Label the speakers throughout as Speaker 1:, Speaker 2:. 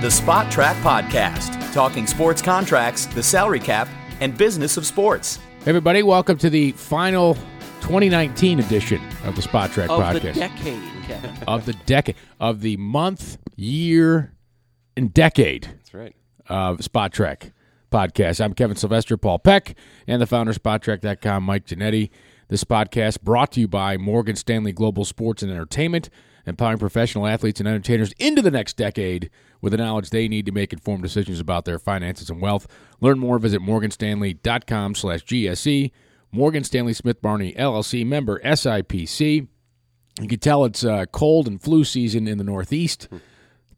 Speaker 1: The Spot Track Podcast, talking sports contracts, the salary cap, and business of sports.
Speaker 2: Hey everybody, welcome to the final 2019 edition of the Spot Track
Speaker 3: of
Speaker 2: podcast
Speaker 3: the decade, Kevin.
Speaker 2: of the decade of the month, year, and decade
Speaker 4: That's right.
Speaker 2: of Spot Track podcast. I'm Kevin Sylvester, Paul Peck, and the founder of SpotTrack.com, Mike Genetti. This podcast brought to you by Morgan Stanley Global Sports and Entertainment, empowering professional athletes and entertainers into the next decade with the knowledge they need to make informed decisions about their finances and wealth. Learn more, visit morganstanley.com slash GSE, Morgan Stanley Smith Barney LLC member SIPC. You can tell it's uh, cold and flu season in the Northeast.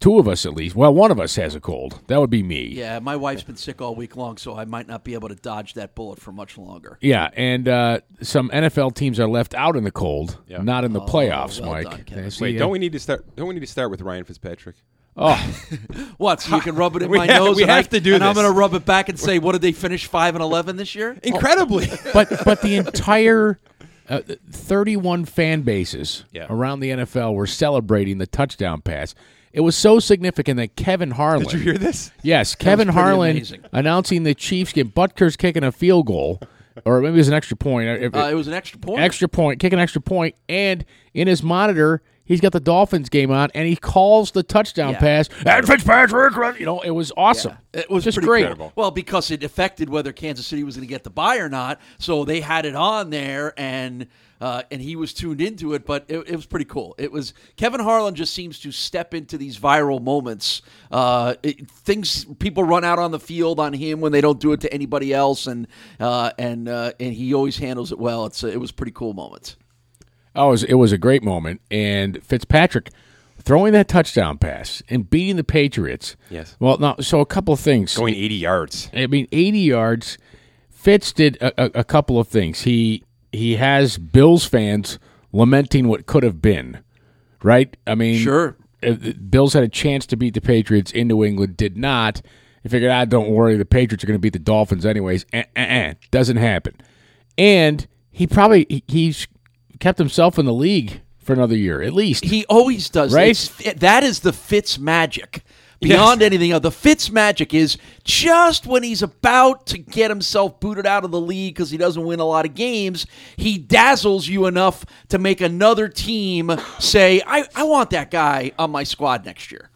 Speaker 2: Two of us, at least. Well, one of us has a cold. That would be me.
Speaker 3: yeah, my wife's been sick all week long, so I might not be able to dodge that bullet for much longer.
Speaker 2: Yeah, and uh, some NFL teams are left out in the cold,
Speaker 4: Yeah.
Speaker 2: not in the playoffs,
Speaker 3: Oh, well
Speaker 2: Mike.
Speaker 3: done, Kevin.
Speaker 2: They see,
Speaker 4: Wait,
Speaker 2: uh,
Speaker 4: don't we need to start? Don't we need to start with Ryan Fitzpatrick?
Speaker 2: Oh,
Speaker 3: What? So you can rub it in
Speaker 4: We
Speaker 3: my
Speaker 4: have-
Speaker 3: nose.
Speaker 4: we
Speaker 3: and
Speaker 4: have
Speaker 3: I,
Speaker 4: to do
Speaker 3: And I'm
Speaker 4: this.
Speaker 3: going to rub it back and say, what did they finish five and eleven this year?
Speaker 4: Incredibly,
Speaker 3: Oh.
Speaker 2: but but the entire uh, 31 fan bases
Speaker 4: Yeah.
Speaker 2: around the NFL were celebrating the touchdown pass. It was so significant that Kevin Harlan.
Speaker 4: did you hear this?
Speaker 2: Yes, Kevin
Speaker 3: pretty
Speaker 2: Harlan
Speaker 3: amazing.
Speaker 2: announcing the Chiefs game. Butker's kicking a field goal, or maybe it was an extra point. If-
Speaker 3: Uh, it was an extra point.
Speaker 2: extra point, kick an extra point, and in his monitor, he's got the Dolphins game on, and he calls the touchdown
Speaker 3: Yeah.
Speaker 2: pass. And Fitzpatrick, run- you know, it was awesome. It was just
Speaker 3: pretty
Speaker 2: great.
Speaker 4: incredible.
Speaker 3: Well, because it affected whether Kansas City was going to get the buy or not, so they had it on there, and uh, and he was tuned into it. But it, it was pretty cool. It was Kevin Harlan just seems to step into these viral moments. Uh, it- things people run out on the field on him when they don't do it to anybody else, and uh, and uh, and he always handles it well. It's a, it was pretty cool moments.
Speaker 2: Oh, it was, it was a great moment, and Fitzpatrick throwing that touchdown pass and beating the Patriots.
Speaker 4: Yes.
Speaker 2: Well, now so a couple of things.
Speaker 4: Going 80 yards.
Speaker 2: I mean, 80 yards. Fitz did a, a, a couple of things. He he has Bills fans lamenting what could have been, right? I mean,
Speaker 3: Sure.
Speaker 2: uh, the Bills had a chance to beat the Patriots in New England, did not. They figured, ah, don't worry, the Patriots are going to beat the Dolphins anyways. Eh, eh, eh. Doesn't happen. And he probably he, he's kept himself in the league for another year at least.
Speaker 3: He always does.
Speaker 2: Right?
Speaker 3: It's- that is the Fitz magic. Beyond anything else, the Fitz magic is just when he's about to get himself booted out of the league because he doesn't win a lot of games, he dazzles you enough to make another team say, I, I want that guy on my squad next year.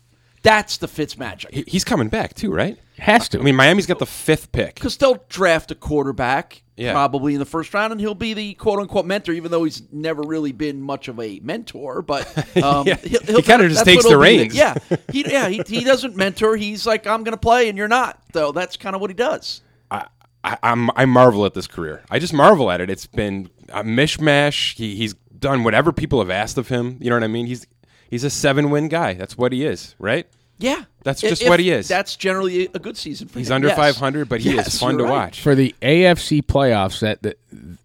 Speaker 3: That's the Fitz magic.
Speaker 4: He- He's coming back too, right?
Speaker 2: has to.
Speaker 4: I mean, Miami's got the fifth pick.
Speaker 3: Because they'll draft a quarterback
Speaker 4: Yeah.
Speaker 3: probably in the first round, and he'll be the quote unquote mentor, even though he's never really been much of a mentor. But um,
Speaker 4: Yeah.
Speaker 3: he'll,
Speaker 4: He kinda
Speaker 3: that's
Speaker 4: just takes
Speaker 3: what
Speaker 4: the
Speaker 3: he'll be.
Speaker 4: reins.
Speaker 3: Yeah, he, yeah, he, he doesn't mentor. He's like, I'm going to play, and you're not. Though that's kind of what he does.
Speaker 4: I, I, I'm, I marvel at this career. I just marvel at it. It's been a mishmash. He, he's done whatever people have asked of him. You know what I mean? He's he's a seven win guy. That's what he is, right?
Speaker 3: Yeah,
Speaker 4: That's
Speaker 3: I-
Speaker 4: just
Speaker 3: if-
Speaker 4: what he is.
Speaker 3: That's generally a good season for
Speaker 4: He's
Speaker 3: him,
Speaker 4: under
Speaker 3: yes.
Speaker 4: 500, but he
Speaker 3: Yes,
Speaker 4: is fun
Speaker 3: you're
Speaker 4: to
Speaker 3: right.
Speaker 4: watch.
Speaker 2: for the AFC playoffs that that,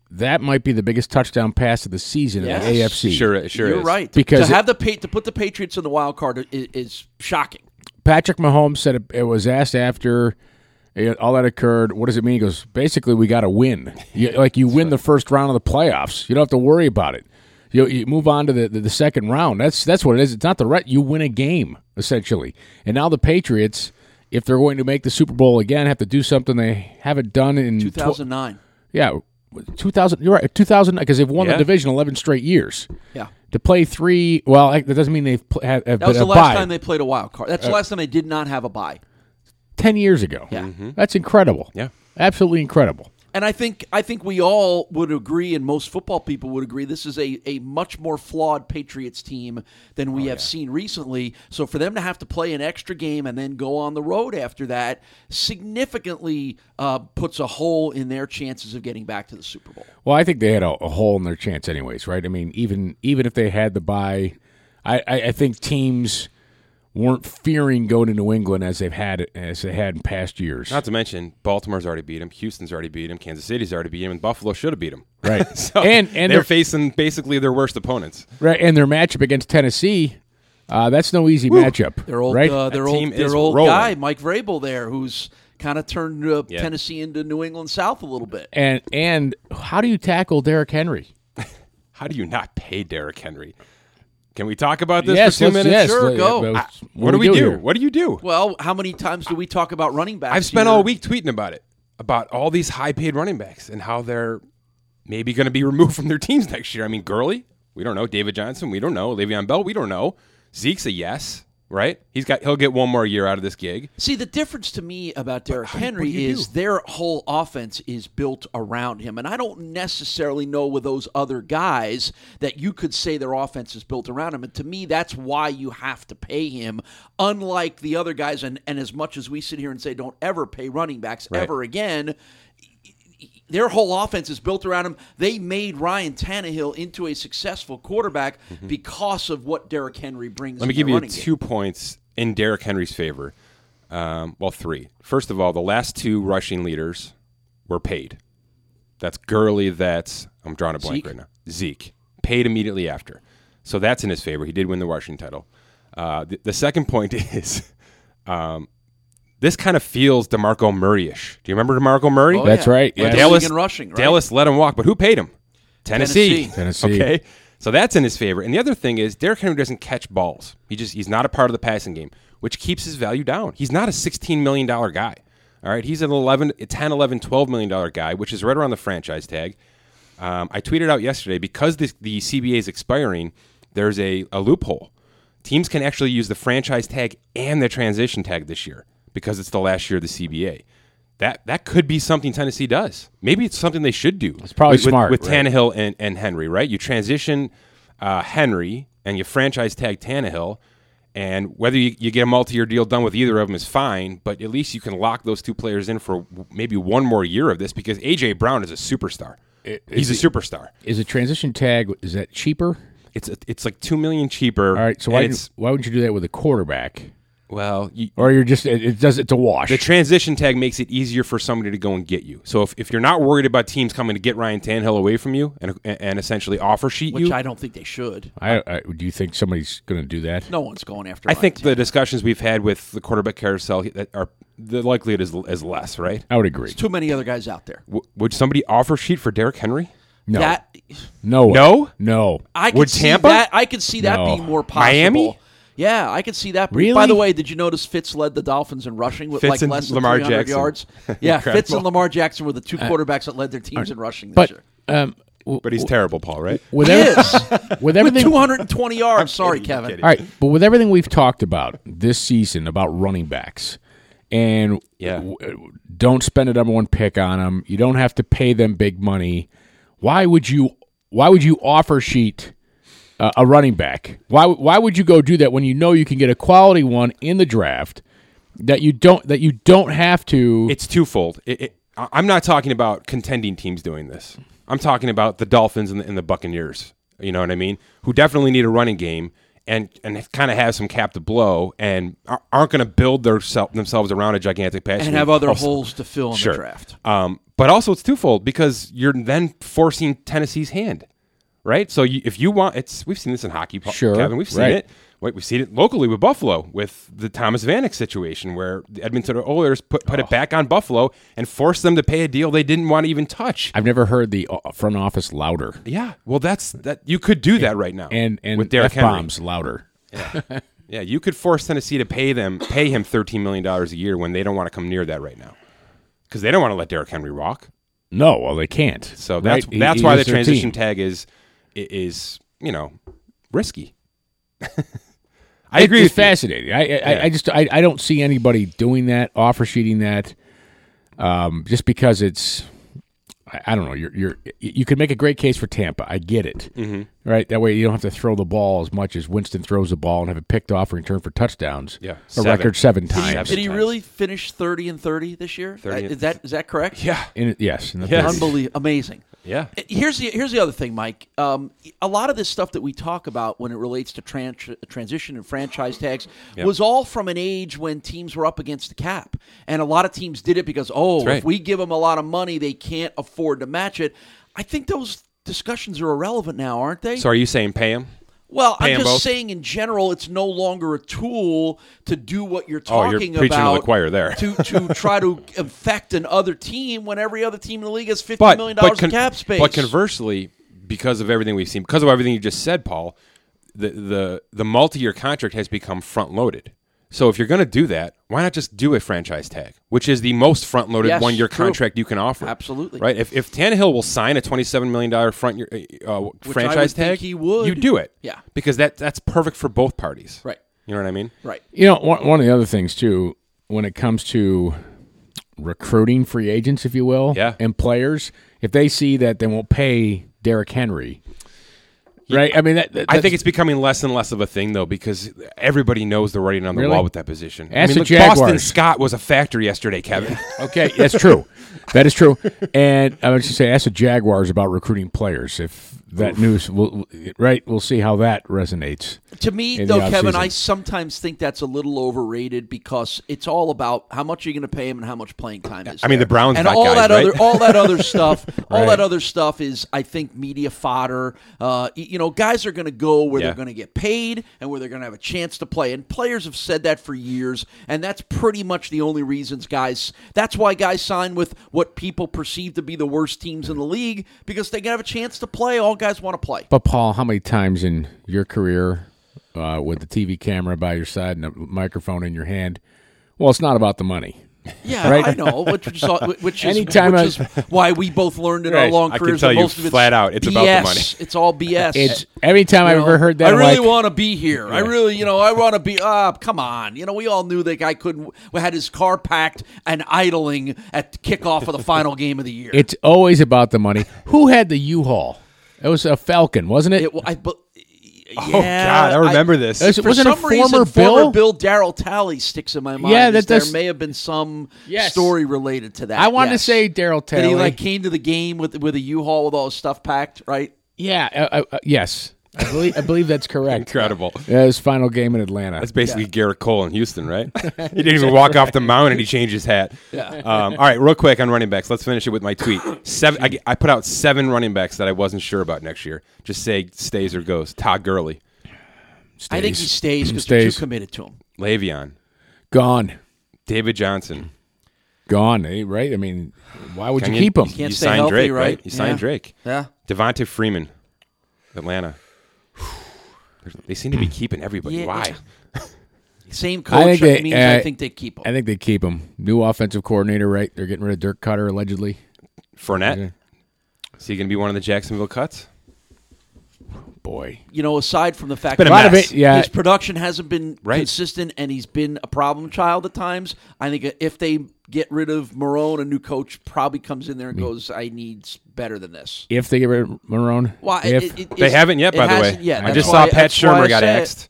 Speaker 2: that might be the biggest touchdown pass of the season
Speaker 3: Yes.
Speaker 2: in the AFC.
Speaker 4: Sure, it sure
Speaker 3: You're
Speaker 4: is.
Speaker 3: right.
Speaker 2: Because
Speaker 3: to
Speaker 2: it-
Speaker 3: have the pa- to put the Patriots in the wild card is, is shocking.
Speaker 2: Patrick Mahomes said it, it was asked after it, all that occurred. What does it mean? He goes, basically, we got to win. You, like you win the first round of the playoffs. You don't have to worry about it. You, you move on to the, the, the second round. That's that's what it is. It's not the right. You win a game essentially, and now the Patriots, if they're going to make the Super Bowl again, have to do something they haven't done in tw-
Speaker 3: 2009.
Speaker 2: yeah, two thousand. You're right, two thousand because they've won the
Speaker 4: Yeah.
Speaker 2: division eleven straight years.
Speaker 3: Yeah.
Speaker 2: To play three, well, that doesn't mean they've pl- have, have
Speaker 3: That was
Speaker 2: been
Speaker 3: the
Speaker 2: a
Speaker 3: last
Speaker 2: bye. Uh,
Speaker 3: time they played a wild card. That's the last time they did not have a bye.
Speaker 2: 10 years ago.
Speaker 3: Yeah.
Speaker 2: That's incredible.
Speaker 4: Mm-hmm. Yeah.
Speaker 2: Absolutely incredible.
Speaker 3: And I think I think we all would agree, and most football people would agree, this is a, a much more flawed Patriots team than
Speaker 4: Oh,
Speaker 3: we have seen recently. So for them to have to play an extra game and then go on the road after that significantly uh, puts a hole in their chances of getting back to the Super Bowl.
Speaker 2: Well, I think they had a, a hole in their chance anyways, right? I mean, even even if they had the bye, I, I, I think teams weren't fearing going to New England as they've had as they had in past years.
Speaker 4: Not to mention, Baltimore's already beat him. Houston's already beat him. Kansas City's already beat him, and Buffalo should have beat him.
Speaker 2: Right.
Speaker 4: so
Speaker 2: And- and
Speaker 4: they're
Speaker 2: they're-
Speaker 4: facing basically their worst opponents.
Speaker 2: right, and their matchup against Tennessee, uh, that's no easy matchup.
Speaker 3: Their old
Speaker 2: right?
Speaker 3: uh, their
Speaker 4: That
Speaker 3: old
Speaker 4: team
Speaker 3: their
Speaker 4: is
Speaker 3: old
Speaker 4: rolling.
Speaker 3: guy, Mike Vrabel, there, who's kind of turned uh,
Speaker 4: Yeah.
Speaker 3: Tennessee into New England South a little bit.
Speaker 2: and and how do you tackle Derrick Henry?
Speaker 4: How do you not pay Derrick Henry? Can we talk about this
Speaker 2: yes,
Speaker 4: for two
Speaker 2: let's-
Speaker 4: minutes?
Speaker 2: yes,
Speaker 3: Sure,
Speaker 2: let-
Speaker 3: go.
Speaker 2: let's-
Speaker 4: I- what, do we do?
Speaker 2: here?
Speaker 4: What do you do?
Speaker 3: Well, how many times do we talk about running backs?
Speaker 4: I've spent
Speaker 3: here?
Speaker 4: all week tweeting about it, about all these high-paid running backs and how they're maybe going to be removed from their teams next year. I mean, Gurley, we don't know. David Johnson, we don't know. Le'Veon Bell, we don't know. Zeke's a yes, right? He's got. He'll get one more year out of this gig.
Speaker 3: See, the difference to me about Derrick
Speaker 4: what
Speaker 3: Henry
Speaker 4: do you
Speaker 3: is their whole offense is built around him. And I don't necessarily know with those other guys that you could say their offense is built around him. And to me, that's why you have to pay him, unlike the other guys. And, and as much as we sit here and say, don't ever pay running backs
Speaker 4: Right.
Speaker 3: ever again, their whole offense is built around him. They made Ryan Tannehill into a successful quarterback because of what Derrick Henry brings.
Speaker 4: Mm-hmm. Let me
Speaker 3: in
Speaker 4: give
Speaker 3: the
Speaker 4: you
Speaker 3: running game.
Speaker 4: two points in Derrick Henry's favor. Um, well, three. First of all, the last two rushing leaders were paid. That's Gurley. That's I'm drawing a blank
Speaker 3: Zeke?
Speaker 4: right now. Zeke paid immediately after, so that's in his favor. He did win the rushing title. Uh, the, the second point is, um, this kind of feels Demarco Murray-ish. Do you remember Demarco Murray?
Speaker 3: Oh,
Speaker 2: That's
Speaker 3: yeah.
Speaker 2: right.
Speaker 3: Well,
Speaker 2: Yes.
Speaker 3: Dallas-
Speaker 4: Dallas
Speaker 3: and rushing, right?
Speaker 4: Dallas let him walk, but who paid him? Tennessee.
Speaker 2: Tennessee.
Speaker 4: Okay. So that's in his favor. And the other thing is Derrick Henry doesn't catch balls. He just he's not a part of the passing game, which keeps his value down. He's not a 16 million dollar guy. All right, he's an 11 10 11 12 million dollar guy, which is right around the franchise tag. Um, I tweeted out yesterday because this, the CBA is expiring, there's a, a loophole. Teams can actually use the franchise tag and the transition tag this year because it's the last year of the CBA. That that could be something Tennessee does. Maybe it's something they should do. It's
Speaker 2: probably
Speaker 4: with, with-
Speaker 2: smart,
Speaker 4: with,
Speaker 2: right?
Speaker 4: Tannehill and, and Henry, right? You transition uh, Henry and you franchise tag Tannehill, and whether you, you get a multi-year deal done with either of them is fine, but at least you can lock those two players in for w- maybe one more year of this because AJ Brown is a superstar. He's a superstar.
Speaker 2: Is a transition tag is that cheaper?
Speaker 4: It's it's like two million cheaper.
Speaker 2: All right, so
Speaker 4: and
Speaker 2: why
Speaker 4: it's
Speaker 2: didn't- why wouldn't you do that with a quarterback?
Speaker 4: well, you,
Speaker 2: Or you're just it, it does it's a wash.
Speaker 4: the transition tag makes it easier for somebody to go and get you. So if, if you're not worried about teams coming to get Ryan Tannehill away from you and and essentially offer sheet
Speaker 3: which
Speaker 4: you,
Speaker 3: I don't think they should.
Speaker 2: I, I do you think somebody's going to do that?
Speaker 3: No one's going after.
Speaker 4: I
Speaker 3: Ryan
Speaker 4: think the discussions we've had with the quarterback carousel that are the likelihood is, is less, right?
Speaker 2: I would agree.
Speaker 3: too many other guys out there.
Speaker 4: W- would somebody offer sheet for Derrick Henry?
Speaker 2: No.
Speaker 3: That
Speaker 2: no. way.
Speaker 4: No?
Speaker 2: No.
Speaker 3: I could
Speaker 4: Would
Speaker 3: see
Speaker 4: Tampa?
Speaker 3: that. I could see that
Speaker 2: No.
Speaker 3: being more possible.
Speaker 4: Miami?
Speaker 3: Yeah, I could see that. By
Speaker 2: Really?
Speaker 3: the way, did you notice Fitz led the Dolphins in rushing with
Speaker 4: Fitz
Speaker 3: like
Speaker 4: and
Speaker 3: less than
Speaker 4: Lamar
Speaker 3: 300
Speaker 4: Jackson.
Speaker 3: yards? Yeah, Fitz
Speaker 4: Incredible.
Speaker 3: and Lamar Jackson were the
Speaker 4: Uh,
Speaker 3: two quarterbacks that led their teams in rushing this
Speaker 2: But
Speaker 3: year.
Speaker 2: um w-
Speaker 4: But he's terrible, Paul, right?
Speaker 2: with,
Speaker 3: He
Speaker 2: every,
Speaker 3: is.
Speaker 2: with
Speaker 3: with
Speaker 2: everything
Speaker 3: 220 yards. Sorry, Kevin.
Speaker 4: kidding.
Speaker 2: All right, but with everything we've talked about this season about running backs, and
Speaker 4: Yeah.
Speaker 2: w- uh, don't spend a number one pick on them. You don't have to pay them big money. Why would you? Why would you offer sheet uh, a running back? Why Why would you go do that when you know you can get a quality one in the draft that you don't that you don't have to?
Speaker 4: It's twofold. It, it, I- I'm not talking about contending teams doing this. I'm talking about the Dolphins and the, and the Buccaneers. You know what I mean? Who definitely need a running game and and kind of have some cap to blow and ar- aren't going to build their sel- themselves around a gigantic pass
Speaker 3: And
Speaker 4: game.
Speaker 3: have other
Speaker 4: Also-
Speaker 3: holes to fill in the draft.
Speaker 4: Um, but also it's twofold because you're then forcing Tennessee's hand, right? So you, if you want, it's we've seen this in hockey, Paul-
Speaker 2: Sure,
Speaker 4: Kevin. We've seen
Speaker 2: right.
Speaker 4: it. Wait, we've seen it locally with Buffalo with the Thomas Vanek situation where the Edmonton Oilers put, put it back on Buffalo and forced them to pay a deal they didn't want to even touch.
Speaker 2: I've never heard the uh, front office louder
Speaker 4: yeah, well, that's that. You could do that right now,
Speaker 2: and and
Speaker 4: with Derek
Speaker 2: bombs louder.
Speaker 4: Yeah, you could force Tennessee to pay them, pay him thirteen million dollars a year when they don't want to come near that right now, because they don't want to let Derrick Henry walk.
Speaker 2: No, well they can't.
Speaker 4: So
Speaker 2: right?
Speaker 4: that's
Speaker 2: He-
Speaker 4: that's
Speaker 2: he
Speaker 4: why the
Speaker 2: is their team.
Speaker 4: transition tag is i- is you know risky. I agree.
Speaker 2: It's
Speaker 4: With you.
Speaker 2: fascinating. I, I, I just I, I don't see anybody doing that, offer sheeting that, um, just because it's I, I don't know. You're you're you can make a great case for Tampa. I get it. Mm-hmm. Right that way you don't have to throw the ball as much as Winston throws the ball and have it picked off or returned for touchdowns.
Speaker 4: Yeah,
Speaker 2: a
Speaker 4: seven.
Speaker 2: record seven
Speaker 4: Did you-
Speaker 2: times.
Speaker 3: Did he
Speaker 4: Sometimes.
Speaker 3: really finish 30 and 30 this year? Uh,
Speaker 4: 30
Speaker 3: Is that is that correct?
Speaker 4: Yeah,
Speaker 2: In- yes, in the
Speaker 4: Yes.
Speaker 2: thirties.
Speaker 3: Unbelievable. Amazing.
Speaker 4: yeah.
Speaker 3: Here's the here's the other thing, Mike. Um, a lot of this stuff that we talk about when it relates to tran- transition and franchise tags was all from an age when teams were up against the cap, and a lot of teams did it because oh,
Speaker 4: right.
Speaker 3: if we give them a lot of money, they can't afford to match it. I think those discussions are irrelevant now, aren't they?
Speaker 4: So are you saying pay him?
Speaker 3: Well,
Speaker 4: Pay
Speaker 3: I'm
Speaker 4: 'em
Speaker 3: just
Speaker 4: both.
Speaker 3: saying in general, it's no longer a tool to do what you're
Speaker 4: Oh, you're
Speaker 3: talking
Speaker 4: preaching to the
Speaker 3: about.
Speaker 4: choir there.
Speaker 3: to to try to affect another team when every other team in the league has fifty
Speaker 4: But
Speaker 3: million
Speaker 4: but
Speaker 3: dollars
Speaker 4: con-
Speaker 3: in cap space.
Speaker 4: But conversely, because of everything we've seen, because of everything you just said, Paul, the the the multi-year contract has become front-loaded. So if you're going to do that, why not just do a franchise tag, which is the most front-loaded
Speaker 3: Yes,
Speaker 4: one-year
Speaker 3: true.
Speaker 4: contract you can offer?
Speaker 3: Absolutely.
Speaker 4: right? If if Tannehill will sign a twenty-seven million dollar front year uh, franchise
Speaker 3: would
Speaker 4: tag,
Speaker 3: think he would.
Speaker 4: You do it,
Speaker 3: Yeah.
Speaker 4: because that that's perfect for both parties,
Speaker 3: Right.
Speaker 4: You know what I mean?
Speaker 3: Right.
Speaker 2: You know, one, one of the other things too, when it comes to recruiting free agents, if you will,
Speaker 4: Yeah.
Speaker 2: and players, if they see that they won't pay Derrick Henry, right? I mean, that, that-
Speaker 4: I think
Speaker 2: that's-
Speaker 4: it's becoming less and less of a thing though because everybody knows the writing on the
Speaker 2: Really?
Speaker 4: wall with that position.
Speaker 2: Ask the
Speaker 4: look,
Speaker 2: Jaguars.
Speaker 4: Boston Scott was a factor yesterday, Kevin.
Speaker 2: okay. That's true. That is true. And I was just say, ask the Jaguars about recruiting players. If that news, will, right? We'll see how that resonates.
Speaker 3: To me,
Speaker 2: in the
Speaker 3: though, Kevin,
Speaker 2: offseason.
Speaker 3: I sometimes think that's a little overrated because it's all about how much you're going to pay him and how much playing time is.
Speaker 4: I mean,
Speaker 3: there.
Speaker 4: the Browns
Speaker 3: and
Speaker 4: got
Speaker 3: all
Speaker 4: guys,
Speaker 3: that
Speaker 4: right?
Speaker 3: other, all that other stuff, all
Speaker 2: Right.
Speaker 3: that other stuff is, I think, media fodder. Uh, y- you know, guys are going to go where
Speaker 4: Yeah.
Speaker 3: they're going to get paid and where they're going to have a chance to play. And players have said that for years, and that's pretty much the only reasons guys. That's why guys sign with what people perceive to be the worst teams in the league because they can have a chance to play. All guys want to play.
Speaker 2: But Paul, how many times in your career, uh, with the TV camera by your side and a microphone in your hand, well, it's not about the money.
Speaker 3: Yeah,
Speaker 2: Right?
Speaker 3: I know. Which is which is,
Speaker 2: Anytime
Speaker 3: which
Speaker 2: I-
Speaker 3: is why we both learned in our
Speaker 4: Right.
Speaker 3: long
Speaker 4: I can
Speaker 3: careers
Speaker 4: tell
Speaker 3: that
Speaker 4: you
Speaker 3: most of it's
Speaker 4: flat out, it's
Speaker 3: BS.
Speaker 4: about the money.
Speaker 3: It's all BS.
Speaker 2: It's E-, every time I've
Speaker 3: You know,
Speaker 2: ever heard that.
Speaker 3: I
Speaker 2: I'm
Speaker 3: really
Speaker 2: like,
Speaker 3: want to be here. I really, you know, I want to be. Ah, come on. You know, we all knew that guy couldn't. Had his car packed and idling at the kickoff of the final game of the year.
Speaker 2: It's always about the money. Who had the U-Haul? It was a Falcon, wasn't it?
Speaker 3: It- I, bu-
Speaker 4: oh God, I remember this.
Speaker 2: That's-
Speaker 3: For
Speaker 2: Wasn't it
Speaker 3: some
Speaker 2: former
Speaker 3: reason,
Speaker 2: Bill?
Speaker 3: former Bill Daryl Talley sticks in my mind.
Speaker 2: Yeah,
Speaker 3: is
Speaker 2: that- that's-
Speaker 3: there may have been some
Speaker 2: Yes.
Speaker 3: story related to that.
Speaker 2: I wanted to
Speaker 3: yes.
Speaker 2: say Daryl
Speaker 3: That
Speaker 2: Talley.
Speaker 3: he like came to the game with with a U-Haul with all his stuff packed, right?
Speaker 2: yeah, uh, uh, uh, yes, I believe, I believe that's correct.
Speaker 4: Incredible.
Speaker 2: Yeah, his final game in Atlanta.
Speaker 4: That's basically Garrett Cole in Houston, right? he didn't even walk off the mound and he changed his hat. Yeah. Um, all right, real quick on running backs. Let's finish it with my tweet. Seven. I, I put out seven running backs that I wasn't sure about next year. Just say stays or goes. Todd Gurley,
Speaker 3: I think he stays because they're
Speaker 2: Stays.
Speaker 3: too committed to him.
Speaker 4: Le'Veon,
Speaker 2: gone,
Speaker 4: David Johnson.
Speaker 2: gone. eh, Right? I mean, why would
Speaker 4: Can
Speaker 2: you keep him?
Speaker 3: Can't
Speaker 4: you
Speaker 3: stay
Speaker 4: signed
Speaker 3: healthy,
Speaker 4: Drake, right?
Speaker 3: right?
Speaker 4: You signed
Speaker 3: Yeah.
Speaker 4: Drake.
Speaker 3: Yeah.
Speaker 4: Devonta Freeman, Atlanta. They seem to be keeping everybody.
Speaker 3: Yeah,
Speaker 4: Why?
Speaker 3: yeah. Same
Speaker 2: I
Speaker 3: coach
Speaker 2: think they-
Speaker 3: means
Speaker 2: uh,
Speaker 3: I think they keep him.
Speaker 2: I think they keep him. New offensive coordinator, right? They're getting rid of Dirk Cutter allegedly.
Speaker 4: Fournette. Is he going to be one of the Jacksonville cuts?
Speaker 2: Boy,
Speaker 3: you know, aside from the fact
Speaker 4: been
Speaker 3: that
Speaker 4: a lot of
Speaker 2: it- yeah.
Speaker 3: his production hasn't been
Speaker 4: Right.
Speaker 3: consistent and he's been a problem child at times, I think if they get rid of Marone, a new coach probably comes in there and goes, I need s- better than this.
Speaker 2: if they get rid of Marone,
Speaker 3: Why?
Speaker 2: if
Speaker 4: They haven't yet, by the way. I just saw Pat Shermer got axed.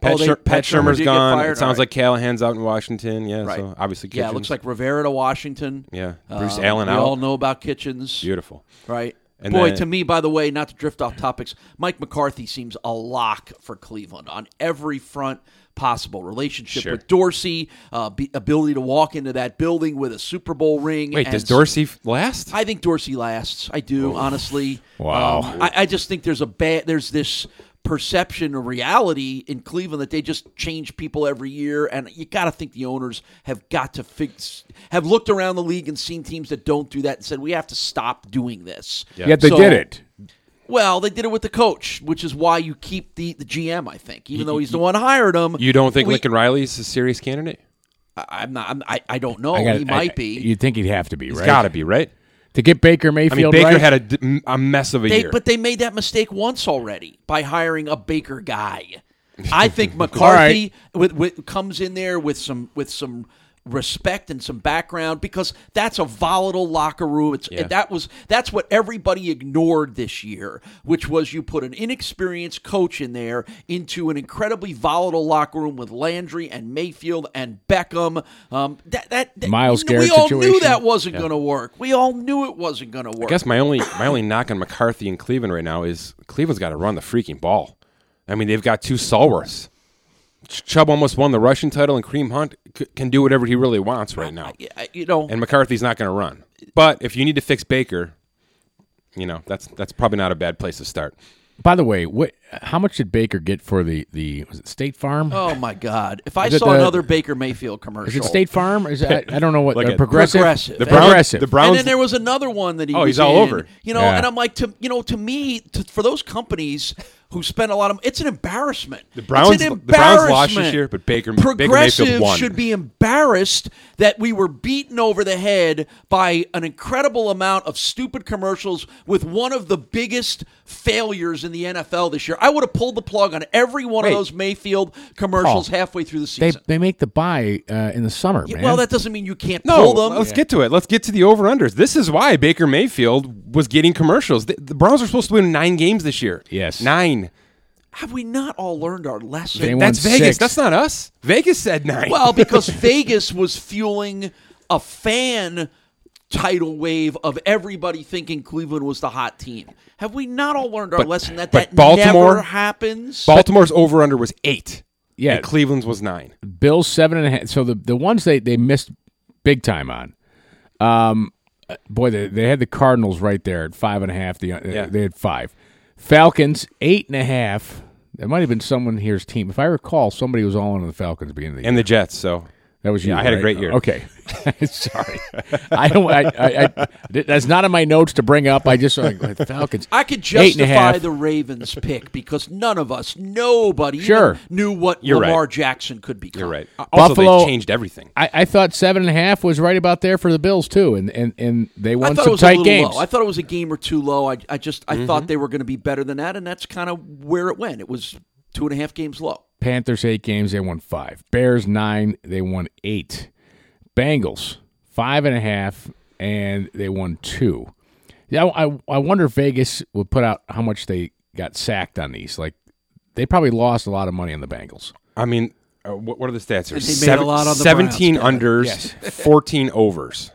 Speaker 4: Pat,
Speaker 3: Oh, they-
Speaker 4: Sher-
Speaker 3: Pat
Speaker 4: Pat
Speaker 3: Shermer
Speaker 4: Shermer's
Speaker 3: did get
Speaker 4: gone.
Speaker 3: fired?
Speaker 4: it sounds
Speaker 3: All right.
Speaker 4: like Callahan's out in Washington. Yeah,
Speaker 3: Right.
Speaker 4: so obviously Kitchens.
Speaker 3: Yeah, it looks like Rivera to Washington.
Speaker 4: Yeah, Bruce
Speaker 3: Um,
Speaker 4: Allen
Speaker 3: we
Speaker 4: out.
Speaker 3: all know about Kitchens.
Speaker 4: Beautiful.
Speaker 3: Right.
Speaker 4: And
Speaker 3: Boy,
Speaker 4: then-
Speaker 3: to me, by the way, not to drift off topics, Mike McCarthy seems a lock for Cleveland on every front possible relationship
Speaker 4: Sure.
Speaker 3: with Dorsey, uh, be, ability to walk into that building with a Super Bowl ring.
Speaker 4: Wait,
Speaker 3: and
Speaker 4: does Dorsey f- last?
Speaker 3: I think Dorsey lasts. I do, honestly.
Speaker 2: Wow.
Speaker 3: Um, I, I just think there's a bad. There's this perception of reality in Cleveland that they just change people every year, and you got to think the owners have got to fix. Have looked around the league and seen teams that don't do that and said we have to stop doing this.
Speaker 2: yet they
Speaker 3: So- oh,
Speaker 2: did it.
Speaker 3: Well, they did it with the coach, which is why you keep the, the GM. I think, even though he's the one who hired him.
Speaker 4: you don't think
Speaker 3: we-
Speaker 4: Lincoln Riley's a serious candidate?
Speaker 3: I- I'm not. I'm, I I don't know.
Speaker 2: I gotta-
Speaker 3: he might
Speaker 2: I-
Speaker 3: be.
Speaker 2: You'd think he'd have to be, right?
Speaker 4: Got to be right.
Speaker 2: to get Baker
Speaker 4: I mean,
Speaker 2: Mayfield.
Speaker 4: Baker
Speaker 2: right?
Speaker 4: had a, d- m- a mess of a
Speaker 3: They,
Speaker 4: year.
Speaker 3: but they made that mistake once already by hiring a Baker guy. I think
Speaker 2: right.
Speaker 3: McCarthy with, with, comes in there with some with some respect and some background because that's a volatile locker room. It's
Speaker 4: Yeah.
Speaker 3: that was that's what everybody ignored this year, which was you put an inexperienced coach in there into an incredibly volatile locker room with Landry and Mayfield and Beckham. Um, that that, that-
Speaker 2: Miles
Speaker 3: we
Speaker 2: Garrett
Speaker 3: all
Speaker 2: situation.
Speaker 3: knew that wasn't going to work. We all knew it wasn't going to work.
Speaker 4: I guess my only my only knock on McCarthy and Cleveland right now is Cleveland's got to run the freaking ball. I mean, they've got two stalwarts. Ch- Chubb almost won the rushing title, and Cream Hunt c- can do whatever he really wants right now.
Speaker 3: I- you know,
Speaker 4: and McCarthy's not going to run. But if you need to fix Baker, you know that's that's probably not a bad place to start.
Speaker 2: By the way, what how much did Baker get for the the was it State Farm?
Speaker 3: Oh my God! If I
Speaker 2: Is it
Speaker 3: saw
Speaker 2: the-
Speaker 3: another Baker Mayfield commercial,
Speaker 2: Is it State Farm? Is it, I, I don't know what
Speaker 4: Like
Speaker 2: uh,
Speaker 4: a-
Speaker 2: progressive.
Speaker 3: Progressive. The
Speaker 2: The
Speaker 3: Browns-
Speaker 2: progressive.
Speaker 4: the Browns-
Speaker 3: And then there was another one that he.
Speaker 4: Oh,
Speaker 3: was
Speaker 4: he's all
Speaker 3: in,
Speaker 4: over.
Speaker 3: You know,
Speaker 2: Yeah.
Speaker 3: and I'm like, to you know, to me, to, for those companies who spend a lot of, it's an embarrassment. The
Speaker 4: Browns-
Speaker 3: it's an
Speaker 4: the Browns lost
Speaker 3: embarrassment.
Speaker 4: this year, but Baker- Baker Mayfield
Speaker 3: Progressives
Speaker 4: won.
Speaker 3: should be embarrassed that we were beaten over the head by an incredible amount of stupid commercials with one of the biggest failures in the NFL this year. I would have pulled the plug on every one
Speaker 4: Wait.
Speaker 3: of those Mayfield commercials
Speaker 2: Paul,
Speaker 3: halfway through the season.
Speaker 2: They they make the buy uh, in the summer,
Speaker 3: Yeah,
Speaker 2: man.
Speaker 3: well, that doesn't mean you can't
Speaker 4: No,
Speaker 3: pull them.
Speaker 4: let's get to it. Let's get to the over unders. This is why Baker Mayfield was getting commercials. The, the Browns are supposed to win nine games this year.
Speaker 2: Yes.
Speaker 4: nine.
Speaker 3: Have we not all learned our lesson?
Speaker 2: They won
Speaker 4: That's Vegas.
Speaker 2: six.
Speaker 4: That's not us. Vegas said nine.
Speaker 3: well, because Vegas was fueling a fan tidal wave of everybody thinking Cleveland was the hot team. Have we not all learned our lesson that
Speaker 4: but
Speaker 3: that
Speaker 4: Baltimore-
Speaker 3: never happens?
Speaker 4: Baltimore's over under was eight.
Speaker 2: Yeah.
Speaker 4: and Cleveland's was nine.
Speaker 2: Bills seven and a half. So the the ones they they missed big time on. Um, uh, boy, they, they had the Cardinals right there at five and a half. The uh,
Speaker 4: Yeah.
Speaker 2: they had five. Falcons eight and a half. That might have been someone here's team. If I recall, somebody was all in on the Falcons at the beginning of the year.
Speaker 4: And the Jets. So
Speaker 2: That was you.
Speaker 4: Yeah, I had a
Speaker 2: right?
Speaker 4: great year.
Speaker 2: Okay, sorry. I don't. I, I, I, that's not in my notes to bring up. I just like Falcons.
Speaker 3: I could
Speaker 2: Eight and a
Speaker 3: justify
Speaker 2: half.
Speaker 3: the Ravens pick because none of us, nobody, even
Speaker 2: Sure.
Speaker 3: knew what
Speaker 4: You're right.
Speaker 3: Lamar Jackson could become.
Speaker 4: you're right. Uh, Also,
Speaker 2: Buffalo-
Speaker 4: they changed everything.
Speaker 2: I, I thought seven and a half was right about there for the Bills too, and and, and they
Speaker 3: I
Speaker 2: won
Speaker 3: thought it
Speaker 2: some
Speaker 3: was a
Speaker 2: tight
Speaker 3: little
Speaker 2: games.
Speaker 3: low. I thought it was a game or two low. I, I just I thought they were going to be better than that, and that's kind of where it went. It was two and a half games low.
Speaker 2: Panthers eight games, they won five. Bears nine, they won eight. Bengals five and a half, and they won two. Yeah, I, I- I wonder if Vegas would put out how much they got sacked on these. Like they probably lost a lot of money on the Bengals.
Speaker 4: I mean, uh, what, what are the stats here?
Speaker 3: And they made a lot on the
Speaker 4: 17
Speaker 3: Browns,
Speaker 4: unders,
Speaker 2: Yes.
Speaker 4: 14 overs.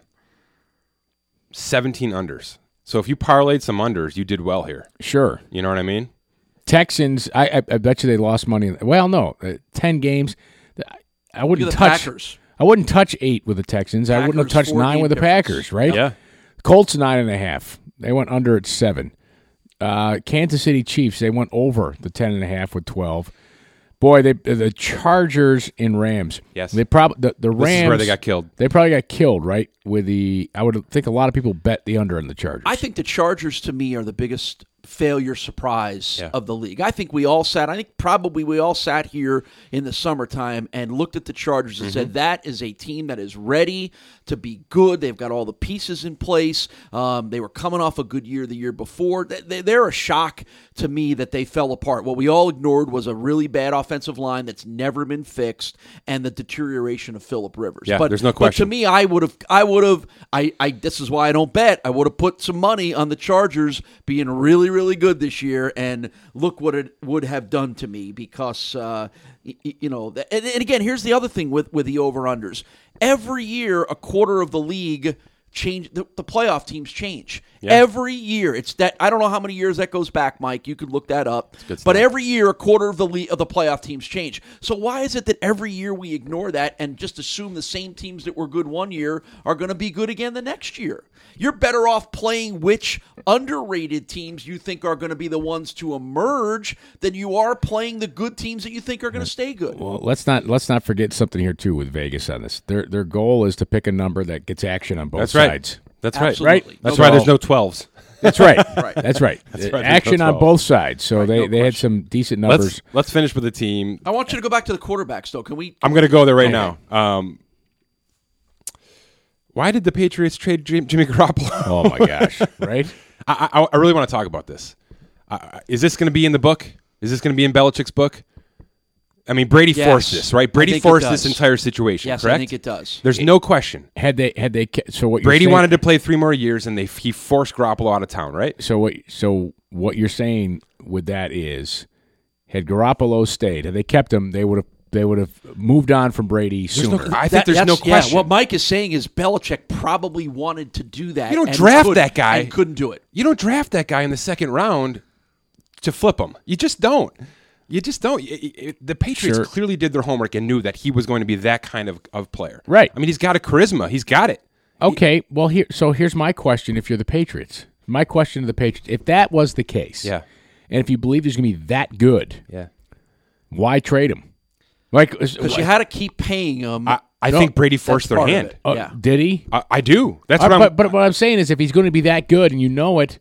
Speaker 4: 17 unders. So if you parlayed some unders, you did well here.
Speaker 2: Sure,
Speaker 4: You know what I mean?
Speaker 2: Texans. I I, I bet you they lost money. Well, no, uh, ten games. I- I
Speaker 3: Look
Speaker 2: wouldn't
Speaker 3: at the
Speaker 2: touch.
Speaker 3: Packers.
Speaker 2: I wouldn't touch eight with the Texans. I wouldn't have
Speaker 3: Packers,
Speaker 2: touched
Speaker 3: four
Speaker 2: nine
Speaker 3: game
Speaker 2: with the
Speaker 3: difference.
Speaker 2: Packers. Right?
Speaker 4: Yeah.
Speaker 2: Colts nine and a half. They went under at seven. Uh, Kansas City Chiefs they went over the ten and a half with twelve. Boy, they uh, the Chargers and Rams.
Speaker 4: Yes.
Speaker 2: they probably the, the
Speaker 4: This
Speaker 2: Rams.
Speaker 4: is where they got killed.
Speaker 2: They probably got killed, right? With the I would think a lot of people bet the under on the Chargers.
Speaker 3: I think the Chargers to me are the biggest failure surprise
Speaker 4: Yeah.
Speaker 3: of the league. I think we all sat I think probably we all sat here in the summertime and looked at the Chargers and said that is a team that is ready to be good. They've got all the pieces in place. Um, they were coming off a good year the year before. They- they- They're a shock to me that they fell apart. What we all ignored was a really bad offensive line that's never been fixed and the deterioration of Philip Rivers.
Speaker 4: Yeah,
Speaker 3: but
Speaker 4: there's no
Speaker 3: but to
Speaker 4: question.
Speaker 3: me me, I would have, I would have, I, I, this is why I don't bet. I would have put some money on the Chargers being really, really good this year, and look what it would have done to me because, uh, y- y- you know, th- and, and again, here's the other thing with with the over unders. Every year, a quarter of the league change the, the playoff teams change every year it's that i don't know how many years that goes back mike you could look that up but every year a quarter of the le- of the playoff teams change so why is it that every year we ignore that and just assume the same teams that were good one year are going to be good again the next year you're better off playing which underrated teams you think are going to be the ones to emerge than you are playing the good teams that you think are going to stay good
Speaker 2: Well, let's not let's not forget something here too with Vegas on this. Their their goal is to pick a number that gets action on both
Speaker 4: That's right.
Speaker 2: sides.
Speaker 4: That's right.
Speaker 3: Absolutely.
Speaker 4: Right. That's
Speaker 3: No
Speaker 4: why there's no 12s.
Speaker 2: That's right. That's right. Uh,
Speaker 4: right.
Speaker 2: Action on
Speaker 4: That's all.
Speaker 2: both sides. So they, they had some decent numbers.
Speaker 4: Let's let's finish with the team.
Speaker 3: i want you to go back to the quarterbacks though can we
Speaker 4: I'm going to go there right now. Um, why did the Patriots trade Jim, Jimmy Garoppolo?
Speaker 2: Oh my gosh! right?
Speaker 4: I, I, I really want to talk about this. Uh, is this going to be in the book? Is this going to be in Belichick's book? I mean, Brady
Speaker 3: Yes.
Speaker 4: forced this, right?
Speaker 3: I
Speaker 4: Brady
Speaker 3: think it
Speaker 4: forced
Speaker 3: does.
Speaker 4: this entire situation,
Speaker 3: yes
Speaker 4: correct?
Speaker 3: i think it does
Speaker 4: There's no question.
Speaker 2: Had they had they ca- so what
Speaker 4: Brady
Speaker 2: you're saying,
Speaker 4: wanted to play three more years, and they he forced Garoppolo out of town, right?
Speaker 2: So what so what you're saying with that is, had Garoppolo stayed, had they kept him, they would have they would have moved on from Brady sooner.
Speaker 4: I
Speaker 3: That-
Speaker 4: think there's no
Speaker 3: that's- yeah,
Speaker 4: question.
Speaker 3: what Mike is saying is Belichick probably wanted to do that.
Speaker 4: You don't
Speaker 3: and
Speaker 4: draft
Speaker 3: couldn't-
Speaker 4: that guy.
Speaker 3: And couldn't do it.
Speaker 4: you don't draft that guy in the second round to flip him. You just don't. You just don't. Y- y- y- the Patriots
Speaker 2: Sure.
Speaker 4: clearly did their homework and knew that he was going to be that kind of, of player.
Speaker 2: Right.
Speaker 4: I mean, he's got a charisma. He's got it.
Speaker 2: okay, well here so here's my question. If you're the Patriots, my question to the Patriots: If that was the case, And if you believe he's going to be that good,
Speaker 4: Yeah.
Speaker 2: why trade him? Like,
Speaker 3: Because you had to keep paying them.
Speaker 4: I, I think Brady forced their hand.
Speaker 2: uh,
Speaker 3: yeah.
Speaker 2: did he?
Speaker 4: I, I do. That's
Speaker 2: Uh,
Speaker 4: what I'm.
Speaker 2: but, but what I'm saying is, if he's going to be that good, and you know it,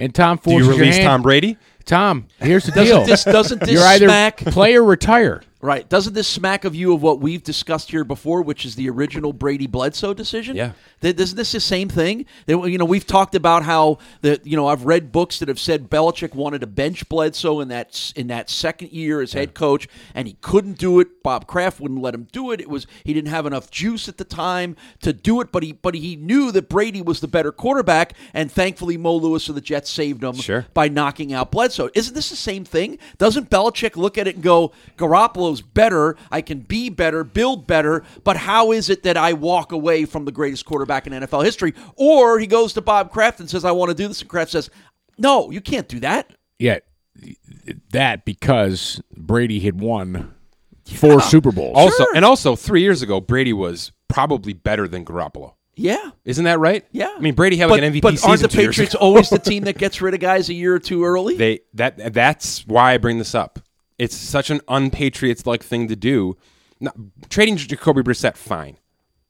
Speaker 2: and Tom
Speaker 4: do
Speaker 2: forces
Speaker 4: you release
Speaker 2: your hand,
Speaker 4: Tom Brady?
Speaker 2: Tom, here's the deal:
Speaker 3: Doesn't this doesn't this
Speaker 2: you're either
Speaker 3: smack
Speaker 2: play or retire.
Speaker 3: right? Doesn't this smack of you of what we've discussed here before, which is the original Brady Bledsoe decision?
Speaker 4: Yeah.
Speaker 3: Th- isn't this the same thing? That, you know, we've talked about how the you know I've read books that have said Belichick wanted to bench Bledsoe in that s- in that second year as head coach, and he couldn't do it. Bob Kraft wouldn't let him do it. It was he didn't have enough juice at the time to do it, but he but he knew that Brady was the better quarterback, and thankfully Mo Lewis of the Jets saved him
Speaker 4: Sure.
Speaker 3: by knocking out Bledsoe. Isn't this the same thing? Doesn't Belichick look at it and go, Garoppolo's better, I can be better, build better, but how is it that I walk away from the greatest quarterback in NFL history? Or he goes to Bob Kraft and says, I want to do this, and Kraft says, No, you can't do that.
Speaker 2: Yeah, that because Brady had won four Super Bowls.
Speaker 4: Also,
Speaker 3: Sure.
Speaker 4: and also, three years ago, Brady was probably better than Garoppolo.
Speaker 3: Yeah.
Speaker 4: Isn't that right?
Speaker 3: Yeah.
Speaker 4: I mean, Brady had like
Speaker 3: but,
Speaker 4: an MVP
Speaker 3: but
Speaker 4: season
Speaker 3: aren't the
Speaker 4: two years
Speaker 3: Patriots
Speaker 4: ago.
Speaker 3: always the team that gets rid of guys a year or two early?
Speaker 4: They that that's why I bring this up. It's such an unpatriots like thing to do. Now, trading Jacoby Brissett, fine,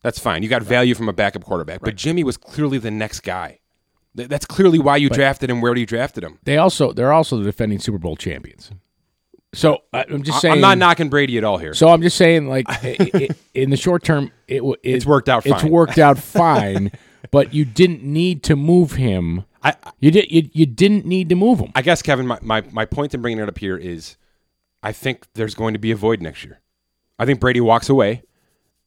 Speaker 4: that's fine. You got value from a backup quarterback, but Jimmy was clearly the next guy. Th- That's clearly why you drafted him. Where you drafted him?
Speaker 2: they also they're also the defending Super Bowl champions. So I- I'm just
Speaker 4: I-
Speaker 2: saying
Speaker 4: I'm not knocking Brady at all here.
Speaker 2: So I'm just saying, like, i i in the short term, it, w- it
Speaker 4: It's worked out
Speaker 2: It's
Speaker 4: fine.
Speaker 2: worked out fine, but you didn't need to move him.
Speaker 4: I-
Speaker 2: you did. You, you didn't need to move him.
Speaker 4: I guess Kevin, my, my, my point in bringing it up here is, I think there's going to be a void next year. I think Brady walks away,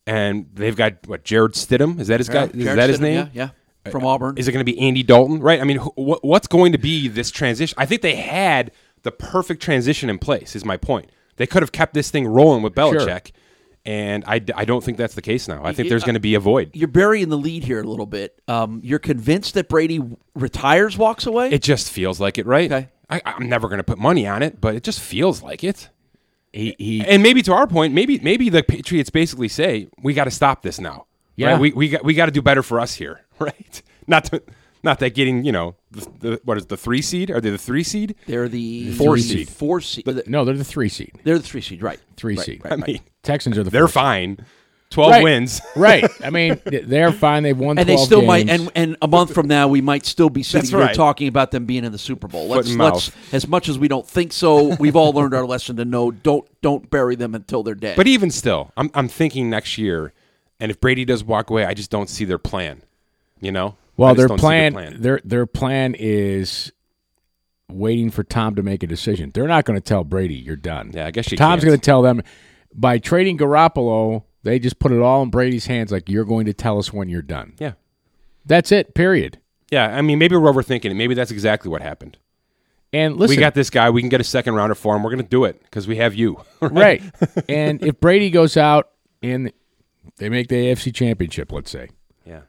Speaker 4: and they've got what Jared Stidham is that his guy? Is
Speaker 3: Jared
Speaker 4: that his
Speaker 3: Stidham,
Speaker 4: name?
Speaker 3: Yeah, yeah. From Auburn.
Speaker 4: Is it going to be Andy Dalton? Right? I mean, wh- wh- what's going to be this transition? I think they had the perfect transition in place. Is my point. They could have kept this thing rolling with Belichick, and I, d- I don't think that's the case now. I think there's going to be a void.
Speaker 3: you're burying the lead here a little bit. Um, you're convinced that Brady retires, walks away?
Speaker 4: It just feels like it, right?
Speaker 3: Okay.
Speaker 4: I, I'm never going to put money on it, but it just feels like it.
Speaker 2: He, he
Speaker 4: And maybe to our point, maybe maybe the Patriots basically say we got to stop this now.
Speaker 2: Yeah.
Speaker 4: right? we we got we got to do better for us here, right? Not to, not that getting you know the, the, what is it, the three seed? Are they the three seed?
Speaker 3: They're the
Speaker 2: Four
Speaker 3: the
Speaker 2: seed.
Speaker 3: Four seed.
Speaker 2: no, they're the three seed,
Speaker 3: They're the three seed, right?
Speaker 2: three
Speaker 3: Right,
Speaker 2: seed.
Speaker 4: I mean,
Speaker 2: Texans are the
Speaker 4: they're
Speaker 2: four seed.
Speaker 4: fine. Twelve
Speaker 2: Right.
Speaker 4: wins.
Speaker 2: right. I mean, th- they're fine. They've won.
Speaker 3: And they
Speaker 2: 12
Speaker 3: still might,
Speaker 2: games.
Speaker 3: and, and a month from now, we might still be sitting
Speaker 4: That's
Speaker 3: here
Speaker 4: right.
Speaker 3: talking about them being in the Super Bowl. Let's,
Speaker 4: and
Speaker 3: let's, as much as we don't think so, we've all learned our lesson to know don't don't bury them until they're dead.
Speaker 4: But even still, I'm I'm thinking next year, and if Brady does walk away, I just don't see their plan. You know, I
Speaker 2: well,
Speaker 4: just
Speaker 2: their
Speaker 4: don't see
Speaker 2: plan, their their plan is waiting for Tom to make a decision. They're not going to tell Brady you're done.
Speaker 4: Yeah, I guess you
Speaker 2: Tom's
Speaker 4: can't.
Speaker 2: going to tell them by trading Garoppolo. They just put it all in Brady's hands. Like you're going to tell us when you're done.
Speaker 4: yeah,
Speaker 2: That's it. Period.
Speaker 4: yeah. I mean, maybe we're overthinking it. Maybe that's exactly what happened.
Speaker 2: And listen,
Speaker 4: we got this guy. We can get a second rounder for him. We're going to do it because we have you.
Speaker 2: right. and if Brady goes out and they make the AFC Championship, let's say,
Speaker 4: yeah.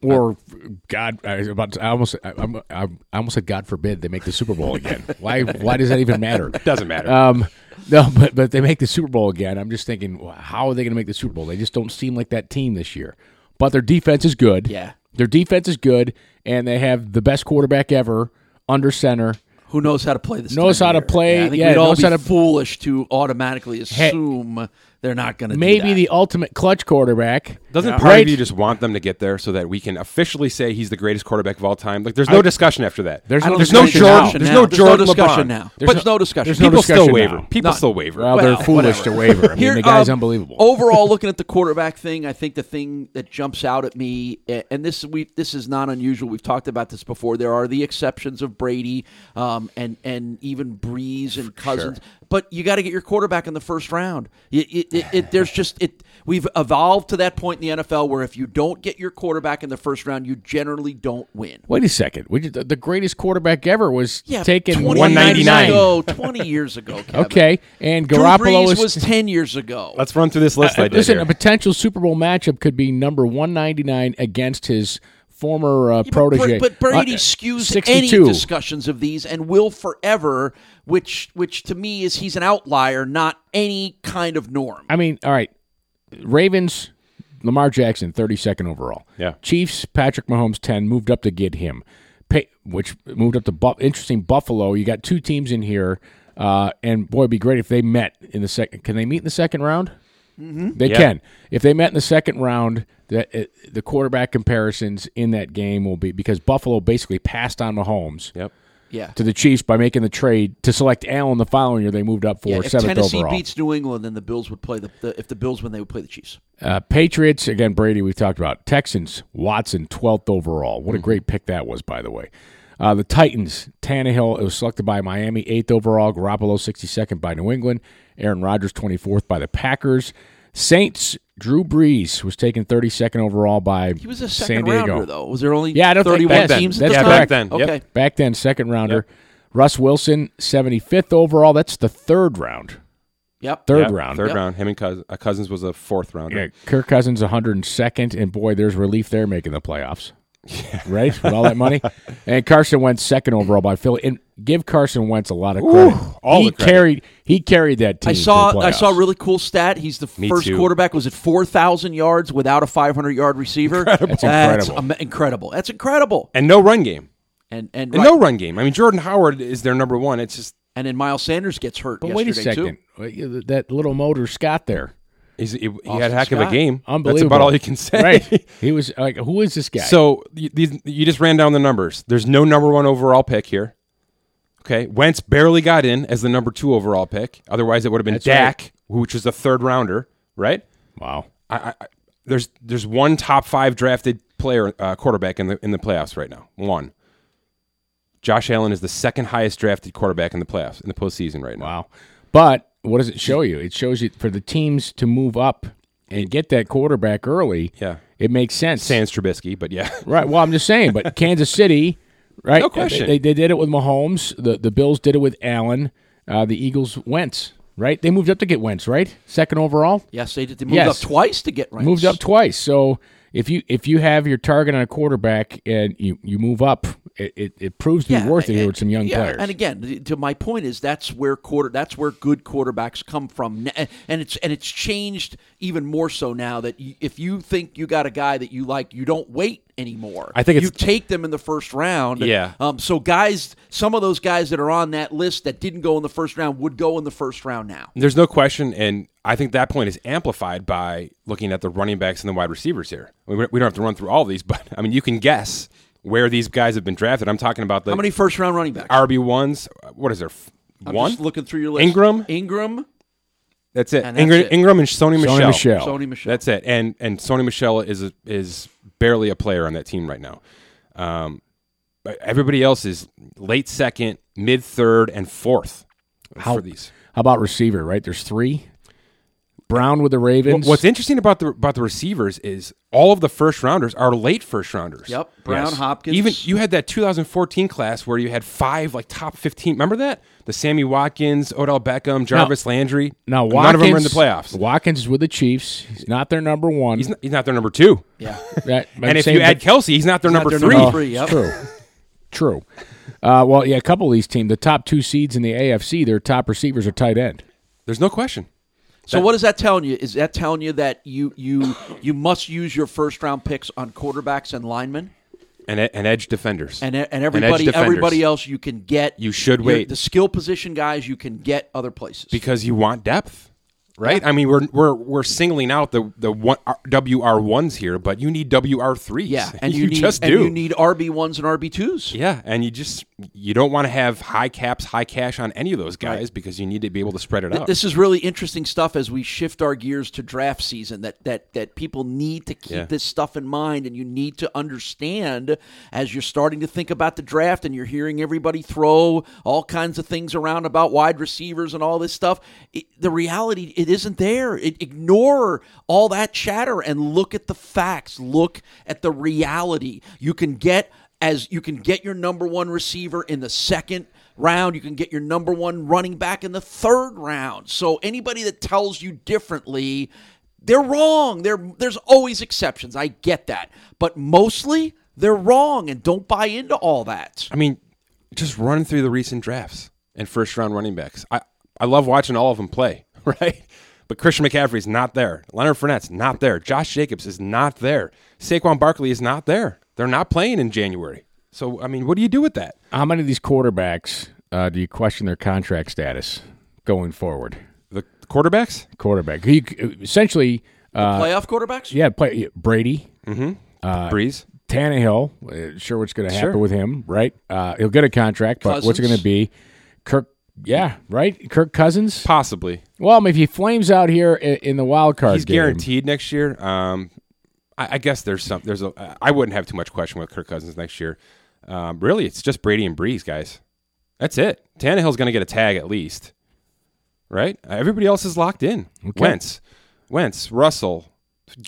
Speaker 2: or
Speaker 4: Uh,
Speaker 2: God, I was about to, I almost I, I'm, I'm- I almost said God forbid they make the Super Bowl again. why? Why does that even matter?
Speaker 4: Doesn't matter.
Speaker 2: Um, no, but but they make the Super Bowl again. I'm just thinking, well, how are they going to make the Super Bowl? They just don't seem like that team this year. But their defense is good.
Speaker 3: Yeah.
Speaker 2: their defense is good, and they have the best quarterback ever under center.
Speaker 3: Who knows how to play this?
Speaker 2: Knows
Speaker 3: time
Speaker 2: how to
Speaker 3: of year?
Speaker 2: play,
Speaker 3: I think
Speaker 2: yeah,
Speaker 3: we'd all
Speaker 2: knows
Speaker 3: be
Speaker 2: how to-
Speaker 3: foolish to automatically assume they're not going to.
Speaker 2: Maybe the ultimate clutch quarterback.
Speaker 4: Doesn't part
Speaker 2: right?
Speaker 4: of you just want them to get there so that we can officially say he's the greatest quarterback of all time? Like, there's no discussion after that.
Speaker 2: There's
Speaker 3: I don't
Speaker 2: no
Speaker 4: there's
Speaker 3: think
Speaker 4: no
Speaker 2: discussion now.
Speaker 4: Jordan.
Speaker 3: There's
Speaker 4: There's
Speaker 3: no
Speaker 4: no Jordan
Speaker 3: discussion
Speaker 4: LeBron.
Speaker 3: now. There's no discussion.
Speaker 2: there's no
Speaker 4: People still
Speaker 2: discussion
Speaker 4: waver.
Speaker 2: now.
Speaker 4: People
Speaker 3: Not-
Speaker 4: still waver.
Speaker 2: Well, they're
Speaker 3: Well,
Speaker 2: foolish
Speaker 3: whatever.
Speaker 2: to waver. I mean, the guy's
Speaker 3: um,
Speaker 2: unbelievable.
Speaker 3: overall, looking at the quarterback thing, I think the thing that jumps out at me, a- and this we this is not unusual. We've talked about this before. There are the exceptions of Brady, um, and and even Breeze and Cousins, but you got to get your quarterback in the first round. You- you- it- it- there's just it. We've evolved to that point in the NFL where if you don't get your quarterback in the first round, you generally don't win.
Speaker 2: Wait a second. We did, the- the greatest quarterback ever was taken
Speaker 3: 20
Speaker 4: 199.
Speaker 3: years ago, Twenty years ago. Kevin.
Speaker 2: Okay, and
Speaker 3: Drew
Speaker 2: Garoppolo
Speaker 3: Brees
Speaker 2: is
Speaker 3: was ten years ago.
Speaker 4: Let's run through this list. I did
Speaker 2: uh, listen.
Speaker 4: here.
Speaker 2: A potential Super Bowl matchup could be number one ninety nine against his former uh,
Speaker 3: Yeah, but Bra-
Speaker 2: protege.
Speaker 3: But, Brady
Speaker 2: Uh,
Speaker 3: skews
Speaker 2: 62.
Speaker 3: any discussions of these and will forever, which which to me is he's an outlier, not any kind of norm.
Speaker 2: I mean, all right. Ravens, Lamar Jackson, 32nd overall.
Speaker 4: Yeah.
Speaker 2: Chiefs, Patrick Mahomes, 10, moved up to get him. pay, which moved up to Buff- interesting Buffalo. You got two teams in here, uh, and boy, it'd be great if they met in the second. Can they meet in the second round?
Speaker 3: Mm-hmm.
Speaker 2: They
Speaker 4: Yeah.
Speaker 2: can. If they met in the second round, that uh, the quarterback comparisons in that game will be because Buffalo basically passed on Mahomes
Speaker 4: Yep.
Speaker 3: Yeah.
Speaker 2: to the Chiefs by making the trade to select Allen the following year. They moved up for
Speaker 3: Yeah, if
Speaker 2: seventh
Speaker 3: Tennessee
Speaker 2: overall.
Speaker 3: beats New England, then the Bills would play the, the if the Bills win, they would play the Chiefs.
Speaker 2: Uh, Patriots, again, Brady, we've talked about. Texans, Watson, 12th overall. What a
Speaker 3: Mm-hmm.
Speaker 2: great pick that was, by the way. Uh, the Titans, Tannehill, it was selected by Miami, 8th overall. Garoppolo, 62nd by New England. Aaron Rodgers, 24th by the Packers. Saints, Drew Brees was taken 32nd overall by
Speaker 3: He was a
Speaker 2: San
Speaker 3: second
Speaker 2: Diego.
Speaker 3: rounder though. Was there only
Speaker 2: Yeah, I don't think
Speaker 3: 31
Speaker 2: back then.
Speaker 3: teams at
Speaker 2: That's
Speaker 3: this
Speaker 2: correct.
Speaker 3: time?
Speaker 4: Back then, yep.
Speaker 3: Okay.
Speaker 2: Back then, second rounder. Russ Wilson, 75th overall. That's the third round.
Speaker 3: Yep.
Speaker 2: Third
Speaker 4: Yep.
Speaker 2: round.
Speaker 4: Third
Speaker 3: Yep.
Speaker 4: round. Him and Cousins, uh, Cousins was a fourth rounder.
Speaker 2: Yeah, Kirk Cousins 102nd, and boy, there's relief there making the playoffs, right? With all that money, and Carson Wentz second overall by Philly. And give Carson Wentz a lot of credit.
Speaker 4: all
Speaker 2: he
Speaker 4: the credit.
Speaker 2: carried. He carried that team.
Speaker 3: I
Speaker 2: to the
Speaker 3: saw I saw a
Speaker 2: playoffs.
Speaker 3: really cool stat. He's the
Speaker 4: Me
Speaker 3: first
Speaker 4: too.
Speaker 3: quarterback was at 4,000 yards without a 500 yard receiver.
Speaker 2: That's
Speaker 3: That's
Speaker 2: incredible.
Speaker 3: am- incredible. That's incredible.
Speaker 4: And no run game.
Speaker 3: And and
Speaker 4: And
Speaker 3: right.
Speaker 4: no run game. I mean, Jordan Howard is their number one. It's just
Speaker 3: and then Miles Sanders gets hurt
Speaker 2: But wait
Speaker 3: yesterday
Speaker 2: a second,
Speaker 3: too.
Speaker 2: Wait, yeah, th- that little motor Scott there,
Speaker 4: he's, he, he had a heck of
Speaker 3: Scott.
Speaker 4: a game.
Speaker 2: unbelievable.
Speaker 4: That's about all you can say.
Speaker 2: Right? He was like, who is this guy?
Speaker 4: So you, these, you just ran down the numbers. There's no number one overall pick here. Okay, Wentz barely got in as the number two overall pick. Otherwise, it would have been
Speaker 2: That's
Speaker 4: Dak, which was the third rounder. Right?
Speaker 2: wow.
Speaker 4: I, I, I- there's there's one top five drafted player uh, quarterback in the in the playoffs right now. One. Josh Allen is the second highest drafted quarterback in the playoffs in the postseason right now.
Speaker 2: Wow. But what does it show you? It shows you for the teams to move up and get that quarterback early.
Speaker 4: Yeah.
Speaker 2: It makes sense.
Speaker 4: Sans Trubisky, but yeah,
Speaker 2: Right. Well, I'm just saying, but Kansas City, right?
Speaker 4: No question.
Speaker 2: They, they did it with Mahomes. The the Bills did it with Allen. Uh, the Eagles Wentz, right? They moved up to get Wentz, right? Second overall,
Speaker 3: Yes, they did. They moved
Speaker 2: Yes.
Speaker 3: up twice to get Rams.
Speaker 2: moved up twice. So if you if you have your target on a quarterback and you, you move up, it, it, it proves to be worth it here
Speaker 3: and-
Speaker 2: with some young
Speaker 3: yeah,
Speaker 2: players.
Speaker 3: And again, th- to my point is that's where quarter that's where good quarterbacks come from, N- and it's and it's changed even more so now that you, if you think you got a guy that you like, you don't wait anymore.
Speaker 4: I think
Speaker 3: you
Speaker 4: it's-
Speaker 3: take them in the first round.
Speaker 4: Yeah.
Speaker 3: Um. So guys, some of those guys that are on that list that didn't go in the first round would go in the first round now.
Speaker 4: there's no question, and I think that point is amplified by looking at the running backs and the wide receivers here. I mean, we we don't have to run through all these, but I mean, you can guess where these guys have been drafted. I'm talking about the
Speaker 3: How many first round running backs?
Speaker 4: RB ones. What is there? f-
Speaker 3: I'm
Speaker 4: One.
Speaker 3: Just looking through your list.
Speaker 4: Ingram?
Speaker 3: Ingram.
Speaker 4: that's it.
Speaker 3: And that's
Speaker 4: Ingram,
Speaker 3: it.
Speaker 4: Ingram and Sony
Speaker 2: Sony
Speaker 4: Michelle.
Speaker 2: Michel.
Speaker 3: Sony Michelle.
Speaker 4: That's it. And and Sony Michelle is a, is barely a player on that team right now. Um, but everybody else is late second, mid third, and fourth
Speaker 2: How-
Speaker 4: for these.
Speaker 2: How about receiver? Right? There's three. Brown with the
Speaker 4: Wha-
Speaker 2: Ravens.
Speaker 4: What's interesting about the about the receivers is all of the first rounders are late first rounders.
Speaker 3: Yep. Brown, Hopkins.
Speaker 4: Even you had that 2014 class where you had five like top 15. Remember that the Sammy Watkins, Odell Beckham, Jarvis Landry.
Speaker 2: now? Watkins,
Speaker 4: none of them are in the playoffs.
Speaker 2: Watkins is with the Chiefs. He's not their number one.
Speaker 4: He's not, he's not their number two.
Speaker 3: Yeah.
Speaker 2: That- I'm
Speaker 4: and if
Speaker 2: saying,
Speaker 4: you add
Speaker 2: but-
Speaker 4: Kelsey, he's not their
Speaker 3: not
Speaker 4: number
Speaker 3: their
Speaker 4: three.
Speaker 3: number
Speaker 2: Oh,
Speaker 3: three,
Speaker 2: it's
Speaker 3: yep.
Speaker 2: True. True. Uh, well, yeah, a couple of these teams, the top two seeds in the AFC, their top receivers are tight end.
Speaker 4: There's no question.
Speaker 3: So what is that telling you? Is that telling you that you you you must use your first round picks on quarterbacks and linemen
Speaker 4: And e- and edge defenders.
Speaker 3: and and everybody
Speaker 4: defenders.
Speaker 3: everybody else you can get
Speaker 4: You should
Speaker 3: your-
Speaker 4: wait.
Speaker 3: the skill position guys you can get other places.
Speaker 4: because you want depth, right? I mean, we're we're we're singling out the the one, WR ones here, but you need WR threes.
Speaker 3: yeah, and you, need,
Speaker 4: just
Speaker 3: and
Speaker 4: do.
Speaker 3: you need RB ones and RB twos.
Speaker 4: yeah, and you just you don't want to have high caps, high cash on any of those guys because you need to be able to spread it out.
Speaker 3: This is really interesting stuff as we shift our gears to draft season. That that that people need to keep
Speaker 4: Yeah.
Speaker 3: this stuff in mind, and you need to understand as you're starting to think about the draft, and you're hearing everybody throw all kinds of things around about wide receivers and all this stuff. It, the reality, it isn't there. It, ignore all that chatter and look at the facts. Look at the reality. You can get as you can get your number one receiver in the second round. You can get your number one running back in the third round. So anybody that tells you differently, they're wrong. There, there's always exceptions. I get that, but mostly they're wrong, and don't buy into all that.
Speaker 4: I mean, just run through the recent drafts and first round running backs. I, I love watching all of them play, right? But Christian McCaffrey's not there. Leonard Fournette's not there. Josh Jacobs is not there. Saquon Barkley is not there. They're not playing in January. So I mean, what do you do with that?
Speaker 2: How many of these quarterbacks uh, do you question their contract status going forward?
Speaker 4: The quarterbacks,
Speaker 2: Quarterback, he essentially, uh,
Speaker 3: Playoff quarterbacks?
Speaker 2: yeah, play Brady,
Speaker 4: Breeze.
Speaker 2: Tannehill. uh, Sure, what's going to happen
Speaker 4: Sure.
Speaker 2: with him, right? Uh, he'll get a contract, but what's it
Speaker 3: Cousins.
Speaker 2: going to be? Kirk, yeah, right. Kirk Cousins.
Speaker 4: Possibly,
Speaker 2: Well, I mean, if he flames out here in, in the wild card,
Speaker 4: he's
Speaker 2: game,
Speaker 4: guaranteed next year. Um, I, I guess there's some. There's a. I wouldn't have too much question with Kirk Cousins next year. Um, really, it's just Brady and Breeze, guys. That's it. Tannehill's going to get a tag at least, right? Uh, Everybody else is locked in. Wentz, Wentz, Russell,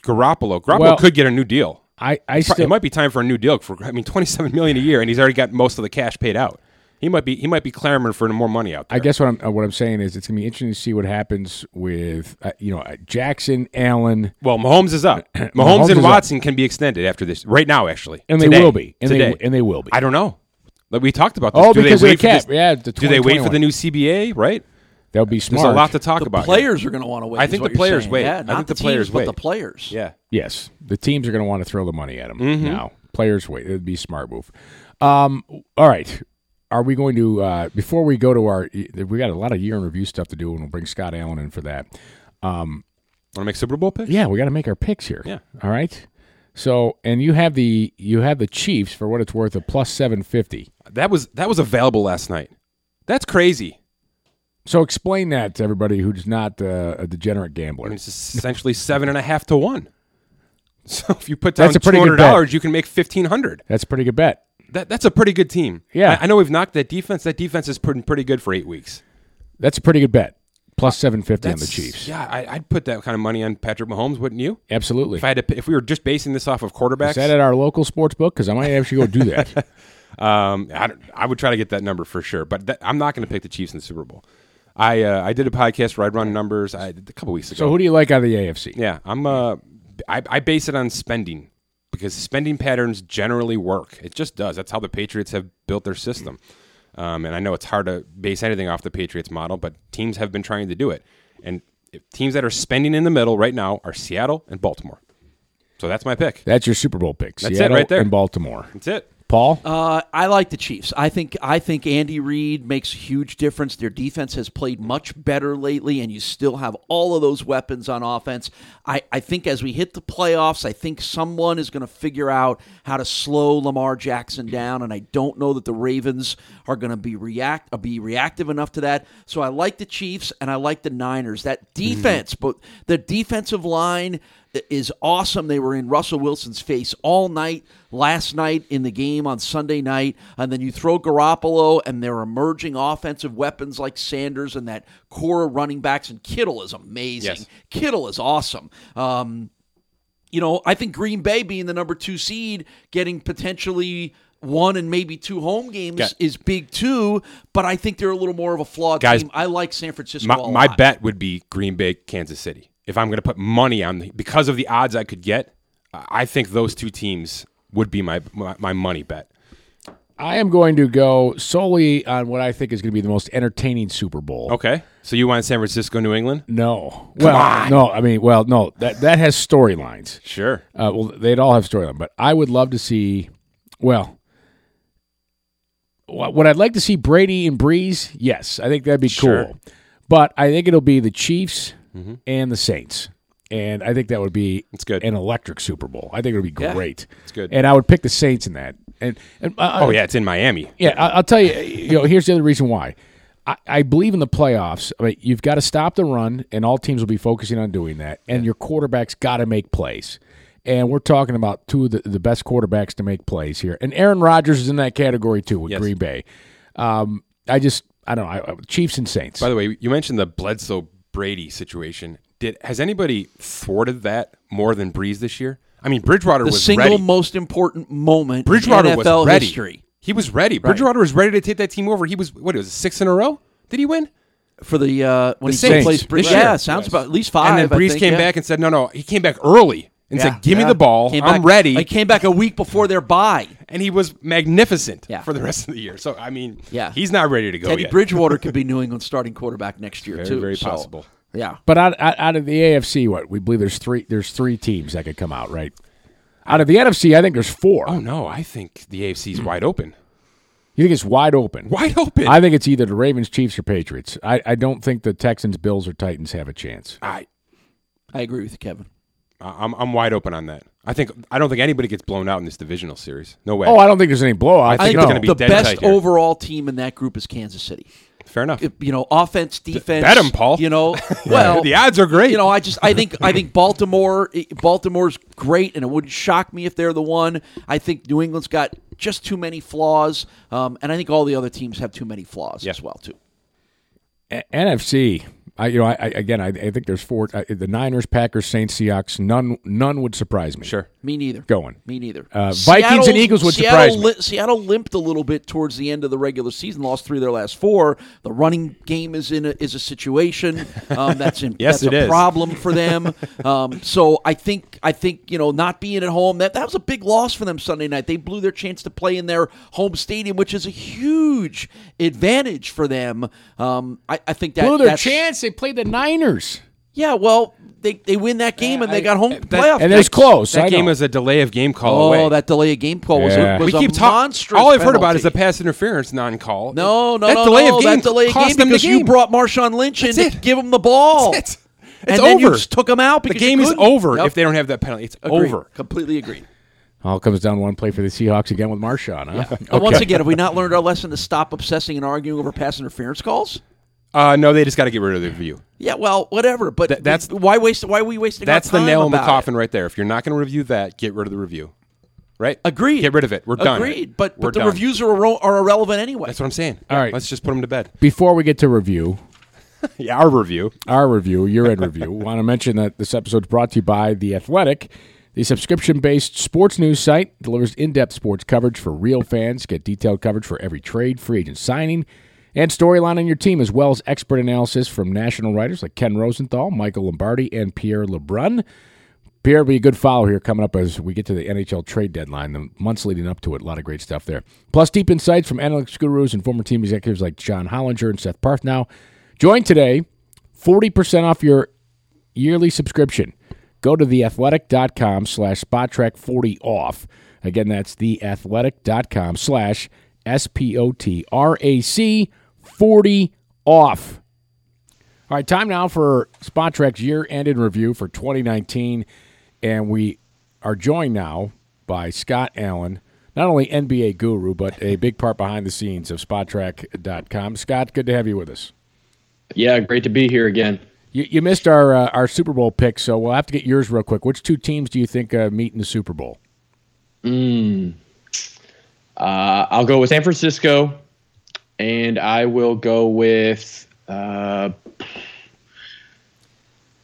Speaker 4: Garoppolo. Garoppolo
Speaker 2: Well-
Speaker 4: could get a new deal.
Speaker 2: I, I
Speaker 4: Pro-
Speaker 2: still,
Speaker 4: it might be time for a new deal for I mean 27 million a year and he's already got most of the cash paid out. He might be he might be clamoring for more money out there.
Speaker 2: I guess what I'm uh, what I'm saying is it's going to be interesting to see what happens with uh, you know uh, Jackson, Allen,
Speaker 4: well, Mahomes is up. Mahomes,
Speaker 2: Mahomes is
Speaker 4: and
Speaker 2: up.
Speaker 4: Watson can be extended after this right now actually.
Speaker 2: and they
Speaker 4: Today.
Speaker 2: will be, and
Speaker 4: Today.
Speaker 2: they and they will be.
Speaker 4: I don't know. Like we talked about this.
Speaker 2: Oh,
Speaker 4: do
Speaker 2: because
Speaker 4: they
Speaker 2: of the
Speaker 4: wait for
Speaker 2: cap.
Speaker 4: this-
Speaker 2: Yeah, the
Speaker 4: do they wait for
Speaker 2: 2021.
Speaker 4: the new CBA, right?
Speaker 2: That'll be smart.
Speaker 4: There's a lot to talk
Speaker 3: The
Speaker 4: about. here.
Speaker 3: players are going to want to wait.
Speaker 4: I
Speaker 3: is
Speaker 4: think
Speaker 3: what
Speaker 4: the
Speaker 3: you're
Speaker 4: players
Speaker 3: saying.
Speaker 4: wait.
Speaker 3: Yeah,
Speaker 4: I
Speaker 3: not
Speaker 4: think
Speaker 3: the,
Speaker 4: the players
Speaker 3: teams,
Speaker 4: wait.
Speaker 3: but the players.
Speaker 4: Yeah.
Speaker 2: Yes, the teams are going to want to throw the money at him
Speaker 4: Mm-hmm.
Speaker 2: now. Players wait; it'd be a smart move. Um, all right, are we going to uh, before we go to our? We got a lot of year in review stuff to do, and we'll bring Scott Allen in for that. Um,
Speaker 4: Want to make Super Bowl picks?
Speaker 2: Yeah, we got to make our picks here.
Speaker 4: Yeah.
Speaker 2: All right. So, and you have the you have the Chiefs for what it's worth a plus seven fifty.
Speaker 4: That was that was available last night. That's crazy.
Speaker 2: So explain that to everybody who's not uh, a degenerate
Speaker 4: I
Speaker 2: gambler.
Speaker 4: mean, it's essentially seven and a half to one. So if you put down
Speaker 2: That's a
Speaker 4: two
Speaker 2: pretty
Speaker 4: hundred
Speaker 2: good bet.
Speaker 4: dollars, you can make fifteen hundred.
Speaker 2: That's a pretty good bet.
Speaker 4: That that's a pretty good team.
Speaker 2: Yeah.
Speaker 4: I, I know we've knocked that defense. That defense has been pretty good for eight weeks.
Speaker 2: That's a pretty good bet. Plus seven fifty on the
Speaker 4: Uh, That's-
Speaker 2: Chiefs.
Speaker 4: Yeah, I, I'd put that kind of money on Patrick Mahomes, wouldn't you?
Speaker 2: Absolutely.
Speaker 4: If I had to, p- if we were just basing this off of quarterbacks,
Speaker 2: Is that at our local sports book? Because I might actually go do that.
Speaker 4: um, I, don't- I would try to get that number for sure. But that, I'm not going to pick the Chiefs in the Super Bowl. I uh, I did a podcast where I'd run numbers I, a couple weeks ago.
Speaker 2: so who do you like out of the AFC?
Speaker 4: Yeah, I'm. Uh, I, I base it on spending because spending patterns generally work. It just does. That's how the Patriots have built their system. Um, and I know it's hard to base anything off the Patriots model, but teams have been trying to do it. And if teams that are spending in the middle right now are Seattle and Baltimore. So that's my pick.
Speaker 2: That's your Super Bowl pick.
Speaker 4: That's it
Speaker 2: Seattle
Speaker 4: right there.
Speaker 2: And Baltimore.
Speaker 4: That's it.
Speaker 2: Paul.
Speaker 3: Uh, I like the Chiefs. I think I think Andy Reid makes a huge difference. Their defense has played much better lately, and you still have all of those weapons on offense. I, I think as we hit the playoffs, I think someone is going to figure out how to slow Lamar Jackson down, and I don't know that the Ravens are going to be react uh, be reactive enough to that. So I like the Chiefs and I like the Niners. That defense, but the defensive line is awesome. They were in Russell Wilson's face all night last night in the game on Sunday night. And then you throw Garoppolo and their emerging offensive weapons like Sanders and that core of running backs. And Kittle is amazing.
Speaker 4: Yes.
Speaker 3: Kittle is awesome. Um, you know, I think Green Bay being the number two seed, getting potentially one and maybe two home games
Speaker 4: Yeah.
Speaker 3: is big too, but I think they're a little more of a flawed
Speaker 4: Guys,
Speaker 3: team. I like San Francisco.
Speaker 4: My,
Speaker 3: a
Speaker 4: my
Speaker 3: lot.
Speaker 4: bet would be Green Bay, Kansas City. If I'm going to put money on, the, because of the odds I could get, I I think those two teams would be my, my, my money bet.
Speaker 2: I am going to go solely on what I think is going to be the most entertaining Super Bowl.
Speaker 4: Okay. So you want San Francisco, New England?
Speaker 2: No. well, no. I mean, well, no. That that has storylines.
Speaker 4: Sure.
Speaker 2: Uh, well, they'd all have storyline, but I would love to see. Well, wh- would I like to see Brady and Breeze? Yes, I think that'd be
Speaker 4: Sure. Mm-hmm.
Speaker 2: cool. But I think it'll be the Chiefs and the Saints, and I think that would be
Speaker 4: It's good.
Speaker 2: an electric Super Bowl. I think it would be great. It's
Speaker 4: good.
Speaker 2: and I would pick the Saints in that. And and uh,
Speaker 4: Oh yeah, it's in Miami.
Speaker 2: yeah, I- I'll tell you. You know, here's the other reason why. I, I believe in the playoffs. I mean, you've got to stop the run, and all teams will be focusing on doing that. And your quarterback's got to make plays. And we're talking about two of the, the best quarterbacks to make plays here. And Aaron Rodgers is in that category too with
Speaker 4: Yes.
Speaker 2: Green Bay. Um, I just, I don't know. I, I- Chiefs and Saints.
Speaker 4: By the way, you mentioned the Bledsoe Brady situation. Did has anybody thwarted that more than Breeze this year? I mean, Bridgewater
Speaker 3: the
Speaker 4: was
Speaker 3: single
Speaker 4: ready.
Speaker 3: most important moment
Speaker 4: Bridgewater
Speaker 3: in NFL
Speaker 4: was ready.
Speaker 3: history
Speaker 4: He was ready. Bridgewater was ready to take that team over. He was what? It was six in a row. Did he win?
Speaker 3: for the uh, when
Speaker 4: The
Speaker 3: he still
Speaker 4: Saints
Speaker 3: plays.
Speaker 4: this
Speaker 3: Bridge-
Speaker 4: year.
Speaker 3: yeah, sounds about at least five.
Speaker 4: and then
Speaker 3: I
Speaker 4: Breeze
Speaker 3: think,
Speaker 4: came
Speaker 3: yeah.
Speaker 4: back and said, "No, no." He came back early and
Speaker 3: Yeah,
Speaker 4: said, "Give
Speaker 3: yeah.
Speaker 4: me the ball.
Speaker 3: Came
Speaker 4: I'm
Speaker 3: back-
Speaker 4: ready."
Speaker 3: He came back a week before their bye.
Speaker 4: and he was magnificent
Speaker 3: Yeah.
Speaker 4: for the rest of the year. So I mean,
Speaker 3: Yeah.
Speaker 4: he's not ready to go
Speaker 3: Teddy
Speaker 4: yet.
Speaker 3: Bridgewater could be New England's starting quarterback next year
Speaker 4: Oh, Very,
Speaker 3: too.
Speaker 4: very
Speaker 3: so,
Speaker 4: possible.
Speaker 3: Yeah.
Speaker 2: But out, out, out of the AFC, what we believe there's three there's three teams that could come out, right? Out of the NFC, I think there's four.
Speaker 4: Oh no, I think the AFC's wide open.
Speaker 2: You think it's wide open?
Speaker 4: Wide open.
Speaker 2: I think it's either the Ravens, Chiefs, or Patriots. I, I don't think the Texans, Bills, or Titans have a chance.
Speaker 4: I,
Speaker 3: I agree with you, Kevin.
Speaker 4: I am I'm wide open on that. I think I don't think anybody gets blown out in this divisional series. No way.
Speaker 2: Oh, I don't think there's any blowout.
Speaker 4: I
Speaker 2: I
Speaker 4: think
Speaker 2: think
Speaker 4: they're
Speaker 2: no.
Speaker 4: gonna be
Speaker 3: the
Speaker 4: dead
Speaker 3: best
Speaker 4: tight here.
Speaker 3: overall team in that group is Kansas City.
Speaker 4: Fair enough.
Speaker 3: If, you know, offense, defense.
Speaker 4: bet 'em, Paul.
Speaker 3: You know, well,
Speaker 4: The odds are great.
Speaker 3: You know, I just I think I think Baltimore eh, Baltimore's great, and it wouldn't shock me if they're the one. I think New England's got just too many flaws, um, and I think all the other teams have too many flaws as well too.
Speaker 2: A- NFC. I, you know, I, I again, I, I think there's four. I, the Niners, Packers, Saints, Seahawks. None, none would surprise me.
Speaker 4: sure.
Speaker 3: Me neither.
Speaker 2: Going.
Speaker 3: Me neither.
Speaker 2: Uh, Vikings and Eagles would
Speaker 3: Seattle
Speaker 2: surprise me.
Speaker 3: li- Seattle limped a little bit towards the end of the regular season. Lost three of their last four. The running game is in a, is a situation um, that's in
Speaker 4: Yes,
Speaker 3: that's
Speaker 4: it
Speaker 3: a
Speaker 4: is.
Speaker 3: problem for them. um, so I think I think you know not being at home that that was a big loss for them Sunday night. They blew their chance to play in their home stadium, which is a huge advantage for them. Um, I, I think that
Speaker 2: Blew their
Speaker 3: that's-
Speaker 2: chance. They played the Niners.
Speaker 3: Yeah, well they they win that game and they
Speaker 2: I-
Speaker 3: got home
Speaker 2: that-
Speaker 3: playoff.
Speaker 2: And it was
Speaker 3: picks.
Speaker 2: close. I
Speaker 4: That game
Speaker 2: know.
Speaker 4: was a delay of game call
Speaker 3: Oh,
Speaker 4: away.
Speaker 3: that delay of game call was,
Speaker 2: Yeah.
Speaker 3: a, was
Speaker 4: we
Speaker 3: a
Speaker 4: keep talking.
Speaker 3: monstrous
Speaker 4: All I've heard about
Speaker 3: penalty.
Speaker 4: is the pass interference non-call.
Speaker 3: No, no,
Speaker 4: that
Speaker 3: no,
Speaker 4: delay
Speaker 3: no,
Speaker 4: of game
Speaker 3: that delay of
Speaker 4: cost
Speaker 3: game
Speaker 4: them the
Speaker 3: because you
Speaker 4: game.
Speaker 3: brought Marshawn Lynch in
Speaker 4: That's
Speaker 3: to
Speaker 4: it.
Speaker 3: give him the ball.
Speaker 4: That's it.
Speaker 3: and
Speaker 4: It's
Speaker 3: then you
Speaker 4: over.
Speaker 3: just took him out
Speaker 4: the
Speaker 3: because
Speaker 4: game
Speaker 3: you
Speaker 4: is
Speaker 3: couldn't.
Speaker 4: over
Speaker 3: Yep.
Speaker 4: if they don't have that penalty. It's
Speaker 3: Agreed.
Speaker 4: over.
Speaker 3: Completely agreed.
Speaker 2: All comes down to one play for the Seahawks again with Marshawn. Huh?
Speaker 3: And
Speaker 2: Okay.
Speaker 3: once again, have we not learned our lesson to stop obsessing and arguing over pass interference calls?
Speaker 4: Uh, no, they just got to get rid of the review.
Speaker 3: Yeah, well, whatever. But
Speaker 4: Th- that's-
Speaker 3: why waste? Why are we wasting? our
Speaker 4: That's the
Speaker 3: time
Speaker 4: nail in the
Speaker 3: about
Speaker 4: coffin right there. If you're not going to review that, get rid of the review. Right?
Speaker 3: It? Agreed.
Speaker 4: Get rid of it. We're done.
Speaker 3: Agreed. But,
Speaker 4: We're
Speaker 3: but the
Speaker 4: done.
Speaker 3: reviews are, irre- are irrelevant anyway.
Speaker 4: That's what I'm saying.
Speaker 2: All right.
Speaker 4: Let's just put them to bed.
Speaker 2: Before we get to review,
Speaker 4: Yeah, our review.
Speaker 2: our review, your end review, want to mention that this episode is brought to you by The Athletic, the subscription based sports news site, delivers in depth sports coverage for real fans. Get detailed coverage for every trade, free agent signing, and storyline on your team, as well as expert analysis from national writers like Ken Rosenthal, Michael Lombardi, and Pierre Lebrun. Pierre, be a good follow here coming up as we get to the NHL trade deadline, the months leading up to it. A lot of great stuff there. Plus, deep insights from analytics gurus and former team executives like John Hollinger and Seth Parthnow. Join today, 40% off your yearly subscription. Go to theathletic.com slash spottrack40 off. Again, that's theathletic.com slash S-P-O-T-R-A-C 40 off. All right, time now for Spot Trek's year end in review for 2019. And we are joined now by Scott Allen, not only NBA guru, but a big part behind the scenes of SpotTrack.com. Scott, good to have you with us.
Speaker 5: Yeah, great to be here again.
Speaker 2: You, you missed our uh, our Super Bowl pick, so we'll have to get yours real quick. Which two teams do you think uh, meet in the Super Bowl?
Speaker 5: Uh, I'll go with San Francisco, and I will go with. Uh,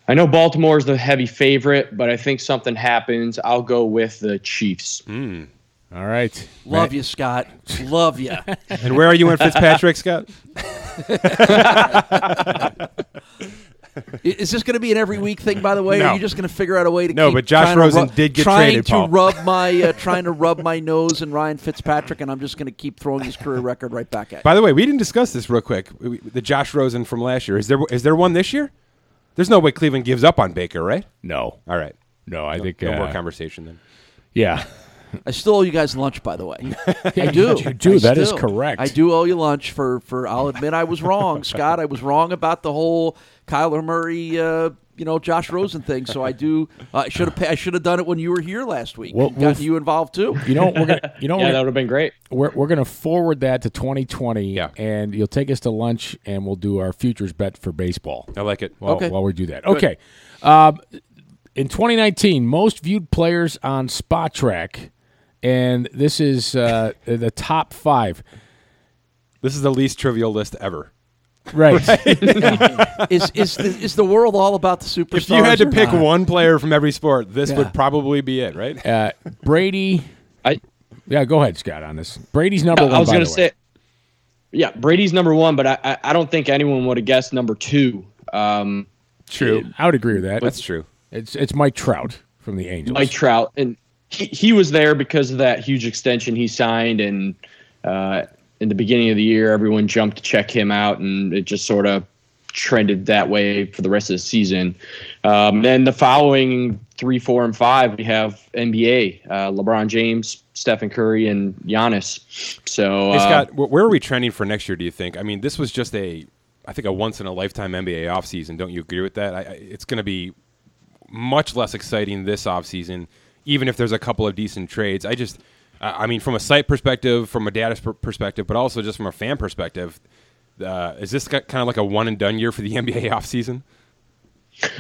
Speaker 5: I know Baltimore is the heavy favorite, but I think something happens. I'll go with the Chiefs.
Speaker 2: Mm. All right,
Speaker 3: Love you, Scott. Love you.
Speaker 4: And where are you in Fitzpatrick, Scott?
Speaker 3: Is this going to be an every week thing? By the way,
Speaker 4: No.
Speaker 3: are you just going to figure out a way to
Speaker 4: No,
Speaker 3: keep
Speaker 4: but Josh
Speaker 3: trying to
Speaker 4: Rosen
Speaker 3: ru-
Speaker 4: did get
Speaker 3: trying
Speaker 4: traded,
Speaker 3: to
Speaker 4: Paul.
Speaker 3: rub my uh, trying to rub my nose in Ryan Fitzpatrick, and I'm just going to keep throwing his career record right back at. you.
Speaker 4: By the way, we didn't discuss this real quick. We- The Josh Rosen from last year. Is there is there one this year? There's no way Cleveland gives up on Baker, right?
Speaker 2: no,
Speaker 4: All right.
Speaker 2: no, I think
Speaker 4: No
Speaker 2: uh,
Speaker 4: more conversation then.
Speaker 2: yeah,
Speaker 3: I still owe you guys lunch, by the way. I do.
Speaker 2: You do.
Speaker 3: I
Speaker 2: That is
Speaker 3: still-
Speaker 2: correct.
Speaker 3: I do owe you lunch for for. I'll admit I was wrong, Scott. I was wrong about the whole Kyler Murray. Uh, you know Josh Rosen thing, so I do. I should have. I should have done it when you were here last week.
Speaker 2: Well,
Speaker 3: Got
Speaker 2: we'll-
Speaker 3: you involved too.
Speaker 2: you know we're gonna you know
Speaker 5: Yeah,
Speaker 2: we're,
Speaker 5: that
Speaker 2: gonna-
Speaker 5: would have been great.
Speaker 2: we're, we're gonna forward that to 2020,
Speaker 4: Yeah.
Speaker 2: and you'll take us to lunch, and we'll do our futures bet for baseball.
Speaker 4: I like it.
Speaker 2: While,
Speaker 3: Okay.
Speaker 2: while we do that, okay. Um, in 2019, most viewed players on Spot Track, and this is uh, the top five.
Speaker 4: This is the least trivial list ever.
Speaker 2: Right.
Speaker 3: Is is the, is the world all about the superstars?
Speaker 4: If you had to
Speaker 3: or
Speaker 4: pick
Speaker 3: not?
Speaker 4: one player from every sport, this would probably be it, right?
Speaker 2: Uh, Brady.
Speaker 5: I
Speaker 2: Yeah, go ahead, Scott. On this, Brady's number one.
Speaker 5: I was
Speaker 2: by
Speaker 5: going
Speaker 2: the
Speaker 5: to
Speaker 2: way.
Speaker 5: say, yeah, Brady's number one, but I, I, I don't think anyone would have guessed number two. Um,
Speaker 2: True. I would agree with that.
Speaker 4: That's true.
Speaker 2: It's it's Mike Trout from the Angels.
Speaker 5: Mike Trout, and he, he was there because of that huge extension he signed, and uh, in the beginning of the year, everyone jumped to check him out, and it just sort of trended that way for the rest of the season. Um, then the following three, four, and five, we have NBA: uh, LeBron James, Stephen Curry, and Giannis. So
Speaker 4: Hey,
Speaker 5: uh,
Speaker 4: Scott, wh- where are we trending for next year? Do you think? I mean, this was just a, I think a once in a lifetime NBA offseason. Don't you agree with that? I, I, it's going to be much less exciting this offseason, even if there's a couple of decent trades. I just, I I mean, from a site perspective, from a data per- perspective, but also just from a fan perspective, uh, is this kind of like a one and done year for the NBA offseason?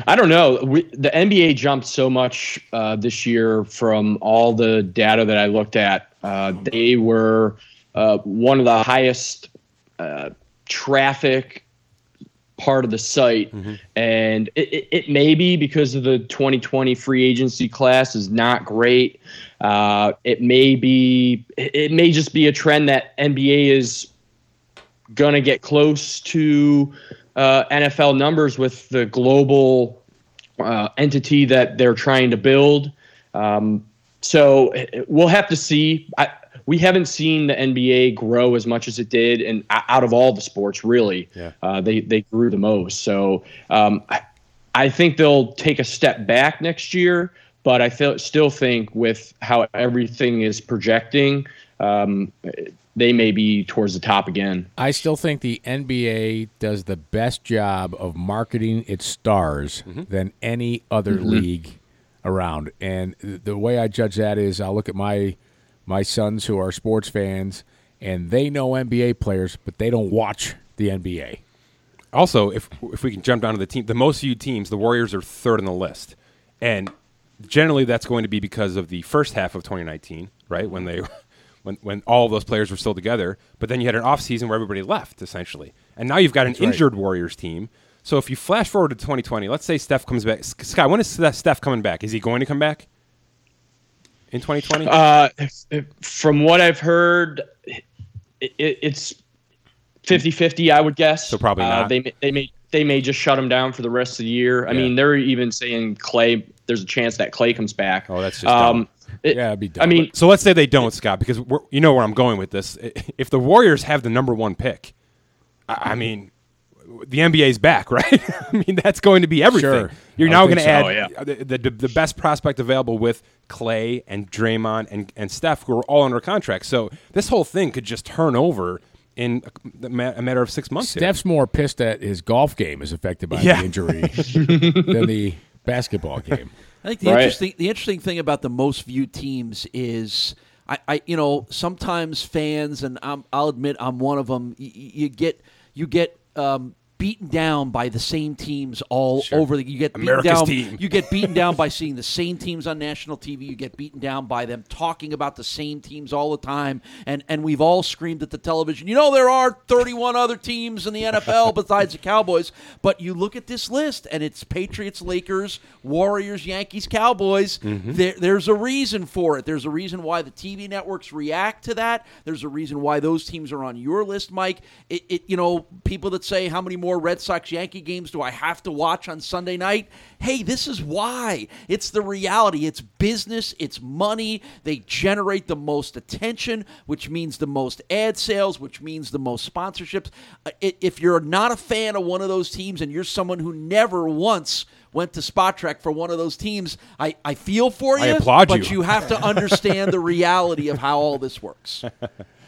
Speaker 5: I don't know. We, the NBA jumped so much uh, this year from all the data that I looked at. Uh, they were uh, one of the highest uh, traffic part of the site, and it, it, it may be because of the 2020 free agency class is not great. Uh, it may be. It it may just be a trend that NBA is going to get close to uh, NFL numbers with the global uh, entity that they're trying to build. Um, so eh, eh, we'll have to see. I, we haven't seen the NBA grow as much as it did, and o- out of all the sports, really,
Speaker 4: Yeah.
Speaker 5: uh, they they grew the most. So um, I, I think they'll take a step back next year, but I feel, still think with how everything is projecting, um, eh, they may be towards the top again.
Speaker 2: I still think the NBA does the best job of marketing its stars
Speaker 5: Mm-hmm.
Speaker 2: than any other league around. And th- the way I judge that is I look at my my sons who are sports fans and they know NBA players, but they don't watch the NBA.
Speaker 4: Also, if if we can jump down to the team, the most viewed teams, the Warriors are third on the list, and generally that's going to be because of the first half of 2019, right when they when when all of those players were still together. But then you had an off season where everybody left essentially, and now you've got an injured Warriors team. So if you flash forward to 2020, let's say Steph comes back. S- Sky, when is Steph Steph coming back? Is he going to come back in 2020?
Speaker 5: Uh, from what I've heard, it, it, it's 50-50, I would guess.
Speaker 4: So probably
Speaker 5: Uh,
Speaker 4: not.
Speaker 5: they may- they may they may just shut him down for the rest of the year. I mean, they're even saying Clay. There's a chance that Clay comes back.
Speaker 4: Oh, that's just dumb.
Speaker 5: um. it-
Speaker 2: Yeah, it'd be
Speaker 5: I
Speaker 2: dumb.
Speaker 5: mean,
Speaker 4: So let's say they don't, Scott, because we're, you know where I'm going with this. If the Warriors have the number one pick, I, I mean, the NBA's back, right? I mean, that's going to be everything.
Speaker 2: Sure.
Speaker 4: You're
Speaker 2: I
Speaker 4: now
Speaker 2: think
Speaker 4: going to add
Speaker 5: so,
Speaker 4: the, the, the best prospect available with Clay and Draymond and, and Steph, who are all under contract. So this whole thing could just turn over in a, ma- a matter of six months. here.
Speaker 2: Steph's more pissed that his golf game is affected by
Speaker 4: Yeah.
Speaker 2: the injury than the basketball game.
Speaker 3: I think the
Speaker 5: Right.
Speaker 3: interesting the interesting thing about the most viewed teams is I, I you know sometimes fans and I'm, I'll admit I'm one of them. You, get you get um, beaten down by the same teams all over. The, you get beaten
Speaker 4: America's
Speaker 3: down.
Speaker 4: team.
Speaker 3: You get beaten down by seeing the same teams on national TV. You get beaten down by them talking about the same teams all the time. And and we've all screamed at the television. You know there are 31 other teams in the NFL besides the Cowboys. But you look at this list, and it's Patriots, Lakers, Warriors, Yankees, Cowboys.
Speaker 4: Mm-hmm.
Speaker 3: There, there's a reason for it. There's a reason why the TV networks react to that. There's a reason why those teams are on your list, Mike. It, it you know people that say how many more Red Sox Yankee games do I have to watch on Sunday night? Hey, this is why. It's the reality. It's business. It's money. They generate the most attention, which means the most ad sales, which means the most sponsorships. Uh, i- If you're not a fan of one of those teams and you're someone who never once went to Spot Trek for one of those teams, I, I feel for you.
Speaker 4: I applaud
Speaker 3: but
Speaker 4: you.
Speaker 3: you have to understand the reality of how all this works.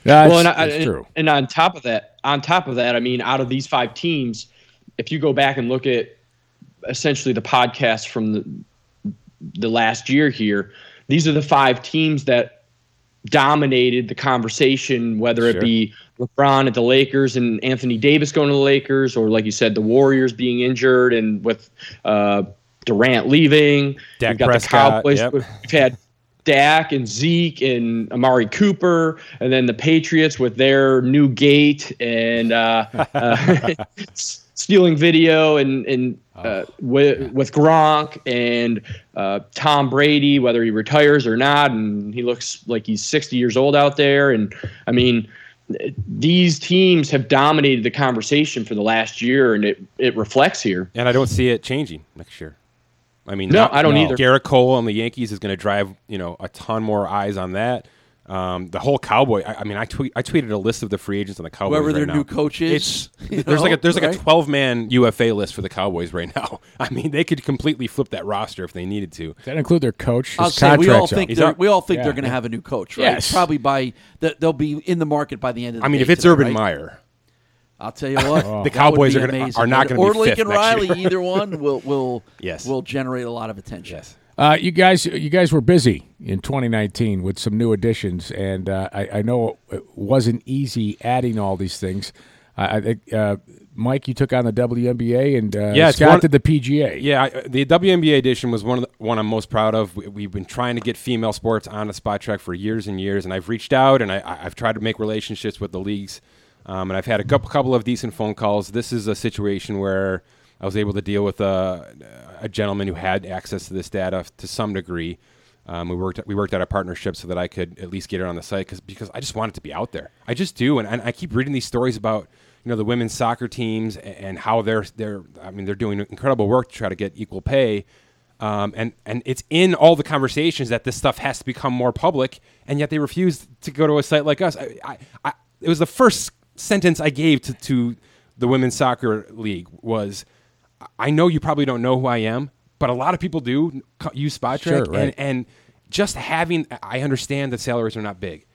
Speaker 2: That's,
Speaker 5: well, and, I,
Speaker 2: that's
Speaker 5: and,
Speaker 2: true.
Speaker 5: and on top of that, on top of that, I mean, out of these five teams, if you go back and look at essentially the podcast from the, the last year here, these are the five teams that dominated the conversation, whether it be LeBron at the Lakers and Anthony Davis going to the Lakers, or like you said, the Warriors being injured and with uh, Durant leaving.
Speaker 4: Dak
Speaker 5: You've got
Speaker 4: Prescott,
Speaker 5: the Cowboys.
Speaker 4: yep.
Speaker 5: We've had Dak and Zeke and Amari Cooper, and then the Patriots with their new gate and uh, uh, s- stealing video and and uh, with, with Gronk and uh, Tom Brady, whether he retires or not, and he looks like he's 60 years old out there. And I mean, these teams have dominated the conversation for the last year, and it it reflects here.
Speaker 4: And I don't see it changing next year. I mean,
Speaker 5: No,
Speaker 4: not-
Speaker 5: I don't either.
Speaker 4: Garrett Cole on the Yankees is going to drive you know a ton more eyes on that. Um, the whole Cowboy. I, I mean, I tweet. I tweeted a list of the free agents on the Cowboys.
Speaker 3: Whoever
Speaker 4: right
Speaker 3: their
Speaker 4: now.
Speaker 3: new coach is. you
Speaker 4: there's like
Speaker 3: know,
Speaker 4: a there's like a
Speaker 3: right?
Speaker 4: 12 man UFA list for the Cowboys right now. I mean, they could completely flip that roster if they needed to.
Speaker 2: Does that include their coach?
Speaker 3: I'll
Speaker 2: His
Speaker 3: say we all
Speaker 2: contract's up.
Speaker 3: think
Speaker 4: He's
Speaker 3: they're,
Speaker 4: up.
Speaker 3: we all think they're
Speaker 2: Yeah.
Speaker 3: going to have a new coach, right?
Speaker 2: Yes.
Speaker 3: Probably by that they'll be in the market by the end of the
Speaker 4: I mean,
Speaker 3: day
Speaker 4: if it's
Speaker 3: today,
Speaker 4: Urban
Speaker 3: right?
Speaker 4: Meyer,
Speaker 3: I'll tell you what, that would
Speaker 4: Cowboys
Speaker 3: be
Speaker 4: are gonna-
Speaker 3: amazing.
Speaker 4: are not gonna be
Speaker 3: or
Speaker 4: fifth
Speaker 3: Lincoln
Speaker 4: next
Speaker 3: Riley.
Speaker 4: year.
Speaker 3: either one will will
Speaker 4: Yes.
Speaker 3: will generate a lot of attention.
Speaker 4: Yes.
Speaker 2: Uh, you guys, you guys were busy in 2019 with some new additions, and uh, I, I know it wasn't easy adding all these things. I, I think uh, Mike, you took on the WNBA, and uh,
Speaker 4: Yeah, it's
Speaker 2: Scott
Speaker 4: one-
Speaker 2: did the PGA.
Speaker 4: Yeah, I, the WNBA edition was one of the, one I'm most proud of. We, we've been trying to get female sports on the spot track for years and years, and I've reached out and I- I, I've tried to make relationships with the leagues, um, and I've had a couple couple of decent phone calls. This is a situation where I was able to deal with a, a gentleman who had access to this data to some degree. Um, we worked we worked out a partnership so that I could at least get it on the site because because I just want it to be out there. I just do, and, and I keep reading these stories about you know the women's soccer teams and, and how they're they're I mean they're doing incredible work to try to get equal pay. Um, and and it's in all the conversations that this stuff has to become more public, and yet they refuse to go to a site like us. I, I, I it was the first sentence I gave to, to the women's soccer league was, I know you probably don't know who I am, but a lot of people do c- use Spot
Speaker 2: Sure,
Speaker 4: Track,
Speaker 2: right.
Speaker 4: and, and just having I understand that salaries are not big,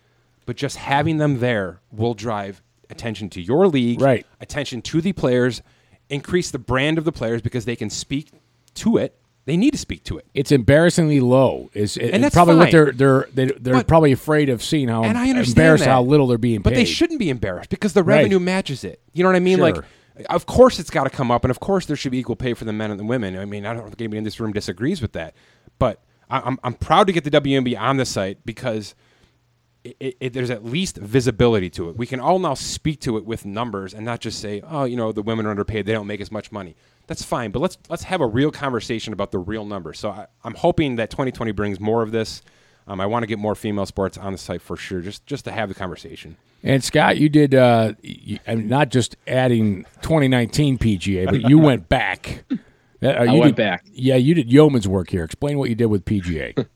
Speaker 4: but just having them there will drive attention to your league,
Speaker 2: Right.
Speaker 4: attention to the players, increase the brand of the players because they can speak to it. They need to speak to it.
Speaker 2: it's embarrassingly low. Is it,
Speaker 4: that's
Speaker 2: probably what
Speaker 4: fine.
Speaker 2: they're they're they, they're
Speaker 4: But-
Speaker 2: probably afraid of seeing how
Speaker 4: and I understand
Speaker 2: embarrassed
Speaker 4: that.
Speaker 2: how little they're being
Speaker 4: But
Speaker 2: paid.
Speaker 4: they shouldn't be embarrassed because the
Speaker 2: Right.
Speaker 4: revenue matches it. You know what I mean?
Speaker 2: Sure.
Speaker 4: Like, of course it's got to come up, and of course there should be equal pay for the men and the women. I mean, I don't think anybody in this room disagrees with that. But I, I'm I'm proud to get the WNBA on the site because it, it, it, there's at least visibility to it. We can all now speak to it with numbers and not just say, oh, you know, the women are underpaid; they don't make as much money. That's fine, but let's let's have a real conversation about the real numbers. So I, I'm hoping that 2020 brings more of this. Um, I want to get more female sports on the site for sure, just just to have the conversation.
Speaker 2: And Scott, you did uh, you, I mean, not just adding 2019 PGA, but you went back. I
Speaker 5: went back.
Speaker 2: Yeah, you did yeoman's work here. Explain what you did with PGA.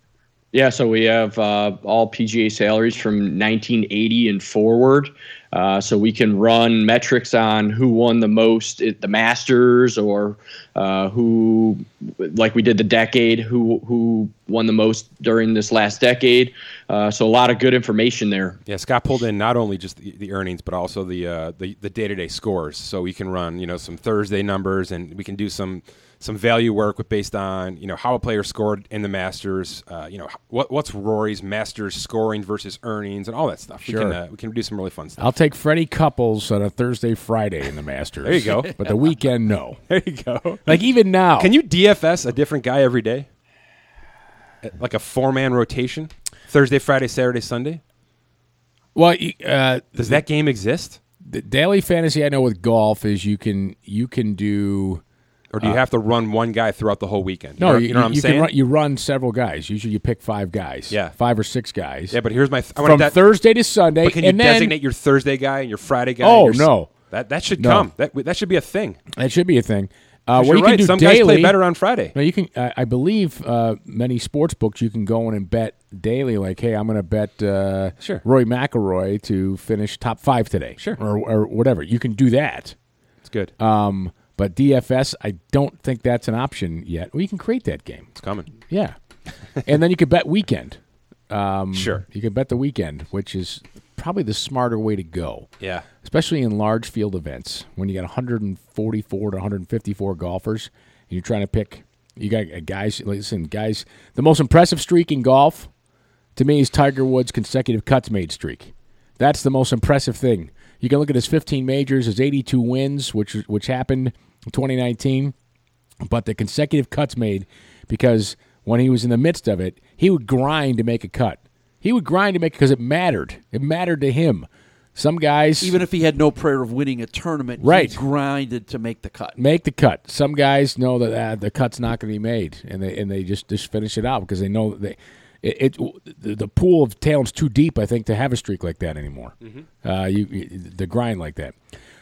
Speaker 5: Yeah, so we have uh, all PGA salaries from 1980 and forward. Uh, so we can run metrics on who won the most at the Masters, or uh, who, like we did the decade, who who won the most during this last decade. Uh, so a lot of good information there.
Speaker 4: Yeah, Scott pulled in not only just the, the earnings, but also the uh, the the day to day scores. So we can run, you know, some Thursday numbers, and we can do some some value work with based on you know how a player scored in the Masters. Uh, you know, what what's Rory's Masters scoring versus earnings, and all that stuff. We can
Speaker 2: Sure.
Speaker 4: uh, we can do some really fun stuff.
Speaker 2: I'll take Freddie Couples on a Thursday, Friday in the Masters.
Speaker 4: There you go.
Speaker 2: But the weekend, no.
Speaker 4: There you go.
Speaker 2: Like even now,
Speaker 4: Can you DFS a different guy every day, Uh, like a four man rotation, Thursday, Friday, Saturday, Sunday?
Speaker 2: Well, you- uh,
Speaker 4: Does that game exist,
Speaker 2: the daily fantasy I know with golf is you can you can do
Speaker 4: or do you have to run one guy throughout the whole weekend?
Speaker 2: Uh, no.
Speaker 4: you know, you know what I'm saying?
Speaker 2: Can run, you run several guys. Usually, you pick five guys.
Speaker 4: Yeah.
Speaker 2: five or six guys.
Speaker 4: yeah, but here's my th- I want
Speaker 2: from
Speaker 4: that-
Speaker 2: Thursday to Sunday,
Speaker 4: But can you
Speaker 2: and then
Speaker 4: designate your Thursday guy and your Friday guy?
Speaker 2: Oh,
Speaker 4: and your-
Speaker 2: no.
Speaker 4: that that should
Speaker 2: No.
Speaker 4: come. That that should be a thing.
Speaker 2: that should be a thing. Uh, what
Speaker 4: 'Cause you're
Speaker 2: you
Speaker 4: right.
Speaker 2: can do
Speaker 4: Some
Speaker 2: daily,
Speaker 4: guys play better on Friday.
Speaker 2: No, you can. I, I believe uh, many sports books you can go in and bet daily. Like, hey, I'm going to bet uh,
Speaker 4: Sure.
Speaker 2: Roy McIlroy to finish top five today,
Speaker 4: Sure.
Speaker 2: or, or whatever. You can do that.
Speaker 4: It's good.
Speaker 2: Um, but DFS, I don't think that's an option yet. Well, you can create that game.
Speaker 4: it's coming.
Speaker 2: Yeah, and then you could bet weekend. Um,
Speaker 4: Sure.
Speaker 2: You can bet the weekend, which is probably the smarter way to go.
Speaker 4: Yeah.
Speaker 2: especially in large field events when you got 144 to 154 golfers and you're trying to pick you got uh, guys listen guys the most impressive streak in golf to me is tiger woods consecutive cuts made streak that's the most impressive thing you can look at his 15 majors his 82 wins which which happened in 2019 but the consecutive cuts made because when he was in the midst of it, he would grind to make a cut. He would grind to make because it mattered. It mattered to him. Some guys
Speaker 3: Even if he had no prayer of winning a tournament,
Speaker 2: Right.
Speaker 3: he grinded to make the cut.
Speaker 2: make the cut. Some guys know that uh, the cut's not going to be made, and they and they just just finish it out because they know that they. It, it the- the pool of talent's too deep, I think, to have a streak like that anymore.
Speaker 3: Mm-hmm.
Speaker 2: Uh, you, you the grind like that.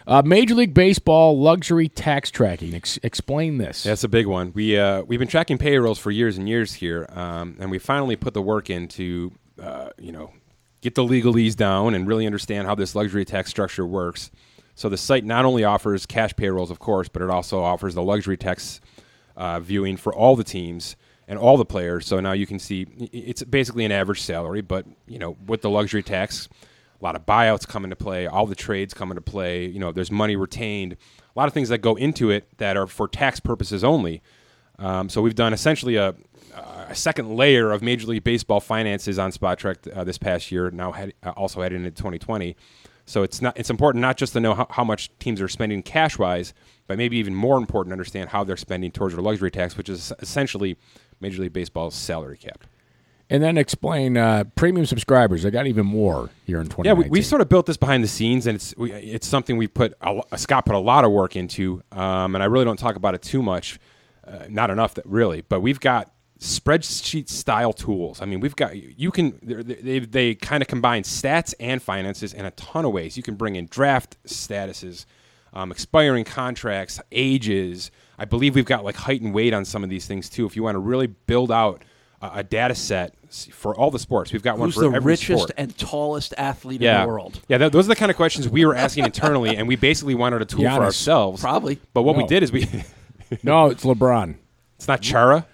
Speaker 2: Uh, Major League Baseball luxury tax tracking. Ex- explain this.
Speaker 4: That's a big one. We uh, we've been tracking payrolls for years and years here, um, and we finally put the work into uh, you know get the legalese down and really understand how this luxury tax structure works. So the site not only offers cash payrolls, of course, but it also offers the luxury tax uh, viewing for all the teams and all the players. So now you can see i- i- it's basically an average salary, but you know with the luxury tax, a lot of buyouts come into play, all the trades come into play. You know, there's money retained, a lot of things that go into it that are for tax purposes only. Um, so we've done essentially a, a second layer of Major League Baseball finances on Spot Trek uh, this past year. Now head, uh, also headed into 2020. So it's not it's important not just to know how, how much teams are spending cash wise, but maybe even more important to understand how they're spending towards their luxury tax, which is essentially Major League Baseball's salary cap.
Speaker 2: And then explain uh, premium subscribers. I got even more here in 2019.
Speaker 4: Yeah, we, we sort of built this behind the scenes, and it's we, it's something we put a, lo- Scott put a lot of work into, um, and I really don't talk about it too much, uh, not enough that really. But we've got spreadsheet style tools. I mean, we've got you can they're- they they, they kind of combine stats and finances in a ton of ways. You can bring in draft statuses, um, expiring contracts, ages. I believe we've got like height and weight on some of these things too. If you want to really build out a, a data set s- for all the sports, we've got one
Speaker 3: Who's
Speaker 4: for
Speaker 3: the
Speaker 4: every
Speaker 3: richest
Speaker 4: sport.
Speaker 3: and tallest athlete
Speaker 4: yeah.
Speaker 3: in the world?
Speaker 4: Yeah, th- those are the kind of questions we were asking internally, and we basically wanted a tool
Speaker 2: Giannis.
Speaker 4: for ourselves.
Speaker 3: Probably.
Speaker 4: But what we
Speaker 2: No.
Speaker 4: did is we,
Speaker 2: no, it's LeBron.
Speaker 4: it's not Chara.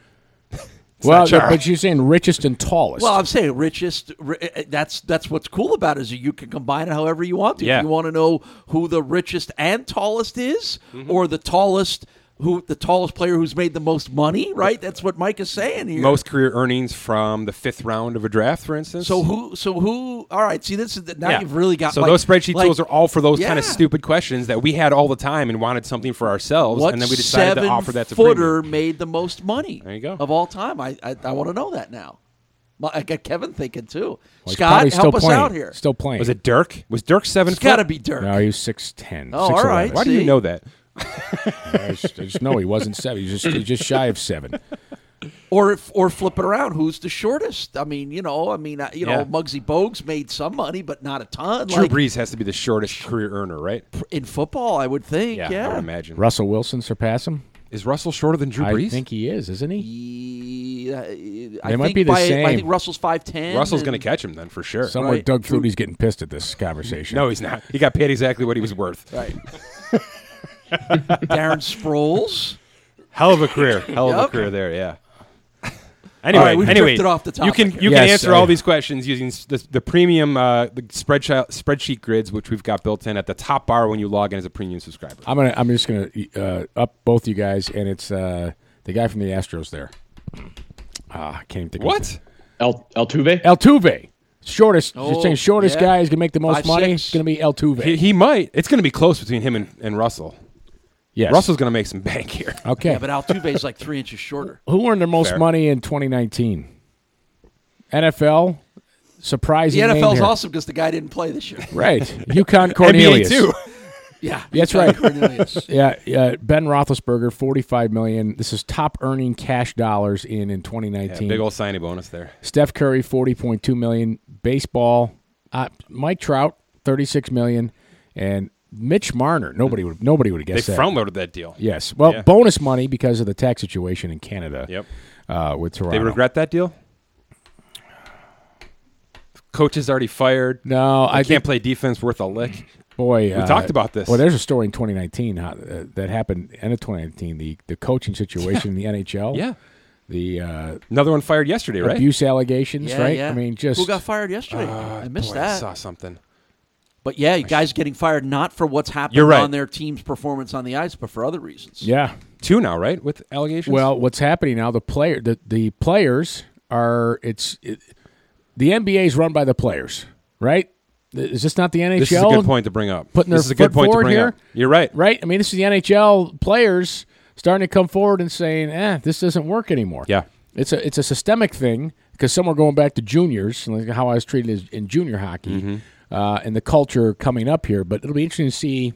Speaker 2: well,
Speaker 4: not Chara.
Speaker 2: but you're saying richest and tallest.
Speaker 3: Well, I'm saying richest. ri- uh, That's that's what's cool about it is you can combine it however you want to.
Speaker 4: Yeah.
Speaker 3: If you want to know who the richest and tallest is,
Speaker 4: Mm-hmm.
Speaker 3: or the tallest who the tallest player who's made the most money, right? That's what Mike is saying here.
Speaker 4: Most career earnings from the fifth round of a draft, for instance.
Speaker 3: So who? So who? All right. See, this is the- now
Speaker 4: Yeah.
Speaker 3: you've really got.
Speaker 4: So
Speaker 3: like-
Speaker 4: those spreadsheet
Speaker 3: like,
Speaker 4: tools are all for those kind
Speaker 3: Yeah.
Speaker 4: of stupid questions that we had all the time and wanted something for ourselves,
Speaker 3: What
Speaker 4: and then we decided to
Speaker 3: seven
Speaker 4: offer that to
Speaker 3: footer
Speaker 4: Footer.
Speaker 3: made the most money?
Speaker 4: There you go.
Speaker 3: Of all time, I I, I want to know that now. My- I got Kevin thinking too.
Speaker 2: Well, he's
Speaker 3: Scott,
Speaker 2: probably
Speaker 3: help us
Speaker 2: playing.
Speaker 3: out here.
Speaker 2: Still playing.
Speaker 4: Was it Dirk? Was Dirk seven?
Speaker 3: it's got to
Speaker 4: foot?
Speaker 3: be Dirk.
Speaker 2: No, he was 6'10.
Speaker 3: Oh, all right.
Speaker 2: 6'11.
Speaker 4: Why do you
Speaker 3: See?
Speaker 4: know that?
Speaker 2: I just, I just know he wasn't seven. He's just, he's just shy of seven.
Speaker 3: or if- or flip it around. Who's the shortest? I mean, you know, I mean, uh, you
Speaker 4: Yeah.
Speaker 3: know, Muggsy Bogues made some money, but not a ton.
Speaker 4: Drew
Speaker 3: Like,
Speaker 4: Brees has to be the shortest career earner, right?
Speaker 3: in football, I would think. Yeah,
Speaker 4: I would imagine.
Speaker 2: Russell Wilson surpass him?
Speaker 4: Is Russell shorter than Drew
Speaker 2: I
Speaker 4: Brees?
Speaker 2: think he is, isn't he?
Speaker 3: He- uh, I
Speaker 2: They might
Speaker 3: think
Speaker 2: be the
Speaker 3: by-
Speaker 2: same.
Speaker 3: I think Russell's five ten.
Speaker 4: Russell's going to catch him then for sure.
Speaker 2: Somewhere
Speaker 3: right.
Speaker 2: Doug Flutie's getting pissed at this conversation.
Speaker 4: No, he's not. He got paid exactly what he was worth.
Speaker 3: right. Darren Sproles.
Speaker 4: Hell of a career. Hell of a
Speaker 3: Yep.
Speaker 4: career there. Yeah. Anyway,
Speaker 3: right, we've
Speaker 4: anyway,
Speaker 3: drifted off the
Speaker 4: you
Speaker 3: topic
Speaker 4: can
Speaker 3: here.
Speaker 4: you can
Speaker 2: Yes,
Speaker 4: answer
Speaker 2: I-
Speaker 4: all these questions using s- the, the premium uh, the spreadsheet spreadsheet grids, which we've got built in at the top bar when you log in as a premium subscriber.
Speaker 2: I'm gonna. I'm just gonna uh, up both you guys, and it's uh, the guy from the Astros there. Ah, I can't even think. of his
Speaker 4: What?
Speaker 2: name.
Speaker 5: El Altuve.
Speaker 2: Altuve, shortest.
Speaker 3: Oh,
Speaker 2: you're saying shortest
Speaker 3: yeah.
Speaker 2: guy is gonna make the most
Speaker 3: Five,
Speaker 2: money.
Speaker 3: six.
Speaker 2: It's gonna be Altuve.
Speaker 4: He, he might. It's going to be close between him and, and Russell.
Speaker 2: yes.
Speaker 4: Russell's going to make some bank here.
Speaker 2: Okay.
Speaker 3: Yeah, but Altuve's like three inches shorter.
Speaker 2: Who earned their most
Speaker 4: Fair.
Speaker 2: money in 2019? NFL.
Speaker 3: The
Speaker 2: Surprising. name
Speaker 3: NFL's
Speaker 2: here.
Speaker 3: awesome because the guy didn't play this year.
Speaker 2: right. UConn Cornelius.
Speaker 4: NBA too.
Speaker 3: Yeah,
Speaker 2: That's right.
Speaker 3: Cornelius.
Speaker 2: Yeah, yeah, Ben Roethlisberger, forty-five million. This is top earning cash dollars in in twenty
Speaker 4: Yeah,
Speaker 2: nineteen.
Speaker 4: big old signing bonus there.
Speaker 2: Steph Curry, forty point two million. Baseball, uh, Mike Trout, thirty six million, and Mitch Marner. Nobody would nobody would have
Speaker 4: They
Speaker 2: guessed that.
Speaker 4: front loaded that deal.
Speaker 2: yes, well,
Speaker 4: Yeah.
Speaker 2: bonus money because of the tax situation in Canada.
Speaker 4: Yep.
Speaker 2: uh, with Toronto.
Speaker 4: They regret that deal. Coach is already fired.
Speaker 2: No, I
Speaker 4: I can't
Speaker 2: think,
Speaker 4: play defense worth a lick.
Speaker 2: boy. We
Speaker 4: talked about this.
Speaker 2: Well, there's a story in 2019 how, uh, that happened end of 2019. The the coaching situation in the NHL.
Speaker 4: Yeah.
Speaker 2: The uh,
Speaker 4: Another one fired yesterday, right?
Speaker 2: abuse allegations.
Speaker 3: Yeah,
Speaker 2: right.
Speaker 3: yeah.
Speaker 2: I mean, just Ah,
Speaker 3: who got fired yesterday? I missed
Speaker 4: Boy,
Speaker 3: that.
Speaker 4: I saw something.
Speaker 3: But yeah, guys getting fired not for what's happened
Speaker 4: You're right.
Speaker 3: on their team's performance on the ice, but for other reasons.
Speaker 2: yeah.
Speaker 4: Two now, right? With allegations.
Speaker 2: Well, what's happening now? The player, the, the players are. It's it, the NBA is run by the players, right? Is this not the NHL?
Speaker 4: this is a good point to bring up.
Speaker 2: Putting their
Speaker 4: this is a
Speaker 2: foot
Speaker 4: good point to
Speaker 2: forward
Speaker 4: bring
Speaker 2: here.
Speaker 4: up. You're right.
Speaker 2: Right? I mean, this is the NHL players starting to come forward and saying, "Eh, this doesn't work anymore."
Speaker 4: Yeah.
Speaker 2: it's a it's a systemic thing because some are going back to juniors, and like how I was treated as, in junior hockey, uh, and the culture coming up here. But it'll be interesting to see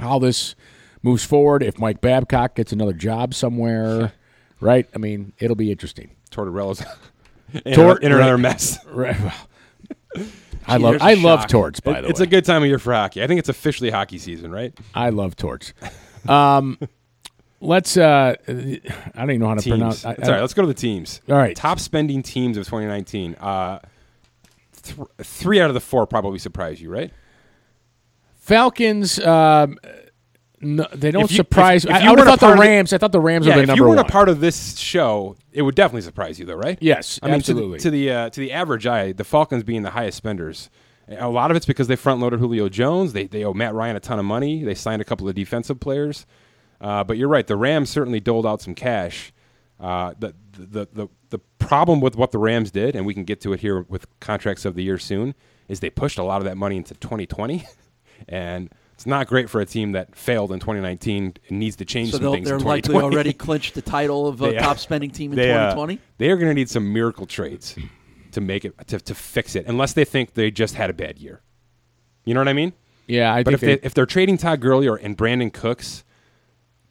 Speaker 2: how this moves forward. If Mike Babcock gets another job somewhere, right? I mean, it'll be interesting.
Speaker 4: Tortorella's in,
Speaker 2: Tor-
Speaker 4: in another mess.
Speaker 2: Right. well, I love
Speaker 3: there's a
Speaker 2: I love
Speaker 3: shock.
Speaker 2: torts. By the
Speaker 4: it's
Speaker 2: way,
Speaker 4: a good time of year for hockey. I think it's officially hockey season, right?
Speaker 2: I love torts. Um, let's. Uh, I don't even know how to
Speaker 4: Teams.
Speaker 2: pronounce. I,
Speaker 4: It's all right, let's go to the teams.
Speaker 2: All right.
Speaker 4: Top spending teams of 2019. Uh, th- three out of the four probably surprise you, right?
Speaker 2: Falcons. Um, no, they don't
Speaker 4: If you-
Speaker 2: surprise.
Speaker 4: if- if
Speaker 2: I-
Speaker 4: you
Speaker 2: I, would
Speaker 4: weren't a
Speaker 2: have thought
Speaker 4: part
Speaker 2: the
Speaker 4: of the-
Speaker 2: Rams. I thought the Rams were
Speaker 4: yeah,
Speaker 2: the
Speaker 4: if you
Speaker 2: number
Speaker 4: weren't
Speaker 2: one.
Speaker 4: a part of this show, it would definitely surprise you, though, right?
Speaker 2: Yes,
Speaker 4: I mean, to the-
Speaker 2: absolutely.
Speaker 4: To the, uh, to the average eye, the Falcons being the highest spenders. A lot of it's because they front loaded Julio Jones. They they owe Matt Ryan a ton of money. They signed a couple of defensive players. Uh, but you're right. The Rams certainly doled out some cash. Uh, the, the the the problem with what the Rams did, and we can get to it here with contracts of the year soon, is they pushed a lot of that money into 2020, and it's not great for a team that failed in 2019 and needs to change
Speaker 3: So
Speaker 4: some
Speaker 3: they'll-
Speaker 4: things.
Speaker 3: they're
Speaker 4: in
Speaker 3: likely
Speaker 4: 2020.
Speaker 3: already clinched the title of uh,
Speaker 4: They, uh,
Speaker 3: top spending team in
Speaker 4: They, uh,
Speaker 3: 2020.
Speaker 4: they are going to need some miracle trades to make it to, to fix it, unless they think they just had a bad year. You know what I mean?
Speaker 2: yeah, I
Speaker 4: but
Speaker 2: think
Speaker 4: if, they, if they're trading Todd Gurley or, and Brandon Cooks,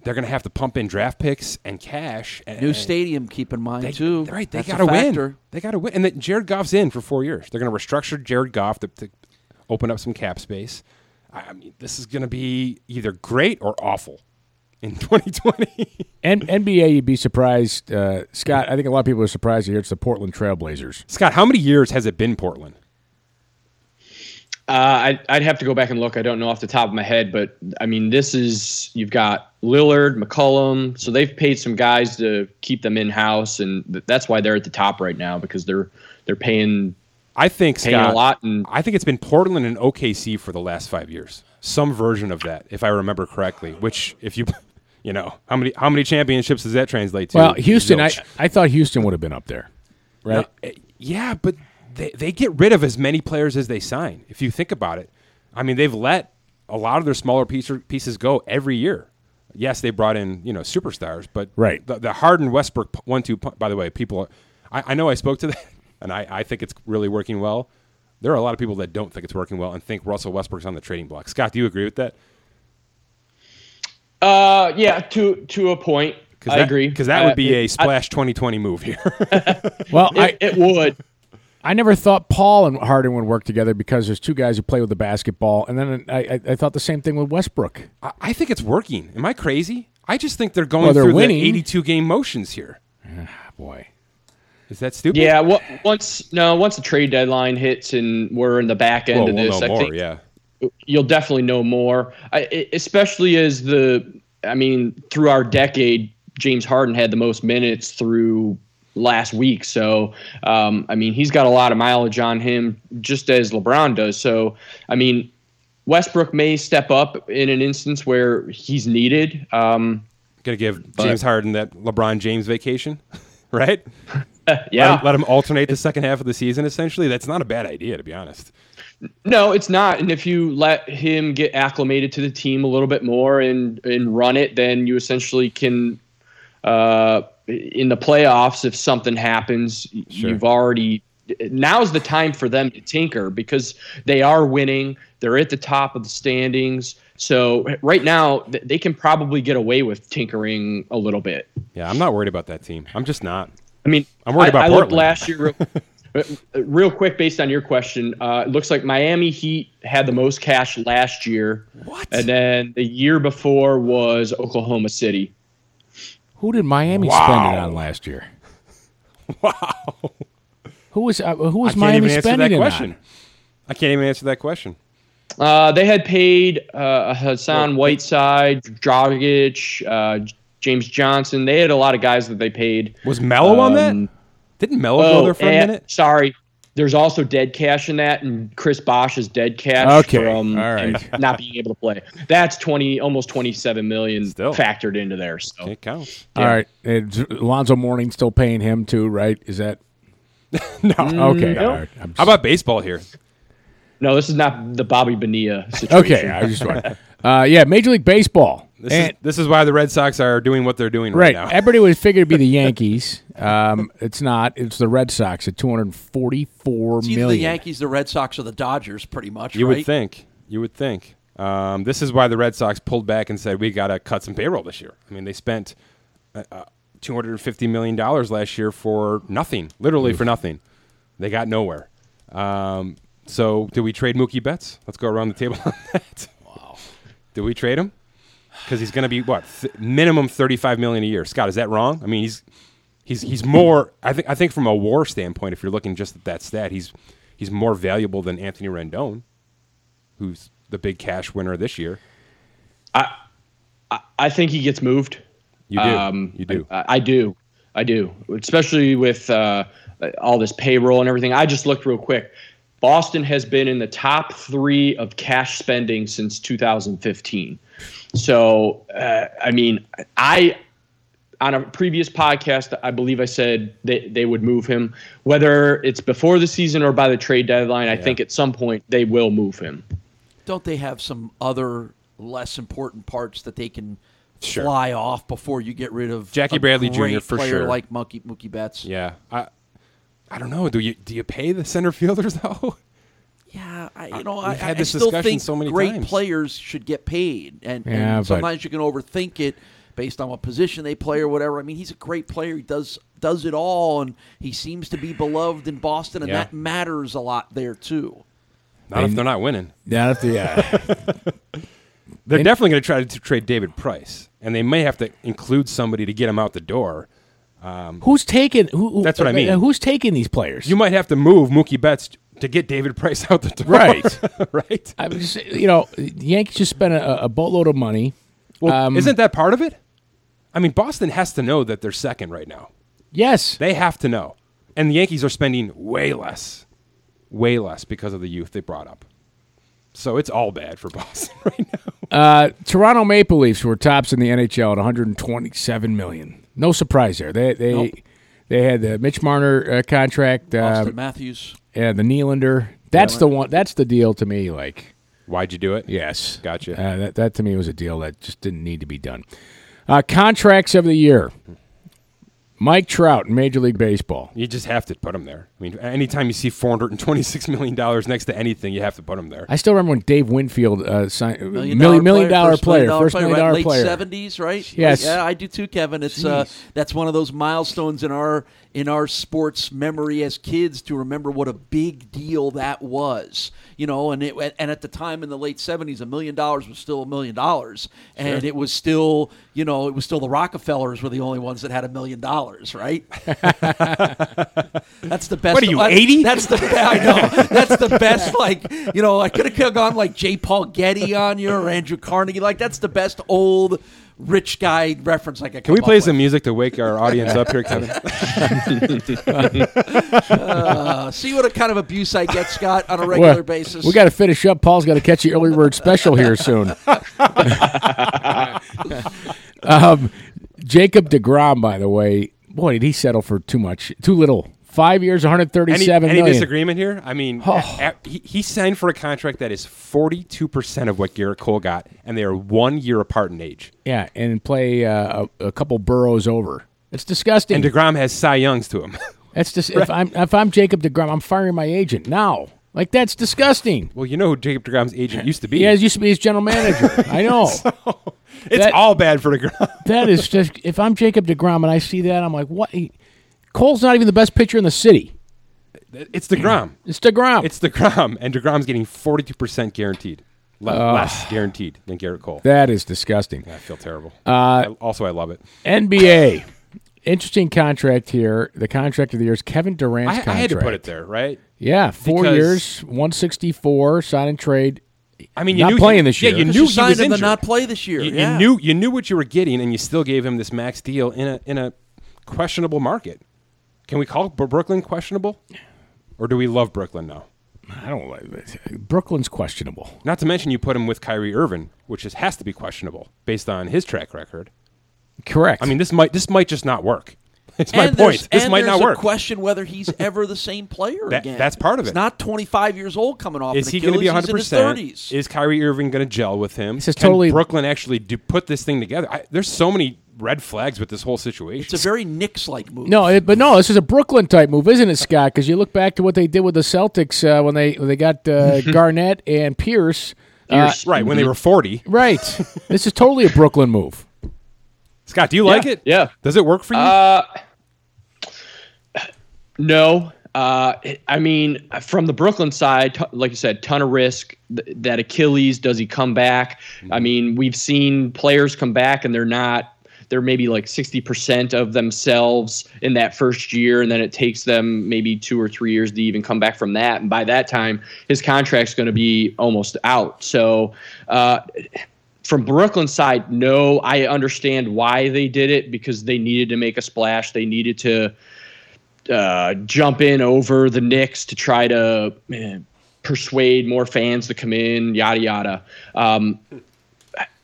Speaker 4: they're going to have to pump in draft picks and cash. And,
Speaker 3: New
Speaker 4: and
Speaker 3: stadium, keep in mind
Speaker 4: they,
Speaker 3: too.
Speaker 4: Right, they
Speaker 3: That's a
Speaker 4: got to win.
Speaker 3: factor.
Speaker 4: They got to win. And that Jared Goff's in for four years. They're going to restructure Jared Goff to, to open up some cap space. I mean, this is going to be either great or awful in 2020.
Speaker 2: N- NBA, you'd be surprised, uh, Scott. I think a lot of people are surprised to hear it's the Portland Trailblazers.
Speaker 4: Scott, how many years has it been Portland?
Speaker 5: Uh, I'd, I'd have to go back and look. I don't know off the top of my head, but I mean, this is you've got Lillard, McCollum, so they've paid some guys to keep them in house, and th- that's why they're at the top right now because they're they're paying
Speaker 4: I think
Speaker 5: paying
Speaker 4: Scott,
Speaker 5: a lot and
Speaker 4: I think it's been Portland and OKC for the last five years. Some version of that, if I remember correctly. Which, if you, you know, how many how many championships does that translate to?
Speaker 2: Well, Houston, I,
Speaker 4: Zilch.
Speaker 2: I thought Houston would have been up there, right?
Speaker 4: Uh, yeah, but they they get rid of as many players as they sign. If you think about it, I mean, they've let a lot of their smaller piece, pieces go every year. Yes, they brought in you know superstars, but
Speaker 2: Right.
Speaker 4: the, the Harden Westbrook one-two. By the way, people, are, I, I know I spoke to that, and I, I think it's really working well. There are a lot of people that don't think it's working well and think Russell Westbrook's on the trading block. Scott, do you agree with that?
Speaker 5: uh, yeah, to to a point. I
Speaker 4: that,
Speaker 5: agree
Speaker 4: because that would
Speaker 5: Uh,
Speaker 4: be
Speaker 5: it-
Speaker 4: a splash 2020 move here.
Speaker 2: Well, I,
Speaker 5: It, it would.
Speaker 2: I never thought Paul and Harden would work together because there's two guys who play with the basketball, and then I, I, I thought the same thing with Westbrook.
Speaker 4: I- I think it's working. Am I crazy? I just think they're Ah, going
Speaker 2: Well, they're
Speaker 4: through
Speaker 2: winning.
Speaker 4: the 82 game motions here.
Speaker 2: Boy,
Speaker 4: Is that stupid?
Speaker 5: Yeah. What, once no, once the trade deadline hits and we're in the back end
Speaker 4: Well,
Speaker 5: of
Speaker 4: we'll
Speaker 5: this,
Speaker 4: know
Speaker 5: I
Speaker 4: more.
Speaker 5: think
Speaker 4: Yeah.
Speaker 5: you'll definitely know more. I, e- especially as the, I mean, through our decade, James Harden had the most minutes through last week. So, um, I mean, he's got a lot of mileage on him, just as LeBron does. So, I mean, Westbrook may step up in an instance where he's needed. Um,
Speaker 4: Gonna give
Speaker 5: But-
Speaker 4: James Harden that LeBron James vacation, right?
Speaker 5: yeah,
Speaker 4: Let him, let him alternate the second half of the season. Essentially, that's not a bad idea to be honest.
Speaker 5: No, it's not. And if you let him get acclimated to the team a little bit more and and run it, then you essentially can uh, in the playoffs. If something happens, y- you've already now's the time for them to tinker because they are winning. They're at the top of the standings. So right now, th- they can probably get away with tinkering a little bit.
Speaker 4: Yeah, I'm not worried about that team. I'm just not.
Speaker 5: I mean,
Speaker 4: I'm worried about
Speaker 5: I- I looked
Speaker 4: Portland.
Speaker 5: last year. Real, real quick, based on your question, uh, it looks like Miami Heat had the most cash last year.
Speaker 4: What?
Speaker 5: And then the year before was Oklahoma City.
Speaker 2: who did Miami
Speaker 4: Wow.
Speaker 2: spend it on last year?
Speaker 4: Wow.
Speaker 2: Who was uh, who
Speaker 4: I
Speaker 2: was
Speaker 4: can't
Speaker 2: Miami
Speaker 4: even answer
Speaker 2: spending
Speaker 4: that
Speaker 2: it
Speaker 4: question.
Speaker 2: on?
Speaker 4: I can't even answer that question.
Speaker 5: Uh, they had paid uh, Hassan Whiteside, Dragic, uh, J- James Johnson. They had a lot of guys that they paid.
Speaker 4: Was Mello on that?
Speaker 5: Um,
Speaker 4: Didn't Mello go there for a
Speaker 5: and-
Speaker 4: minute?
Speaker 5: eh, sorry. There's also dead cash in that, and Chris Bosch is dead cash
Speaker 2: Okay,
Speaker 5: from
Speaker 2: all right.
Speaker 5: not being able to play. That's twenty, almost twenty-seven million
Speaker 4: Still.
Speaker 5: factored into there. So
Speaker 4: It counts.
Speaker 2: All right, it's Alonzo Mourning still paying him too, right? Is that
Speaker 4: No.
Speaker 2: okay? all right. I'm
Speaker 4: How about baseball here?
Speaker 5: no, this is not the Bobby Bonilla situation.
Speaker 2: okay? I was just wondering. Uh, yeah, Major League Baseball.
Speaker 4: This
Speaker 5: eh.
Speaker 2: And-
Speaker 4: is this is why the Red Sox are doing what they're doing
Speaker 2: Right.
Speaker 4: right, now.
Speaker 2: Everybody would figure it'd be the Yankees. Um, it's not. It's the Red Sox at two hundred forty-four
Speaker 3: It's either the
Speaker 2: million.
Speaker 3: Yankees, the Red Sox, or the Dodgers, pretty much.
Speaker 4: You
Speaker 3: right?
Speaker 4: would think. You would think. Um, this is why the Red Sox pulled back and said we got to cut some payroll this year. I mean, they spent uh, uh, two hundred and fifty million dollars last year for nothing, literally for nothing. They got nowhere. Um, so, do we trade Mookie Betts? Let's go around the table on that. Wow. Do we trade him? Because he's going to be what th- minimum thirty-five million a year. Scott, is that wrong? I mean, he's he's he's more. I think I think from a WAR standpoint, if you're looking just at that stat, he's he's more valuable than Anthony Rendon, who's the big cash winner this year.
Speaker 5: I think he gets moved.
Speaker 4: You do. you do.
Speaker 5: Um, I, I do. I do. Especially with uh, all this payroll and everything. I just looked real quick. Boston has been in the top three of cash spending since 2015. So, uh, I mean, I on a previous podcast, I believe I said they, they would move him, whether it's before the season or by the trade deadline. I think at some point they will move him.
Speaker 3: Don't they have some other less important parts that they can fly off before you get rid of
Speaker 4: Jackie
Speaker 3: a
Speaker 4: Bradley Jr.
Speaker 3: great
Speaker 4: for
Speaker 3: player
Speaker 4: sure.
Speaker 3: Like Mookie Mookie Betts.
Speaker 4: yeah, I I don't know. Do you do you pay the center fielders though?
Speaker 3: Yeah, I, you know,
Speaker 4: We've
Speaker 3: I,
Speaker 4: had
Speaker 3: I
Speaker 4: this
Speaker 3: still
Speaker 4: discussion
Speaker 3: think
Speaker 4: so many
Speaker 3: great
Speaker 4: times.
Speaker 3: players should get paid, and, and
Speaker 2: Yeah, but-
Speaker 3: sometimes you can overthink it based on what position they play or whatever. I mean, he's a great player; he does does it all, and he seems to be beloved in Boston, and
Speaker 4: Yeah.
Speaker 3: that matters a lot there too.
Speaker 4: Not if they're not winning.
Speaker 2: Yeah, that's- yeah.
Speaker 4: They're definitely going to try to trade David Price, and they may have to include somebody to get him out the door.
Speaker 2: who's taking? Who, who-
Speaker 4: That's what I mean.
Speaker 2: Who's taking these players?
Speaker 4: You might have to move Mookie Betts to get David Price out the door.
Speaker 2: Right.
Speaker 4: right.
Speaker 2: I mean, just, you know, the Yankees just spent a, a boatload of money.
Speaker 4: Well,
Speaker 2: Um,
Speaker 4: isn't that part of it? I mean, Boston has to know that they're second right now.
Speaker 2: Yes,
Speaker 4: They have to know. And the Yankees are spending way less, way less because of the youth they brought up. So it's all bad for Boston right now.
Speaker 2: uh, Toronto Maple Leafs were tops in the NHL at 127 million. No surprise there. They they
Speaker 3: Nope.
Speaker 2: they had the Mitch Marner uh, contract, uh,
Speaker 3: Austin Matthews,
Speaker 2: and the Nylander. That's the one. That's the deal to me. Like.
Speaker 4: Why'd you do it?
Speaker 2: Yes.
Speaker 4: Gotcha.
Speaker 2: Uh, that, that to me was a deal that just didn't need to be done. Uh, contracts of the year. Mike Trout in Major League Baseball.
Speaker 4: You just have to put them there. I mean, anytime you see $426 million next to anything, you have to put them there.
Speaker 2: I still remember when Dave Winfield uh, signed million,
Speaker 3: dollar
Speaker 2: million, million dollar
Speaker 3: first
Speaker 2: player, first
Speaker 3: player,
Speaker 2: million
Speaker 3: right?
Speaker 2: dollar
Speaker 3: late
Speaker 2: player.
Speaker 3: seventies, right?
Speaker 2: Yes.
Speaker 3: yeah, I do too, Kevin. It's uh,
Speaker 2: Jeez.
Speaker 3: that's one of those milestones in our in our sports memory as kids to remember what a big deal that was, you know. And it and at the time in the late seventies, a million dollars was still a million dollars, and it was still you know it was still the Rockefellers were the only ones that had a million dollars, right? That's the best.
Speaker 4: What are you,
Speaker 3: I-
Speaker 4: 80?
Speaker 3: That's the I know. That's the best. Like you know, I could have gone like J. Paul Getty on you or Andrew Carnegie. Like that's the best old rich guy reference I could.
Speaker 4: Can we
Speaker 3: come up
Speaker 4: play
Speaker 3: with.
Speaker 4: some music to wake our audience up here, Kevin?
Speaker 3: Uh, see what a kind of abuse I get, Scott, on a
Speaker 2: Well,
Speaker 3: regular basis.
Speaker 2: We got to finish up. Paul's got to catch the early bird special here soon. um, Jacob Degrom, by the way, boy, did he settle for too much, too little. Five years, one hundred
Speaker 4: any,
Speaker 2: thirty-seven
Speaker 4: any
Speaker 2: million.
Speaker 4: disagreement here? I mean, a- a- he, he signed for a contract that is 42% of what Garrett Cole got, and they are one year apart in age.
Speaker 2: Yeah, and play uh, a, a couple burrows over. It's disgusting.
Speaker 4: And DeGrom has Cy Youngs to him.
Speaker 2: that's just if I'm if I'm Jacob Degrom, I'm firing my agent now. Like that's disgusting.
Speaker 4: well, you know who Jacob DeGrom's agent used to be.
Speaker 2: He has, used to be his general manager. I know
Speaker 4: it's
Speaker 2: that-
Speaker 4: all bad for DeGrom.
Speaker 2: that is just. If I'm Jacob Degrom and I see that, I'm like, what? He, Cole's not even the best pitcher in the city.
Speaker 4: It's DeGrom.
Speaker 2: It's Degrom.
Speaker 4: It's DeGrom, and DeGrom's getting 42% guaranteed. Le- less guaranteed than Garrett Cole.
Speaker 2: that is disgusting.
Speaker 4: I feel terrible. Uh, also, I love it.
Speaker 2: NBA. Interesting contract here. The contract of the year is Kevin Durant's
Speaker 4: I, I
Speaker 2: contract.
Speaker 4: had to put it there, right?
Speaker 2: Yeah, four
Speaker 4: Because-
Speaker 2: years, one sixty four, sign and trade.
Speaker 4: I mean, you
Speaker 2: Not
Speaker 4: knew
Speaker 2: playing
Speaker 4: he,
Speaker 2: this
Speaker 4: Yeah,
Speaker 2: year.
Speaker 4: you
Speaker 2: Because
Speaker 4: knew
Speaker 3: you
Speaker 4: he
Speaker 3: signed
Speaker 4: was
Speaker 3: him to
Speaker 4: injured.
Speaker 3: not play this year.
Speaker 4: You, you
Speaker 3: yeah.
Speaker 4: knew you knew what you were getting, and you still gave him this max deal in a in a questionable market. Can we call Bro- Brooklyn questionable, or do we love Brooklyn now?
Speaker 2: I don't like Brooklyn's questionable.
Speaker 4: Not to mention you put him with Kyrie Irving, which is, has to be questionable based on his track record.
Speaker 2: Correct.
Speaker 4: I mean, this might this might just not work. It's my
Speaker 3: and there's-
Speaker 4: point. This
Speaker 3: and
Speaker 4: might not
Speaker 3: there's a
Speaker 4: work.
Speaker 3: question whether he's ever the same player
Speaker 4: That-
Speaker 3: again.
Speaker 4: that's part of
Speaker 3: He's
Speaker 4: it.
Speaker 3: not 25 years old coming off.
Speaker 4: Is
Speaker 3: an
Speaker 4: he going to be
Speaker 3: Achilles.
Speaker 4: 100?
Speaker 3: He's in his
Speaker 4: percent
Speaker 3: 30s.
Speaker 4: Is Kyrie Irving going to gel with him?
Speaker 2: This is
Speaker 4: Can
Speaker 2: totally-
Speaker 4: Brooklyn actually do put this thing together. I, there's so many red flags with this whole situation.
Speaker 3: it's a very Knicks-like move.
Speaker 2: No, it, but no, this is a Brooklyn type move, isn't it, Scott? Because you look back to what they did with the Celtics uh, when they when they got uh, Garnett and Pierce. Uh,
Speaker 5: Pierce.
Speaker 4: right
Speaker 3: Mm-hmm.
Speaker 4: when they were 40.
Speaker 2: right. this is totally a Brooklyn move.
Speaker 4: Scott, do you like it?
Speaker 5: yeah.
Speaker 4: Does it work for you?
Speaker 5: No. Uh, I mean, from the Brooklyn side, t- like you said, ton of risk. Th- that Achilles, does he come back? I mean, we've seen players come back and they're not they're maybe like 60% of themselves in that first year and then it takes them maybe 2 or 3 years to even come back from that and by that time his contract's going to be almost out. So uh from Brooklyn side, no, I understand why they did it because they needed to make a splash. They needed to uh, jump in over the Knicks to try to eh, persuade more fans to come in, yada yada. Um,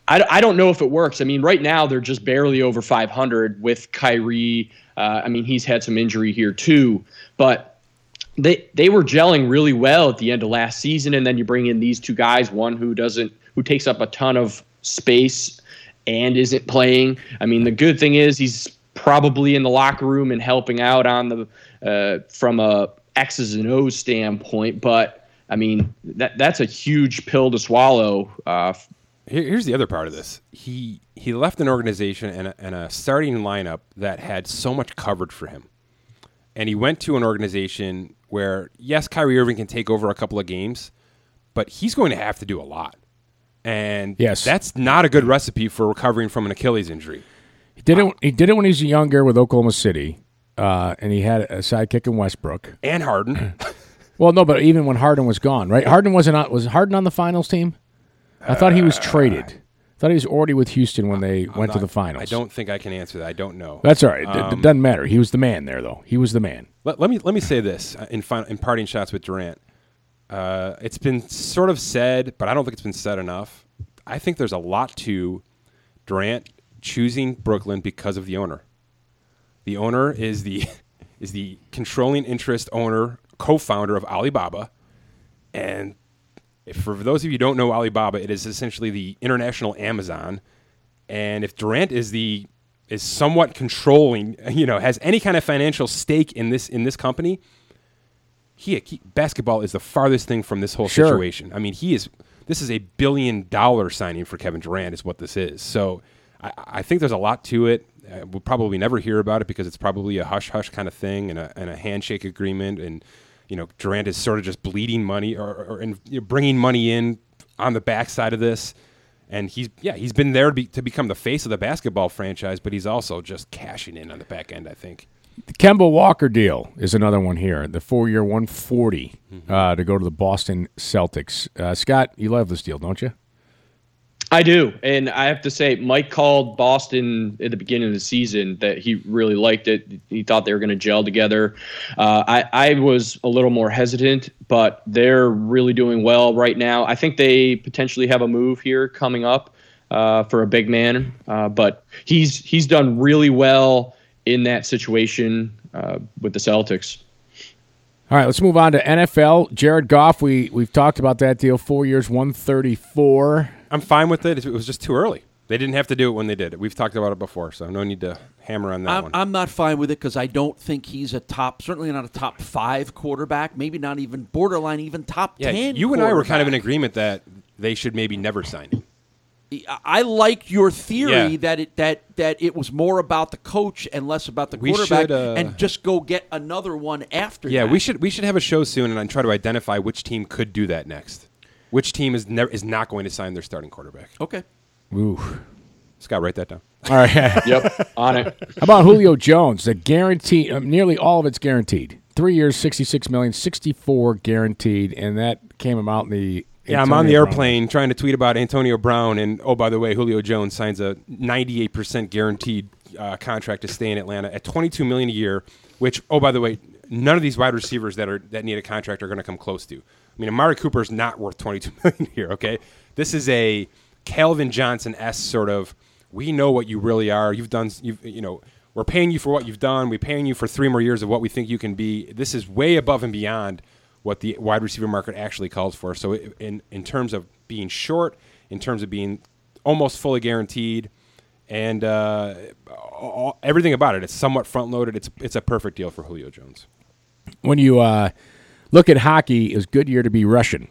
Speaker 5: I, I don't know if it works. I mean, right now they're just barely over 500 with Kyrie. Uh, I mean, he's had some injury here too, but they they were gelling really well at the end of last season, and then you bring in these two guys, one who doesn't who takes up a ton of space and isn't playing. I mean, the good thing is he's probably in the locker room and helping out on the uh, from a X's and O's standpoint, but I mean that that's a huge pill to swallow. Uh,
Speaker 4: Here- here's the other part of this. He he left an organization and a, and a starting lineup that had so much covered for him, and he went to an organization where yes, Kyrie Irving can take over a couple of games, but he's going to have to do a lot, and
Speaker 2: Yes.
Speaker 4: that's not a good recipe for recovering from an Achilles injury.
Speaker 2: He did it. He did it when he was younger with Oklahoma City, uh, and he had a sidekick in Westbrook.
Speaker 4: And Harden,
Speaker 2: Well, no, but even when Harden was gone, right? Harden wasn't on, was Harden on the finals team? I thought he was
Speaker 4: Uh,
Speaker 2: traded. I thought he was already with Houston when they went to the finals.
Speaker 4: I don't Um, think I can answer that. I don't know.
Speaker 2: That's all right. It- it doesn't matter. He was the man there, though. He was the man.
Speaker 4: Let, let me let me say this uh, in final, in parting shots with Durant. Uh, it's been sort of said, but I don't think it's been said enough. I think there's a lot to Durant choosing Brooklyn because of the owner. The owner is the is the controlling interest owner, co-founder of Alibaba, and if, for those of you who don't know Alibaba, it is essentially the international Amazon. And if Durant is the is somewhat controlling, you know, has any kind of financial stake in this in this company, he, he- basketball is the farthest thing from this whole
Speaker 2: Sure.
Speaker 4: situation. I mean, he is this is a billion dollar signing for Kevin Durant is what this is. So I, I think there's a lot to it. Uh, we'll probably never hear about it because it's probably a hush hush kind of thing and a and a handshake agreement and you know Durant is sort of just bleeding money or, or and you know, bringing money in on the backside of this. And he's yeah he's been there to, be, to become the face of the basketball franchise, but he's also just cashing in on the back end. I think.
Speaker 2: The Kemba Walker deal is another one here. The four-year, one forty
Speaker 4: Mm-hmm.
Speaker 2: uh, to go to the Boston Celtics. Uh, Scott, you love this deal, don't you?
Speaker 5: I do, and I have to say, Mike called Boston at the beginning of the season that he really liked it. He thought they were going to gel together. Uh, I I was a little more hesitant, but they're really doing well right now. I think they potentially have a move here coming up uh, for a big man, uh, but he's he's done really well in that situation uh, with the Celtics.
Speaker 2: All right, let's move on to NFL. Jared Goff, we we've talked about that deal. Four years, one thirty-four.
Speaker 4: I'm fine with it. It was just too early. They didn't have to do it when they did it. We've talked about it before, so no need to hammer on that
Speaker 3: I'm,
Speaker 4: one.
Speaker 3: I'm not fine with it because I don't think he's a top, certainly not a top five quarterback, maybe not even borderline, even top
Speaker 4: yeah,
Speaker 3: ten.
Speaker 4: you and I were kind of in
Speaker 3: quarterback.
Speaker 4: agreement that they should maybe never sign him.
Speaker 3: I I like your theory
Speaker 4: Yeah.
Speaker 3: that it that that it was more about the coach and less about the
Speaker 4: We
Speaker 3: quarterback,
Speaker 4: should, uh,
Speaker 3: and just go get another one after.
Speaker 4: Yeah,
Speaker 3: that.
Speaker 4: we should we should have a show soon and try to identify which team could do that next. Which team is never is not going to sign their starting quarterback?
Speaker 3: Okay,
Speaker 2: Ooh.
Speaker 4: Scott, write that down.
Speaker 2: All right.
Speaker 5: Yep, on it.
Speaker 2: How about Julio Jones? The guarantee, um, nearly all of it's guaranteed. Three years, sixty-six million, sixty-four guaranteed, and that came about in the.
Speaker 4: Yeah, I'm on the
Speaker 2: Antonio Brown.
Speaker 4: airplane trying to tweet about Antonio Brown, and oh by the way, Julio Jones signs a 98% guaranteed uh, contract to stay in Atlanta at 22 million a year. Which oh by the way, none of these wide receivers that are that need a contract are going to come close to. I mean, Amari Cooper's not worth 22 million a year. Okay, this is a Calvin Johnson s sort of. We know what you really are. You've done. You've you know. We're paying you for what you've done. We're paying you for three more years of what we think you can be. This is way above and beyond what the wide receiver market actually calls for. So i- in in terms of being short, in terms of being almost fully guaranteed, and uh, all, everything about it, it's somewhat front loaded. It's it's a perfect deal for Julio Jones.
Speaker 2: When you uh, look at hockey, it's good year to be Russian.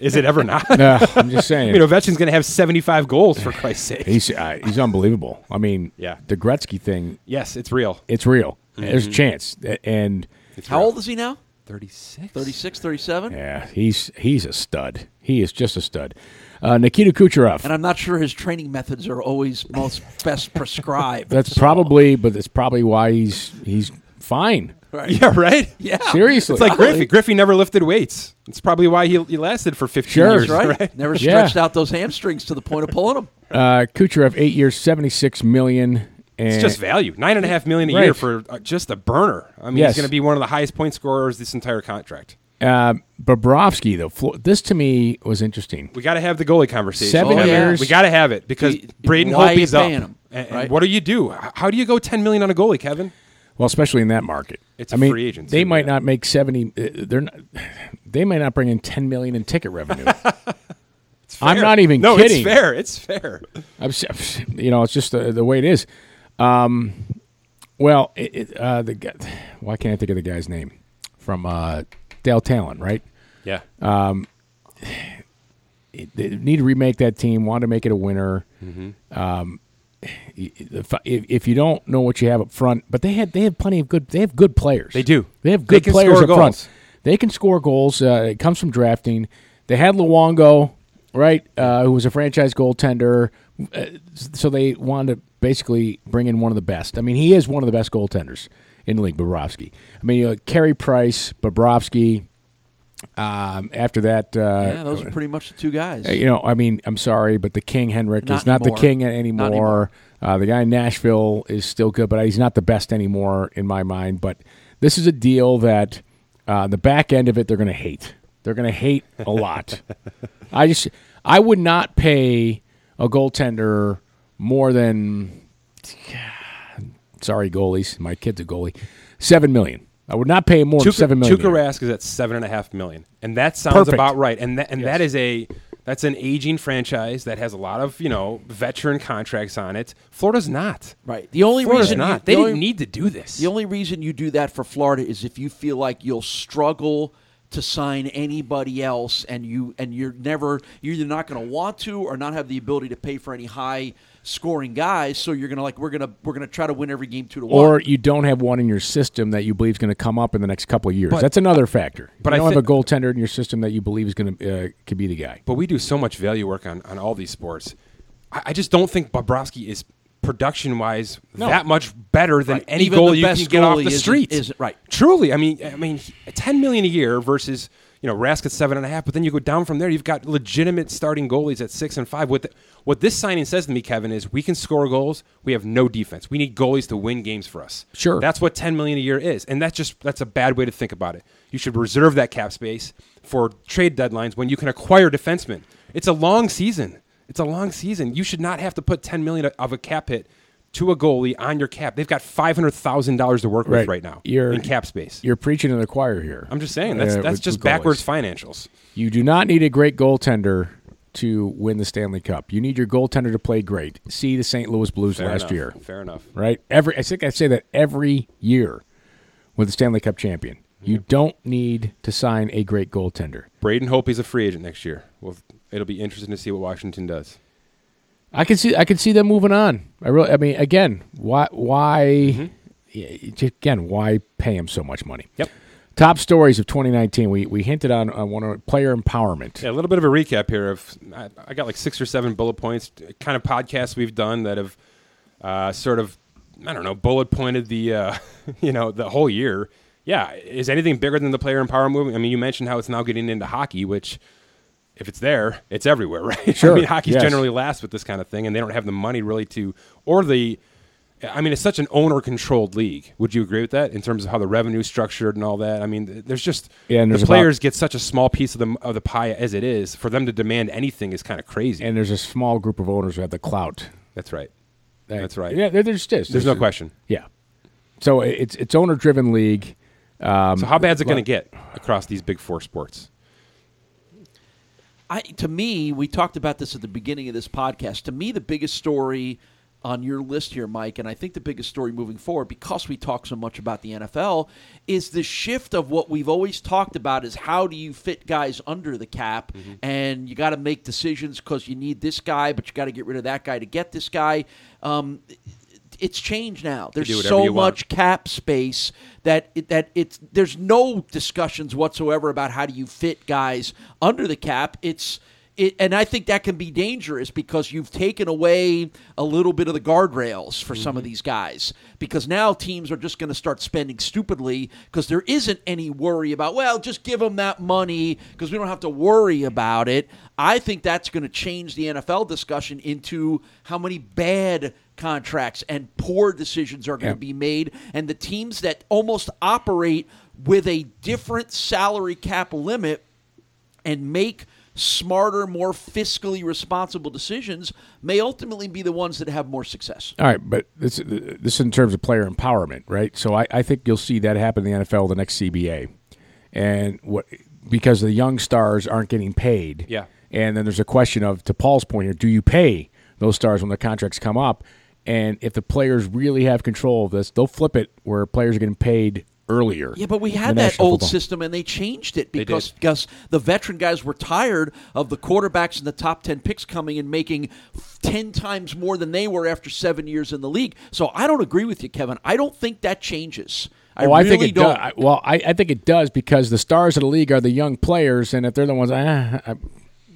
Speaker 4: Is it ever not?
Speaker 2: Uh, I'm just
Speaker 4: I
Speaker 2: saying.
Speaker 4: mean, Ovechkin's going to have seventy five goals for Christ's sake.
Speaker 2: he's uh, he's unbelievable. I mean,
Speaker 4: Yeah. Mm-hmm.
Speaker 2: the Gretzky thing,
Speaker 4: yes, it's real.
Speaker 2: it's real. There's a chance, A- and
Speaker 3: how old is he now?
Speaker 4: 36?
Speaker 3: 36, 37.
Speaker 2: Yeah, he's he's a stud. He is just a stud. Uh, Nikita Kucherov.
Speaker 3: And I'm not sure his training methods are always most best prescribed.
Speaker 2: That's
Speaker 3: So-
Speaker 2: probably, but that's probably why he's he's fine.
Speaker 3: Right.
Speaker 4: Yeah, right?
Speaker 3: Yeah.
Speaker 2: Seriously,
Speaker 4: It's like Griffey. Griffey never lifted weights. It's probably why he, he lasted for 15
Speaker 2: Sure.
Speaker 4: years,
Speaker 3: Right.
Speaker 4: right?
Speaker 3: Never
Speaker 2: Yeah.
Speaker 3: stretched out those hamstrings to the point of pulling them.
Speaker 2: Uh, Kucherov, eight years, seventy-six million. And
Speaker 4: It's just value. Nine and a half million a
Speaker 2: Right.
Speaker 4: year for uh, just a burner. I mean,
Speaker 2: Yes.
Speaker 4: he's going to be one of the highest point scorers this entire contract.
Speaker 2: uh, Bobrovsky, though. Flo- this to me was interesting.
Speaker 4: We got to have the goalie conversation.
Speaker 2: Seven
Speaker 4: Kevin.
Speaker 2: years.
Speaker 4: We got to have it because
Speaker 3: Y-
Speaker 4: Braden
Speaker 3: why are you
Speaker 4: Holtby's up.
Speaker 3: paying him,
Speaker 4: And- and
Speaker 3: right?
Speaker 4: What do you do? H- How do you go 10 million on a goalie, Kevin?
Speaker 2: Well, especially in that market.
Speaker 4: It's
Speaker 2: I
Speaker 4: a
Speaker 2: mean,
Speaker 4: free agent,
Speaker 2: They
Speaker 4: too,
Speaker 2: might
Speaker 4: yeah.
Speaker 2: not make seventy. Uh, they're not, they might not bring in ten million in ticket revenue. I'm
Speaker 4: Fair.
Speaker 2: not even
Speaker 4: no,
Speaker 2: kidding.
Speaker 4: it's fair. It's fair.
Speaker 2: I'm, s- you know, it's just the, the way it is. Um, well, it, it, uh, the guy, why can't I think of the guy's name from uh, Dale Talon, right?
Speaker 4: Yeah.
Speaker 2: Um, They need to remake that team. Want to make it a winner.
Speaker 4: Mm-hmm.
Speaker 2: Um, if, if if you don't know what you have up front, but they had they have plenty of good they have good players.
Speaker 4: They do.
Speaker 2: They have
Speaker 4: They
Speaker 2: good
Speaker 4: can
Speaker 2: players
Speaker 4: score
Speaker 2: up front.
Speaker 4: goals.
Speaker 2: They can score goals. Uh, it comes from drafting. They had Luongo, right, uh, who was a franchise goaltender. Uh, so they wanted to basically bring in one of the best. I mean, he is one of the best goaltenders in the league, Bobrovsky. I mean, you know, Carey Price, Bobrovsky. Um, after that, uh,
Speaker 3: Yeah, those are pretty much the two guys.
Speaker 2: you know, I mean, I'm sorry, but the King Henrik
Speaker 3: Not
Speaker 2: is not
Speaker 3: anymore.
Speaker 2: the King anymore.
Speaker 3: Not anymore.
Speaker 2: Uh, the guy in Nashville is still good, but he's not the best anymore in my mind. But this is a deal that uh, the back end of it, they're going to hate. They're going to hate a lot. I just, I would not pay a goaltender more than, sorry, goalies. My kid's a goalie. Seven million. I would not pay more than seven million.
Speaker 4: Tuukka Rask is at seven and a half million, and that sounds
Speaker 2: Perfect.
Speaker 4: about right. And that, and that is a that's an aging franchise that has a lot of you know veteran contracts on it. Florida's not
Speaker 3: Right. The only
Speaker 4: Florida's
Speaker 3: reason you-
Speaker 4: not.
Speaker 3: the
Speaker 4: they
Speaker 3: only-
Speaker 4: didn't need to do this.
Speaker 3: The only reason you do that for Florida is if you feel like you'll struggle to sign anybody else and you and you're never you're either not going to want to or not have the ability to pay for any high scoring guys so you're going to like we're going to we're going to try to win every game 2 to 1
Speaker 2: or you don't have one in your system that you believe is going to come up in the next couple of years. That's another factor.
Speaker 4: but
Speaker 2: you
Speaker 4: I
Speaker 2: don't have a
Speaker 4: thi-
Speaker 2: goaltender in your system that you believe is going to uh, could be the guy.
Speaker 4: but we do so much value work on, on all these sports. I, I just don't think Bobrovsky is production wise that much better than
Speaker 3: Right.
Speaker 4: any
Speaker 3: Even
Speaker 4: goal
Speaker 3: the
Speaker 4: you
Speaker 3: best
Speaker 4: can get off
Speaker 3: goalie
Speaker 4: the
Speaker 3: isn't-
Speaker 4: street.
Speaker 3: isn't- right.
Speaker 4: Truly, I mean, I mean, he- ten million a year versus you know Rask at seven and a half. But then you go down from there. You've got legitimate starting goalies at six and five. What the, what this signing says to me, Kevin, is we can score goals. We have no defense. We need goalies to win games for us.
Speaker 2: Sure.
Speaker 4: that's what ten million a year is, and that's just that's a bad way to think about it. You should reserve that cap space for trade deadlines when you can acquire defensemen. It's a long season. It's a long season. You should not have to put ten million of a cap hit to a goalie on your cap. They've got five hundred thousand dollars to work
Speaker 2: Right.
Speaker 4: with right now
Speaker 2: You're-
Speaker 4: in cap space.
Speaker 2: You're preaching to the choir here.
Speaker 4: I'm just saying that's
Speaker 2: uh,
Speaker 4: that's
Speaker 2: with-
Speaker 4: just
Speaker 2: with goalies.
Speaker 4: backwards financials.
Speaker 2: You do not need a great goaltender to win the Stanley Cup. You need your goaltender to play great. See the St. Louis Blues
Speaker 4: Fair
Speaker 2: last
Speaker 4: enough.
Speaker 2: year,
Speaker 4: fair enough.
Speaker 2: right? Every I think I say that every year with the Stanley Cup champion. You don't need to sign a great goaltender.
Speaker 4: Braden Hope is a free agent next year. Well, it'll be interesting to see what Washington does.
Speaker 2: I can see I can see them moving on. I really I mean again, why why
Speaker 4: Mm-hmm.
Speaker 2: yeah, just again, why pay him so much money?
Speaker 4: Yep.
Speaker 2: Top stories of 2019. We we hinted on, on one of- player empowerment.
Speaker 4: Yeah, a little bit of a recap here of I, I got like six or seven bullet points, kind of podcasts we've done that have uh, sort of I don't know bullet pointed the uh, you know the whole year. Yeah, is anything bigger than the player empowerment movement? I mean, you mentioned how it's now getting into hockey, which if it's there, it's everywhere, right?
Speaker 2: Sure,
Speaker 4: I mean, hockey's
Speaker 2: yes.
Speaker 4: generally last with this kind of thing, and they don't have the money really to or the. I mean, it's such an owner-controlled league. Would you agree with that in terms of how the revenue structured and all that? I mean, th- there's just
Speaker 2: Yeah, and
Speaker 4: the
Speaker 2: there's about-
Speaker 4: players get such a small piece of the of the pie as it is. For them to demand anything is kind of crazy.
Speaker 2: And there's a small group of owners who have the clout.
Speaker 4: That's right.
Speaker 2: That-
Speaker 4: That's right.
Speaker 2: Yeah, there, there's just
Speaker 4: There's no question.
Speaker 2: Yeah. So it's it's owner driven league.
Speaker 4: So how bad's it going to get across these big four sports?
Speaker 3: I, to me, we talked about this at the beginning of this podcast. To me, the biggest story on your list here, Mike, and I think the biggest story moving forward, because we talk so much about the NFL, is the shift of what we've always talked about is how do you fit guys under the cap, and you got to make decisions because you need this guy, but you got to get rid of that guy to get this guy. Um, it's changed now. There's
Speaker 4: do whatever
Speaker 3: so
Speaker 4: you want.
Speaker 3: much cap space that it, that it's there's no discussions whatsoever about how do you fit guys under the cap. It's it, and I think that can be dangerous because you've taken away a little bit of the guardrails for some of
Speaker 4: Mm-hmm.
Speaker 3: these guys because now teams are just going to start spending stupidly because there isn't any worry about well just give them that money because we don't have to worry about it. I think that's going to change the NFL discussion into how many bad contracts and poor decisions are going to be made and the teams that almost operate with a different salary cap limit and make smarter, more fiscally responsible decisions may ultimately be the ones that have more success.
Speaker 2: All right, but this this in terms of player empowerment, right? So I, I think you'll see that happen in the NFL the next CBA, and what because the young stars aren't getting paid.
Speaker 4: Yeah.
Speaker 2: and then there's a question of to Paul's point here: Do you pay those stars when their contracts come up? And if the players really have control of this, they'll flip it where players are getting paid earlier.
Speaker 3: Yeah, but we
Speaker 2: in the
Speaker 3: had that
Speaker 2: National
Speaker 3: old
Speaker 2: Football-
Speaker 3: system and they changed it
Speaker 4: did.
Speaker 3: because, because the veteran guys were tired of the quarterbacks in the top 10 picks coming and making 10 times more than they were after seven years in the league. So I don't agree with you, Kevin. I don't think that changes. I
Speaker 4: Oh,
Speaker 2: Well,
Speaker 3: really
Speaker 2: Oh, I think it
Speaker 3: don't.
Speaker 2: does. I- Well, I, I think it does because the stars of the league are the young players, and if they're the ones, ah, I,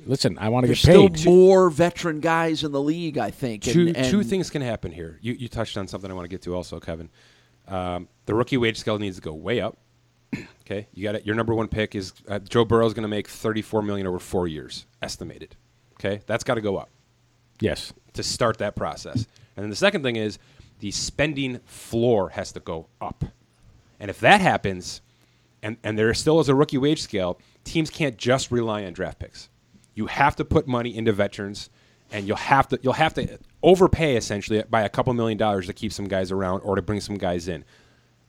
Speaker 2: listen, I want to
Speaker 3: There's
Speaker 2: get paid.
Speaker 3: still more veteran guys in the league, I think.
Speaker 4: two,
Speaker 3: and-
Speaker 4: two
Speaker 3: and-
Speaker 4: things can happen here. You, you touched on something I want to get to also, Kevin. Um, the rookie wage scale needs to go way up. okay, you got it. Your number one pick is uh, Joe Burrow is going to make thirty-four million over four years, estimated. Okay, that's got to go up
Speaker 2: yes,
Speaker 4: to start that process. And then the second thing is the spending floor has to go up. And if that happens, and, and there still is a rookie wage scale, teams can't just rely on draft picks. You have to put money into veterans, and you'll have to you'll have to overpay essentially by a couple million dollars to keep some guys around or to bring some guys in.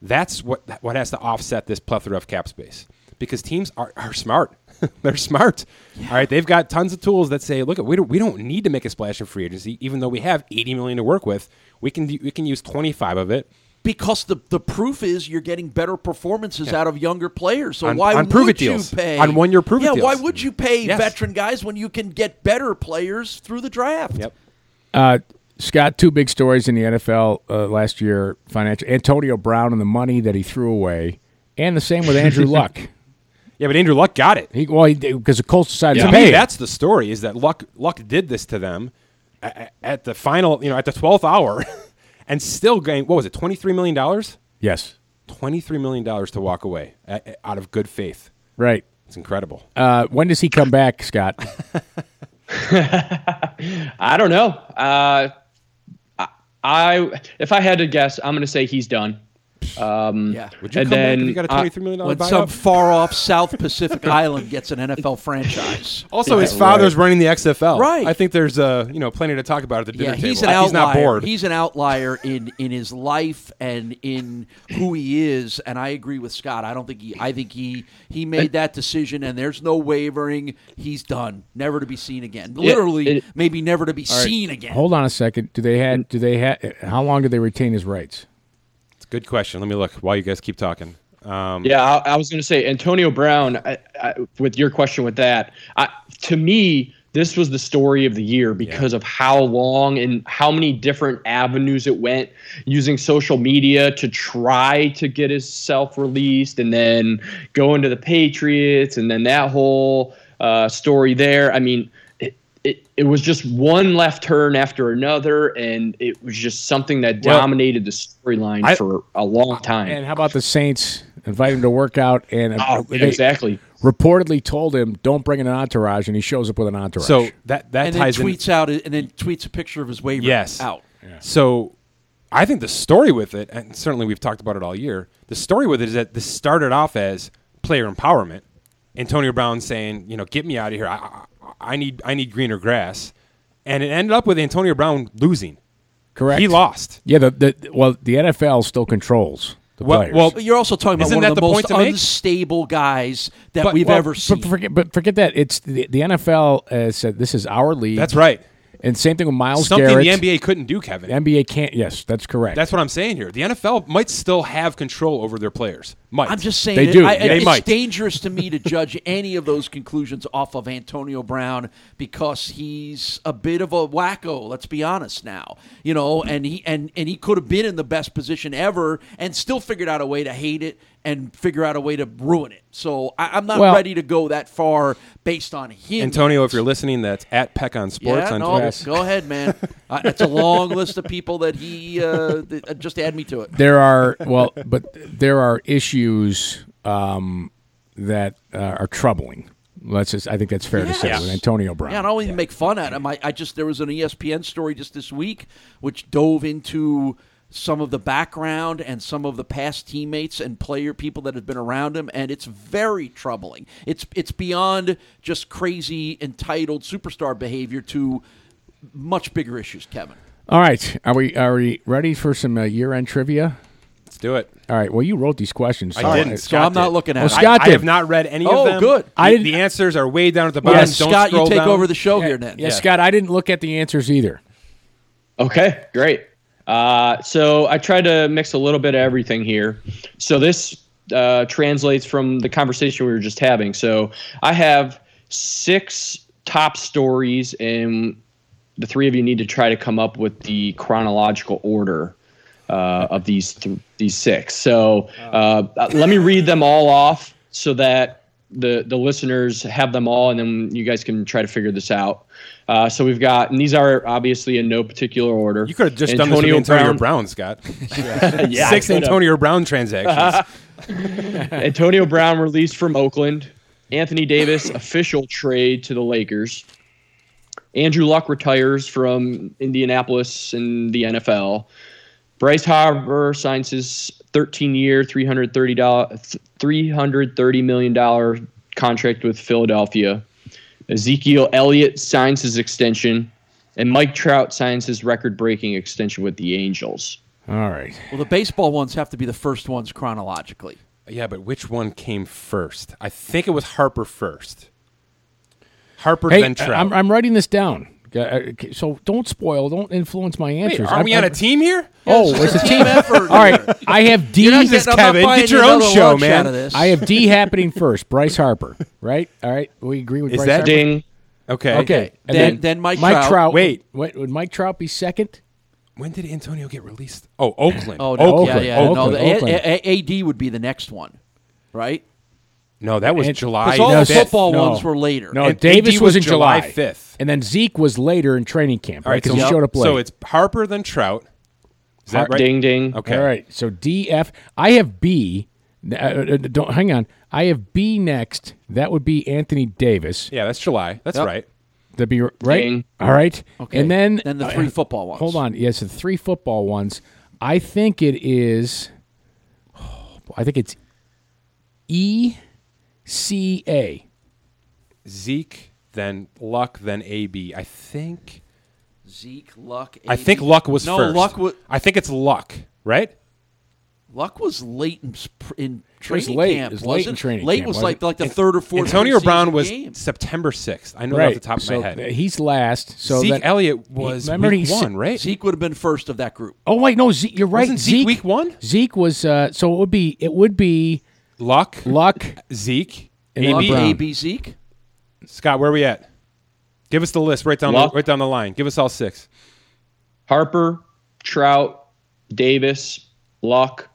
Speaker 4: That's what what has to offset this plethora of cap space because teams are, are smart. They're smart. All right, they've got tons of tools that say, look, we don't, we don't need to make a splash in free agency, even though we have 80 million to work with. We can we can use 25 of it
Speaker 3: because the the proof is you're getting better performances out of younger players. So
Speaker 4: On-
Speaker 3: why
Speaker 4: on
Speaker 3: would
Speaker 4: prove it
Speaker 3: you
Speaker 4: deals.
Speaker 3: pay
Speaker 4: On one-year prove it
Speaker 3: Yeah, why
Speaker 4: deals.
Speaker 3: would you pay
Speaker 4: Yes.
Speaker 3: veteran guys when you can get better players through the draft?
Speaker 4: Yep.
Speaker 2: Uh, Scott, two big stories in the NFL uh, last year: financial Antonio Brown and the money that he threw away, and the same with Andrew Luck.
Speaker 4: Yeah, but Andrew Luck got it.
Speaker 2: He well, because the Colts decided
Speaker 4: To
Speaker 2: to
Speaker 4: me,
Speaker 2: pay.
Speaker 4: that's the story: is that Luck Luck did this to them a- a- at the final, you know, at the 12th hour, and still gained what was it, 23 million dollars?
Speaker 2: yes,
Speaker 4: 23 million dollars to walk away uh, uh, out of good faith.
Speaker 2: right.
Speaker 4: It's incredible.
Speaker 2: Uh, when does he come back, Scott?
Speaker 5: I don't know. Uh, I- I if I had to guess, I'm going to say he's done.
Speaker 3: Yeah.
Speaker 4: Would you come back if
Speaker 5: and then,
Speaker 4: you got a
Speaker 5: uh,
Speaker 4: twenty-three million dollar
Speaker 3: When
Speaker 4: buyout?
Speaker 3: some far off South Pacific island gets an NFL franchise.
Speaker 4: Also, his
Speaker 5: Yeah,
Speaker 4: father's running the XFL.
Speaker 3: Right.
Speaker 4: I think there's uh, you know plenty to talk about at the dinner
Speaker 3: Yeah, he's an
Speaker 4: table.
Speaker 3: outlier.
Speaker 4: he's not bored.
Speaker 3: He's an outlier in in his life and in who he is. And I agree with Scott. I don't think he. I think he he made that decision, and there's no wavering. He's done, never to be seen again. Literally,
Speaker 5: it-
Speaker 3: maybe never to be seen again.
Speaker 2: Hold on a second. Do they had? Do they had? How long do they retain his rights?
Speaker 4: It's a good question. Let me look while you guys keep talking. Um,
Speaker 5: Yeah, I, I was going to say Antonio Brown. I, I, with your question with that, I, to me, this was the story of the year because of how long and how many different avenues it went, using social media to try to get himself released, and then going to the Patriots, and then that whole uh, story there. I mean. It, it, it was just one left turn after another, and it was just something that
Speaker 4: Well,
Speaker 5: dominated the storyline
Speaker 4: I-
Speaker 5: for a long time.
Speaker 2: And how about the Saints invite him to work out and uh,
Speaker 5: oh,
Speaker 2: they
Speaker 5: exactly.
Speaker 2: reportedly told him don't bring in an entourage, and he shows up with an entourage.
Speaker 4: So that that
Speaker 3: and then
Speaker 4: ties in.
Speaker 3: tweets out and then tweets a picture of his waiver
Speaker 4: Yes.
Speaker 3: out.
Speaker 4: So I think the story with it, and certainly we've talked about it all year, the story with it is that this started off as player empowerment. Antonio Brown saying, you know, get me out of here. I, I, I need I need greener grass. And it ended up with Antonio Brown losing.
Speaker 2: correct.
Speaker 4: He lost.
Speaker 2: Yeah. The, the well, the NFL still controls the
Speaker 4: Well-
Speaker 2: players.
Speaker 4: well,
Speaker 3: But you're also talking about
Speaker 4: Isn't
Speaker 3: one
Speaker 4: that
Speaker 3: of the,
Speaker 4: the point
Speaker 3: most
Speaker 4: to make?
Speaker 3: unstable guys that
Speaker 4: But-
Speaker 3: we've
Speaker 4: well,
Speaker 3: ever
Speaker 4: but
Speaker 3: seen.
Speaker 2: But forget, but forget that. It's the, the NFL uh, said this is our league.
Speaker 4: That's right.
Speaker 2: And same thing with Miles
Speaker 4: Something
Speaker 2: Garrett.
Speaker 4: the NBA couldn't do, Kevin.
Speaker 2: The NBA can't. Yes, that's correct.
Speaker 4: That's what I'm saying here. The NFL might still have control over their players. Might.
Speaker 3: I'm just saying
Speaker 2: They
Speaker 3: it-
Speaker 2: do.
Speaker 3: I-
Speaker 2: Yeah,
Speaker 3: I-
Speaker 2: they
Speaker 3: it's
Speaker 2: might.
Speaker 3: dangerous to me to judge any of those conclusions off of Antonio Brown because he's a bit of a wacko. Let's be honest now, you know, and he and and he could have been in the best position ever and still figured out a way to hate it and figure out a way to ruin it. So I, I'm not
Speaker 2: Well-
Speaker 3: ready to go that far based on him,
Speaker 4: Antonio, if you're listening, that's at Peck on Sports
Speaker 3: yeah,
Speaker 4: on
Speaker 3: no,
Speaker 4: Twitter.
Speaker 3: go ahead, man. uh, it's a long list of people that he uh, that, uh, just add me to it.
Speaker 2: there are well, but there are issues um, that uh, are troubling. Let's just, I think that's fair to say
Speaker 4: Yes.
Speaker 2: with Antonio Brown.
Speaker 3: Yeah, and I don't even make fun at him. I, I just there was an E ESPN story just this week which dove into some of the background and some of the past teammates and player people that have been around him, and it's very troubling. It's it's beyond just crazy entitled superstar behavior to much bigger issues, Kevin.
Speaker 2: All right, are we are we ready for some uh, year end trivia?
Speaker 4: Let's do it.
Speaker 2: All right. Well, you wrote these questions. so-
Speaker 4: I didn't.
Speaker 3: So I'm not looking at
Speaker 2: Well,
Speaker 3: it.
Speaker 2: Scott
Speaker 4: I, I
Speaker 2: did.
Speaker 4: have not read any
Speaker 3: Oh,
Speaker 4: of them.
Speaker 3: good.
Speaker 4: The,
Speaker 2: I didn't-
Speaker 4: the answers are way down at the
Speaker 3: Yeah,
Speaker 4: bottom. Don't
Speaker 3: Scott, you
Speaker 4: scroll
Speaker 3: take
Speaker 4: down.
Speaker 3: over the show here,
Speaker 2: Yeah,
Speaker 3: then.
Speaker 2: yeah, Scott, I didn't look at the answers either.
Speaker 5: Okay, great. Uh, so I tried to mix a little bit of everything here. So this uh, translates from the conversation we were just having. So I have six top stories, and the three of you need to try to come up with the chronological order uh, of these th- these six. So uh, let me read them all off so that the the listeners have them all, and then you guys can try to figure this out. Uh, so we've got, and these are obviously in no particular order.
Speaker 4: You could have just done this with Antonio Brown, Scott.
Speaker 5: Yeah, I
Speaker 4: Six
Speaker 5: could have.
Speaker 4: Antonio Brown transactions.
Speaker 5: Antonio Brown released from Oakland. Anthony Davis official trade to the Lakers. Andrew Luck retires from Indianapolis in the NFL. Bryce Harper signs his 13-year, $330, $330 million contract with Philadelphia. Ezekiel Elliott signs his extension. And Mike Trout signs his record-breaking extension with the Angels.
Speaker 2: All right.
Speaker 3: Well, the baseball ones have to be the first ones chronologically.
Speaker 4: yeah, but which one came first? I think it was Harper first. Harper
Speaker 2: Hey,
Speaker 4: then Trout.
Speaker 2: I'm, I'm writing this down. Uh, okay, So don't spoil. Don't influence my
Speaker 4: Wait,
Speaker 2: answers.
Speaker 4: are
Speaker 2: I'm-
Speaker 4: we on a
Speaker 2: I'm-
Speaker 4: team here?
Speaker 2: Oh, it's a team.
Speaker 3: effort.
Speaker 2: All right. I have D.
Speaker 3: You're not
Speaker 4: Jesus,
Speaker 3: getting- I'm not
Speaker 4: Kevin,
Speaker 3: buying
Speaker 4: get your
Speaker 3: you
Speaker 4: own
Speaker 3: another
Speaker 4: show,
Speaker 3: lunch
Speaker 4: man.
Speaker 3: out of this.
Speaker 2: I have D happening first. Bryce Harper. Right. All right. We agree with
Speaker 4: Is
Speaker 2: Bryce
Speaker 4: that
Speaker 2: Harper.
Speaker 5: Ding.
Speaker 4: Okay.
Speaker 2: Okay. And
Speaker 3: Then- then Mike Trout.
Speaker 2: Wait.
Speaker 4: Wait.
Speaker 2: Wait. Would Mike Trout be second?
Speaker 4: When did Antonio get released? Oh, Oakland.
Speaker 3: Oh no!
Speaker 2: Oakland,
Speaker 3: Yeah, yeah.
Speaker 2: Oakland,
Speaker 3: no, the
Speaker 2: Oakland.
Speaker 3: A- A- AD would be the next one, right?
Speaker 4: No, that was
Speaker 2: And-
Speaker 4: July.
Speaker 3: Because all the
Speaker 4: 5th.
Speaker 3: football ones were later.
Speaker 2: No,
Speaker 4: And
Speaker 2: Davis was,
Speaker 4: AD was
Speaker 2: in July
Speaker 4: July 5th.
Speaker 2: and then Zeke was later in training camp,
Speaker 4: All
Speaker 2: right?
Speaker 4: right,
Speaker 2: Because
Speaker 4: so,
Speaker 2: he showed up late.
Speaker 4: so it's Harper then Trout. Is that right?
Speaker 5: Ding, ding.
Speaker 4: Okay.
Speaker 2: All right. So DF. I have B. Uh, uh, don't hang on. I have B next. That would be Anthony Davis.
Speaker 4: Yeah, that's July. That's right.
Speaker 2: That'd be right.
Speaker 5: Ding.
Speaker 2: All right. Okay. And then uh,
Speaker 3: then the three football ones.
Speaker 2: hold on. Yes, the three football ones. I think it is. oh, I think it's E C A.
Speaker 4: Zeke then Luck then AB. I think.
Speaker 3: Zeke, Luck.
Speaker 4: I
Speaker 3: AD.
Speaker 4: think Luck was
Speaker 3: no,
Speaker 4: first.
Speaker 3: Luck was
Speaker 4: I think it's Luck, right?
Speaker 3: Luck was late in, sp- in training
Speaker 2: late.
Speaker 3: camp.
Speaker 2: It was late
Speaker 3: wasn't
Speaker 2: in
Speaker 3: it?
Speaker 2: training
Speaker 3: Late
Speaker 2: camp,
Speaker 3: was
Speaker 2: wasn't
Speaker 3: like
Speaker 2: it?
Speaker 3: like the third or fourth.
Speaker 4: Antonio
Speaker 3: preseason
Speaker 4: Brown was
Speaker 3: game.
Speaker 4: September 6th. I know that
Speaker 2: Right.
Speaker 4: off the top of
Speaker 2: so
Speaker 4: my head.
Speaker 2: th- he's last. So
Speaker 4: Zeke
Speaker 2: then-
Speaker 4: Elliott was
Speaker 2: He- remember
Speaker 4: week
Speaker 2: he s-
Speaker 4: one, right?
Speaker 3: Zeke would have been first of that group.
Speaker 2: Oh wait, no, Zeke, you're right.
Speaker 4: Wasn't Zeke week one?
Speaker 2: Zeke was. Uh, so it would be. It would be
Speaker 4: Luck,
Speaker 2: Luck.
Speaker 4: Zeke,
Speaker 2: And
Speaker 3: Luck,
Speaker 4: AB.
Speaker 2: Brown.
Speaker 3: AB, Zeke.
Speaker 4: Scott, where are we at? Give us the list right down
Speaker 5: Luck.
Speaker 4: the, right down the line. Give us all six.
Speaker 5: Harper, Trout, Davis, Luck,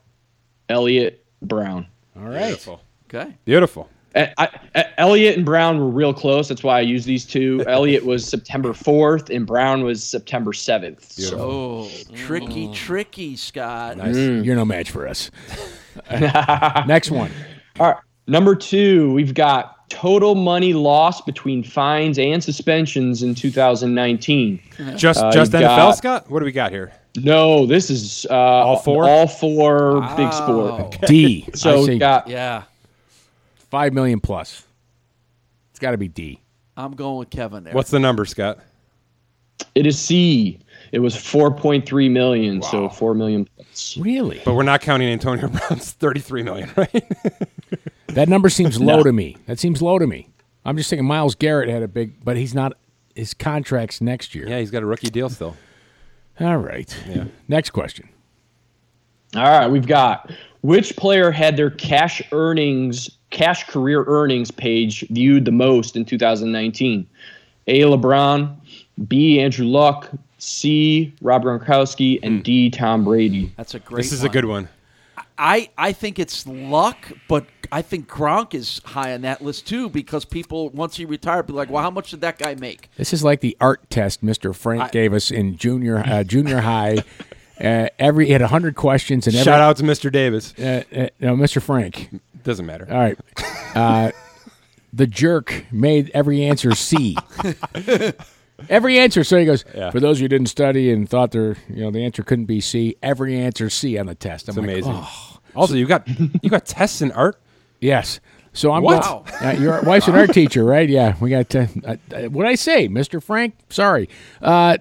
Speaker 5: Elliott, Brown. E,
Speaker 2: All right.
Speaker 4: Beautiful.
Speaker 3: Okay.
Speaker 4: Beautiful.
Speaker 5: I, I- Elliott and Brown were real close. That's why I use these two. Elliott was September 4th, and Brown was September 7th. So
Speaker 3: Oh, tricky, tricky, Scott.
Speaker 5: Mm.
Speaker 2: You're no match for us. Next one.
Speaker 5: All right. Number two, we've got total money lost between fines and suspensions in 2019.
Speaker 4: Just
Speaker 5: Uh,
Speaker 4: just
Speaker 5: you
Speaker 4: NFL,
Speaker 5: got-
Speaker 4: Scott? What do we got here?
Speaker 5: No, this is uh,
Speaker 4: All four?
Speaker 5: All four big sport.
Speaker 2: D. I
Speaker 5: So
Speaker 2: say
Speaker 5: we've got
Speaker 3: Yeah,
Speaker 2: five million plus. It's got to be D.
Speaker 3: I'm going with Kevin there.
Speaker 4: What's the number, Scott?
Speaker 5: it is C. It was 4.3 million, so 4 million plus.
Speaker 2: Really?
Speaker 4: But we're not counting Antonio Brown's 33 million, right?
Speaker 2: That number seems low to me. That seems low to me. I'm just thinking Miles Garrett had a big, but he's not. His contract's next year.
Speaker 4: Yeah, he's got a rookie deal still.
Speaker 2: All right. Next question.
Speaker 5: All right, we've got which player had their cash earnings, cash career earnings page viewed the most in 2019? A. LeBron, B. Andrew Luck, C. Rob Gronkowski,
Speaker 2: Hmm.
Speaker 5: and D. Tom Brady.
Speaker 3: That's a great.
Speaker 4: This is a
Speaker 3: one.
Speaker 4: good one.
Speaker 3: I I think it's luck, but I think Gronk is high on that list too because people once he retired be like, well, how much did that guy make?
Speaker 2: This is like the art test Mr. Frank gave us in junior uh, junior high. Uh, every he had hundred questions and every,
Speaker 4: Shout out to Mr. Davis.
Speaker 2: Uh, uh, no, Mr. Frank.
Speaker 4: Doesn't matter.
Speaker 2: All right. Uh, the jerk made every answer C. every answer. So he goes, for those who didn't study and thought their, you know, the answer couldn't be C, every answer C on the test. I'm
Speaker 4: It's
Speaker 2: like,
Speaker 4: amazing.
Speaker 2: "Oh,
Speaker 4: Also, you got you got tests in art.
Speaker 2: yes. So I'm
Speaker 4: What?
Speaker 2: Wow. your wife's an art teacher, right? Yeah, we got. Uh, uh, what I say, Mister Frank? Sorry, uh,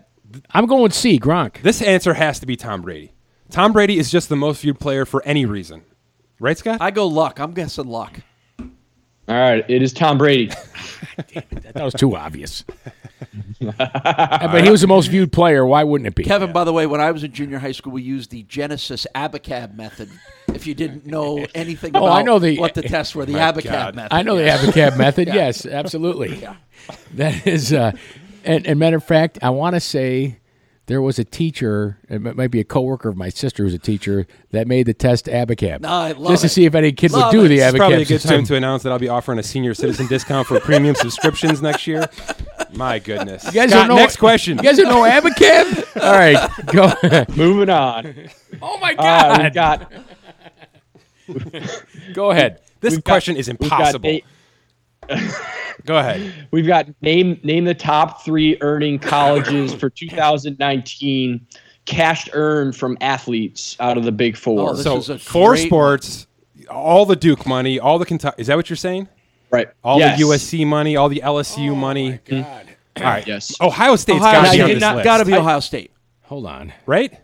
Speaker 2: I'm going with C. Gronk.
Speaker 4: This answer has to be Tom Brady. Tom Brady is just the most viewed player for any reason, right, Scott?
Speaker 3: I go luck. I'm guessing luck.
Speaker 5: All right, it is Tom Brady.
Speaker 2: That was too obvious. but he was the most viewed player. Why wouldn't it be?
Speaker 3: Kevin, by the way, when I was in junior high school, we used the Genesis Abacab method. If you didn't know anything about
Speaker 2: Oh, I know the-
Speaker 3: what the tests were, the Abacab
Speaker 4: God.
Speaker 3: method.
Speaker 2: I know
Speaker 3: yeah.
Speaker 2: the Abacab method. Yes, absolutely. That is, uh, and, and matter of fact, I want to say there was a teacher, it mi- might be a coworker of my sister who's a teacher, that made the test Abacab.
Speaker 3: No, I love
Speaker 2: just to
Speaker 3: it.
Speaker 2: see if any kid
Speaker 3: Love
Speaker 2: would do
Speaker 3: it.
Speaker 2: the
Speaker 3: This
Speaker 2: Abacab
Speaker 4: It's probably a good
Speaker 2: system.
Speaker 4: time to announce that I'll be offering a senior citizen discount for premium subscriptions next year. My goodness.
Speaker 2: You guys
Speaker 4: Scott,
Speaker 2: don't know,
Speaker 4: next question.
Speaker 2: You guys don't know Abacab? All right, go.
Speaker 5: Moving on.
Speaker 2: oh my
Speaker 5: All right,
Speaker 2: God!
Speaker 5: we've got
Speaker 2: go ahead.
Speaker 4: this
Speaker 5: got-
Speaker 4: question is
Speaker 5: we've got,
Speaker 4: impossible.
Speaker 5: na-
Speaker 4: Go ahead.
Speaker 5: we've got name name the top three earning colleges for 2019 cash earned from athletes out of the big four.
Speaker 3: Oh, this
Speaker 4: So
Speaker 3: is a
Speaker 4: four
Speaker 3: great-
Speaker 4: sports, all the Duke money, all the Kentucky. Is that what you're saying?
Speaker 5: right.
Speaker 4: All
Speaker 5: Yes.
Speaker 4: the USC money, all the
Speaker 2: Oh
Speaker 4: LSU money. Hmm. All right.
Speaker 5: Yes.
Speaker 4: Ohio State's
Speaker 3: Ohio
Speaker 4: got to
Speaker 3: State.
Speaker 4: be on
Speaker 3: Did
Speaker 4: this
Speaker 3: not-
Speaker 4: list,
Speaker 3: Gotta be Ohio State.
Speaker 2: Hold on.
Speaker 4: right?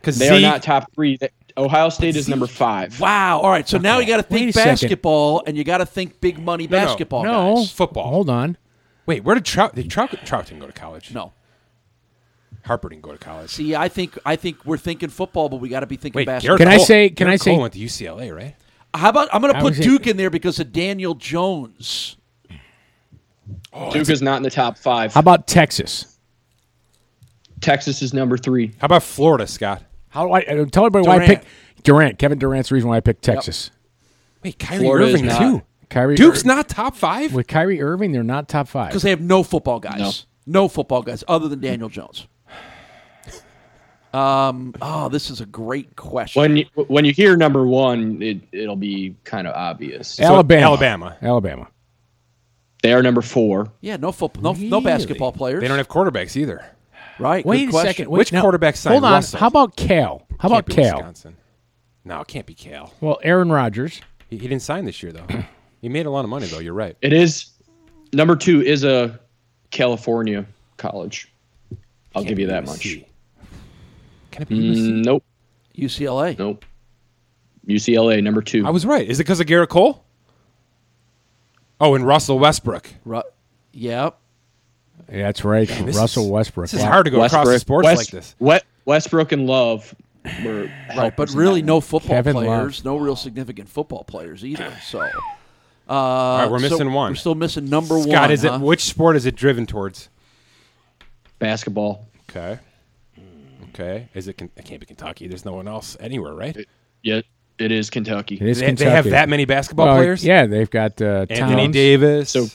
Speaker 4: Because
Speaker 5: They are not top three. That- Ohio State is number five.
Speaker 3: Wow. All right. So now you got to
Speaker 2: Wait a
Speaker 3: think
Speaker 2: second.
Speaker 3: basketball, and you got to think big money
Speaker 4: no.
Speaker 3: basketball.
Speaker 2: No
Speaker 3: guys.
Speaker 4: football.
Speaker 2: Hold on.
Speaker 4: Wait, where did Trout? Did Trout, Trout didn't go to college?
Speaker 3: no.
Speaker 4: Harper didn't go to college.
Speaker 3: See, I think I think we're thinking football, but we got to be thinking
Speaker 4: Wait,
Speaker 3: basketball.
Speaker 4: Garrett
Speaker 2: Can I
Speaker 4: Cole-
Speaker 2: say- can
Speaker 4: Garrett
Speaker 2: I say-
Speaker 4: Cole went to UCLA, right?
Speaker 3: How about I'm going to
Speaker 2: I
Speaker 3: put
Speaker 2: was-
Speaker 3: Duke in there because of Daniel Jones.
Speaker 5: Duke is not in the top five.
Speaker 2: How about Texas?
Speaker 5: Texas is number three.
Speaker 4: How about Florida, Scott?
Speaker 2: How do I uh, tell everybody why I
Speaker 3: Durant.
Speaker 2: picked Durant? Kevin Durant's the reason why I picked Texas.
Speaker 4: Wait, Kyrie
Speaker 5: Florida is
Speaker 4: Irving
Speaker 5: not.
Speaker 4: too.
Speaker 2: Kyrie
Speaker 4: Duke's
Speaker 2: Irving-
Speaker 4: not top five.
Speaker 2: With Kyrie Irving, they're not top five.
Speaker 3: because they have no football guys. No. football guys other than Daniel Jones. Um. Oh, this is a great question.
Speaker 5: When you, when you hear number one, it, it'll be kind of obvious.
Speaker 2: Alabama.
Speaker 4: Alabama.
Speaker 2: Alabama.
Speaker 5: They are number four.
Speaker 3: yeah, no football, no, no basketball players.
Speaker 4: They don't have quarterbacks either.
Speaker 3: right.
Speaker 2: Wait
Speaker 3: good
Speaker 2: a
Speaker 3: question.
Speaker 2: second.
Speaker 4: Which
Speaker 2: Wait, now,
Speaker 4: quarterback signed
Speaker 2: Hold on.
Speaker 4: Russell?
Speaker 2: How about Cal? How
Speaker 4: Can't
Speaker 2: about
Speaker 4: be
Speaker 2: Cal?
Speaker 4: Wisconsin. No, it can't be Cal.
Speaker 2: Well, Aaron Rodgers.
Speaker 4: He, he didn't sign this year though. he made a lot of money though. You're right.
Speaker 5: It is number two is a California college. I'll give you that much. Mm,
Speaker 4: USC. Can it be USC?
Speaker 5: Nope.
Speaker 3: UCLA.
Speaker 5: Nope. UCLA number two.
Speaker 4: I was right. Is it because of Garrett Cole? Oh, and Russell Westbrook.
Speaker 3: Ru- yeah.
Speaker 2: Yeah, that's right.
Speaker 4: this
Speaker 2: Russell
Speaker 4: is-
Speaker 2: Westbrook.
Speaker 4: This is
Speaker 2: Wow.
Speaker 4: hard to go
Speaker 5: Westbrook,
Speaker 4: across the sports
Speaker 5: West-
Speaker 4: like this.
Speaker 5: Wet- Westbrook and Love were
Speaker 3: Right. But
Speaker 5: helpers in
Speaker 3: really,
Speaker 5: that
Speaker 3: no football
Speaker 2: Kevin Love.
Speaker 3: players. No real significant football players either. So. Uh,
Speaker 4: All right, we're
Speaker 3: so
Speaker 4: missing one.
Speaker 3: We're still missing number one.
Speaker 4: Scott, is
Speaker 3: huh?
Speaker 4: it which sport is it driven towards?
Speaker 5: basketball.
Speaker 4: Okay. Okay. Is it? Ken- It can't be Kentucky. There's no one else anywhere, right?
Speaker 5: Yeah, it is Kentucky.
Speaker 2: It is
Speaker 4: They, they have
Speaker 2: Kentucky.
Speaker 4: that many basketball
Speaker 2: Well,
Speaker 4: players.
Speaker 2: Yeah, they've got uh,
Speaker 4: Anthony
Speaker 2: Towns.
Speaker 4: Davis.
Speaker 5: So-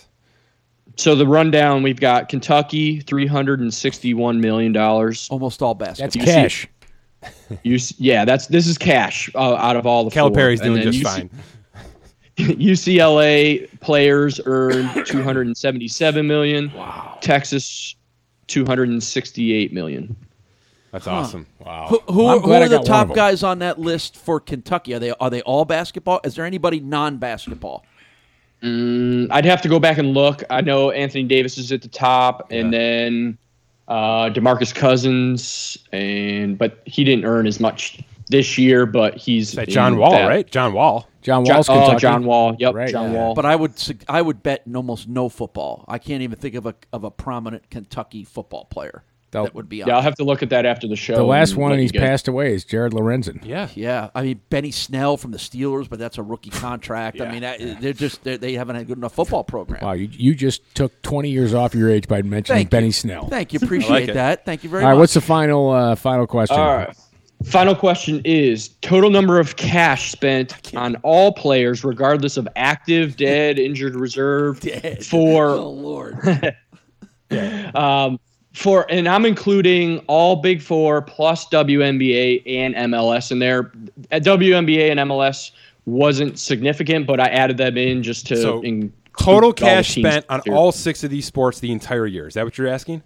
Speaker 5: So the rundown we've got Kentucky three hundred and sixty-one million dollars.
Speaker 4: Oh.
Speaker 3: Almost all basketball.
Speaker 2: That's cash.
Speaker 5: yeah, that's this is cash uh, out of all the. four.
Speaker 4: Calipari's
Speaker 5: And
Speaker 4: doing
Speaker 5: then
Speaker 4: just fine.
Speaker 5: UC UCLA players earned two hundred and seventy-seven million. Wow. Texas, two hundred and sixty-eight million.
Speaker 4: That's awesome. Wow.
Speaker 3: Who, who,
Speaker 2: I'm
Speaker 3: who
Speaker 2: glad I
Speaker 3: are the
Speaker 2: got one of
Speaker 3: top
Speaker 2: them.
Speaker 3: guys on that list for Kentucky? Are they are they all basketball? Is there anybody non basketball?
Speaker 5: I'd have to go back and look. I know Anthony Davis is at the top, and then uh, Demarcus Cousins, and but he didn't earn as much this year. But he's
Speaker 4: That
Speaker 5: in
Speaker 4: John Wall,
Speaker 5: that-
Speaker 4: right? John Wall.
Speaker 2: John
Speaker 5: John,
Speaker 2: Wall's
Speaker 5: oh,
Speaker 2: Kentucky.
Speaker 5: John Wall. Yep,
Speaker 2: Right,
Speaker 5: John
Speaker 2: yeah.
Speaker 5: Wall.
Speaker 3: But I would sug- I would bet in almost no football. I can't even think of a of a prominent Kentucky football player.
Speaker 2: The-
Speaker 3: that would be on.
Speaker 5: Yeah, I'll have to look at that after the show.
Speaker 2: The last
Speaker 5: and
Speaker 2: one,
Speaker 5: let
Speaker 2: and
Speaker 5: you
Speaker 2: he's
Speaker 5: guys-
Speaker 2: passed away, is Jared Lorenzen.
Speaker 4: Yeah.
Speaker 3: Yeah, I mean Benny Snell from the Steelers, but that's a rookie contract. I mean, that, they're just they're, they haven't had a good enough football program.
Speaker 2: Wow, you, you just took 20 years off your age by mentioning
Speaker 3: Thank you.
Speaker 2: Benny Snell.
Speaker 3: Thank you, appreciate
Speaker 4: it.
Speaker 3: that. Thank you very
Speaker 2: All right,
Speaker 3: much.
Speaker 2: what's the final uh, final question?
Speaker 5: All right. Final question is total number of cash spent on all players, regardless of active, dead, injured, reserve,
Speaker 3: oh
Speaker 5: for
Speaker 3: Lord?
Speaker 5: um, for, and I'm including all Big Four plus WNBA and MLS in there. Uh, At WNBA and MLS wasn't significant, but I added them in just to
Speaker 4: So,
Speaker 5: in-
Speaker 4: Total
Speaker 5: all the
Speaker 4: cash
Speaker 5: teams
Speaker 4: spent on
Speaker 5: here.
Speaker 4: all six of these sports the entire year. Is that what you're asking?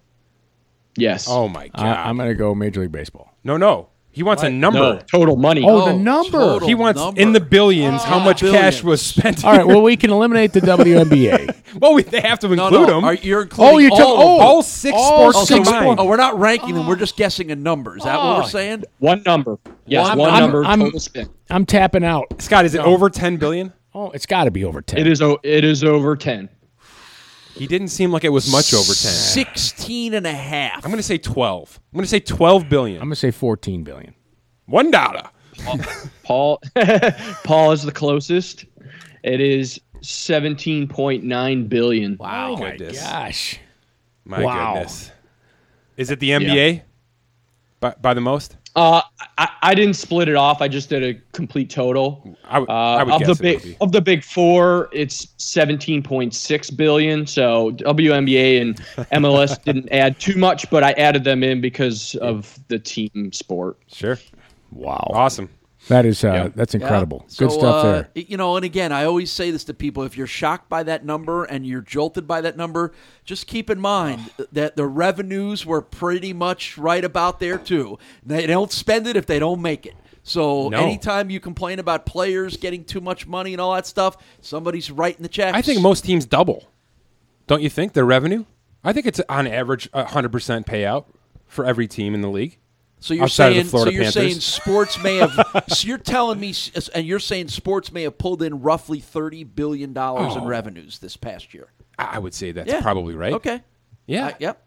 Speaker 5: Yes.
Speaker 4: Oh my god!
Speaker 2: I, am going to go Major League Baseball.
Speaker 4: no, no. He wants a number.
Speaker 5: no total money.
Speaker 2: Oh, the number.
Speaker 3: total
Speaker 4: He wants
Speaker 3: number.
Speaker 4: in the billions how much cash
Speaker 3: Billions.
Speaker 4: was spent.
Speaker 2: All right, well, we can eliminate the WNBA.
Speaker 4: well, we, they have to
Speaker 3: No,
Speaker 4: include
Speaker 3: no,
Speaker 4: them.
Speaker 3: are, you're including
Speaker 2: you took-
Speaker 3: all of
Speaker 2: oh,
Speaker 3: them.
Speaker 4: all six
Speaker 2: all
Speaker 4: sports
Speaker 3: Oh,
Speaker 2: six Oh.
Speaker 3: so
Speaker 4: combined.
Speaker 3: we're,
Speaker 2: combined.
Speaker 3: oh, we're not ranking them. We're just guessing a number. Is that what we're saying?
Speaker 5: One number. Yes,
Speaker 2: I'm-
Speaker 5: one
Speaker 2: I'm-
Speaker 5: number
Speaker 2: I'm-
Speaker 5: total spent.
Speaker 2: I'm tapping out.
Speaker 4: Scott, is it over 10 billion?
Speaker 2: Oh, it's got to be over 10.
Speaker 5: It is o- it is over ten.
Speaker 4: He didn't seem like it was much over 10.
Speaker 3: 16 and a half.
Speaker 4: I'm going to say 12. I'm going to say 12 billion.
Speaker 2: I'm going to say 14 billion.
Speaker 4: One dollar.
Speaker 5: Paul Paul is the closest. It is seventeen point nine billion.
Speaker 4: Wow. goodness.
Speaker 2: Oh Gosh.
Speaker 4: My
Speaker 2: Wow.
Speaker 4: goodness. Is it the NBA? By, by the most?
Speaker 5: Uh, I, I didn't split it off. I just did a complete total.
Speaker 4: I would-
Speaker 5: uh,
Speaker 4: I would
Speaker 5: of
Speaker 4: guess
Speaker 5: the
Speaker 4: it would
Speaker 5: big
Speaker 4: be.
Speaker 5: of the big four. It's seventeen point six billion. So WNBA and MLS didn't add too much, but I added them in because of the team sport.
Speaker 4: Sure.
Speaker 2: Wow.
Speaker 4: Awesome.
Speaker 2: That is uh, that's
Speaker 3: Yeah.
Speaker 2: incredible.
Speaker 3: So,
Speaker 2: Good stuff
Speaker 3: uh,
Speaker 2: there.
Speaker 3: y- You know, and again, I always say this to people: if you're shocked by that number and you're jolted by that number, just keep in mind that the revenues were pretty much right about there too. They don't spend it if they don't make it. So
Speaker 4: No.
Speaker 3: anytime you complain about players getting too much money and all that stuff, somebody's writing the checks.
Speaker 4: I think most teams double. Don't you think their revenue? I think it's on average a 100% payout for every team in the league.
Speaker 3: So you're
Speaker 4: outside of the
Speaker 3: saying so
Speaker 4: Florida
Speaker 3: you're
Speaker 4: Panthers.
Speaker 3: saying sports may have so you're telling me s- and you're saying sports may have pulled in roughly 30 billion dollars
Speaker 4: Oh.
Speaker 3: in revenues this past year.
Speaker 4: I I would say that's
Speaker 3: Yeah.
Speaker 4: probably right.
Speaker 3: Okay.
Speaker 4: Yeah.
Speaker 3: Uh, yep.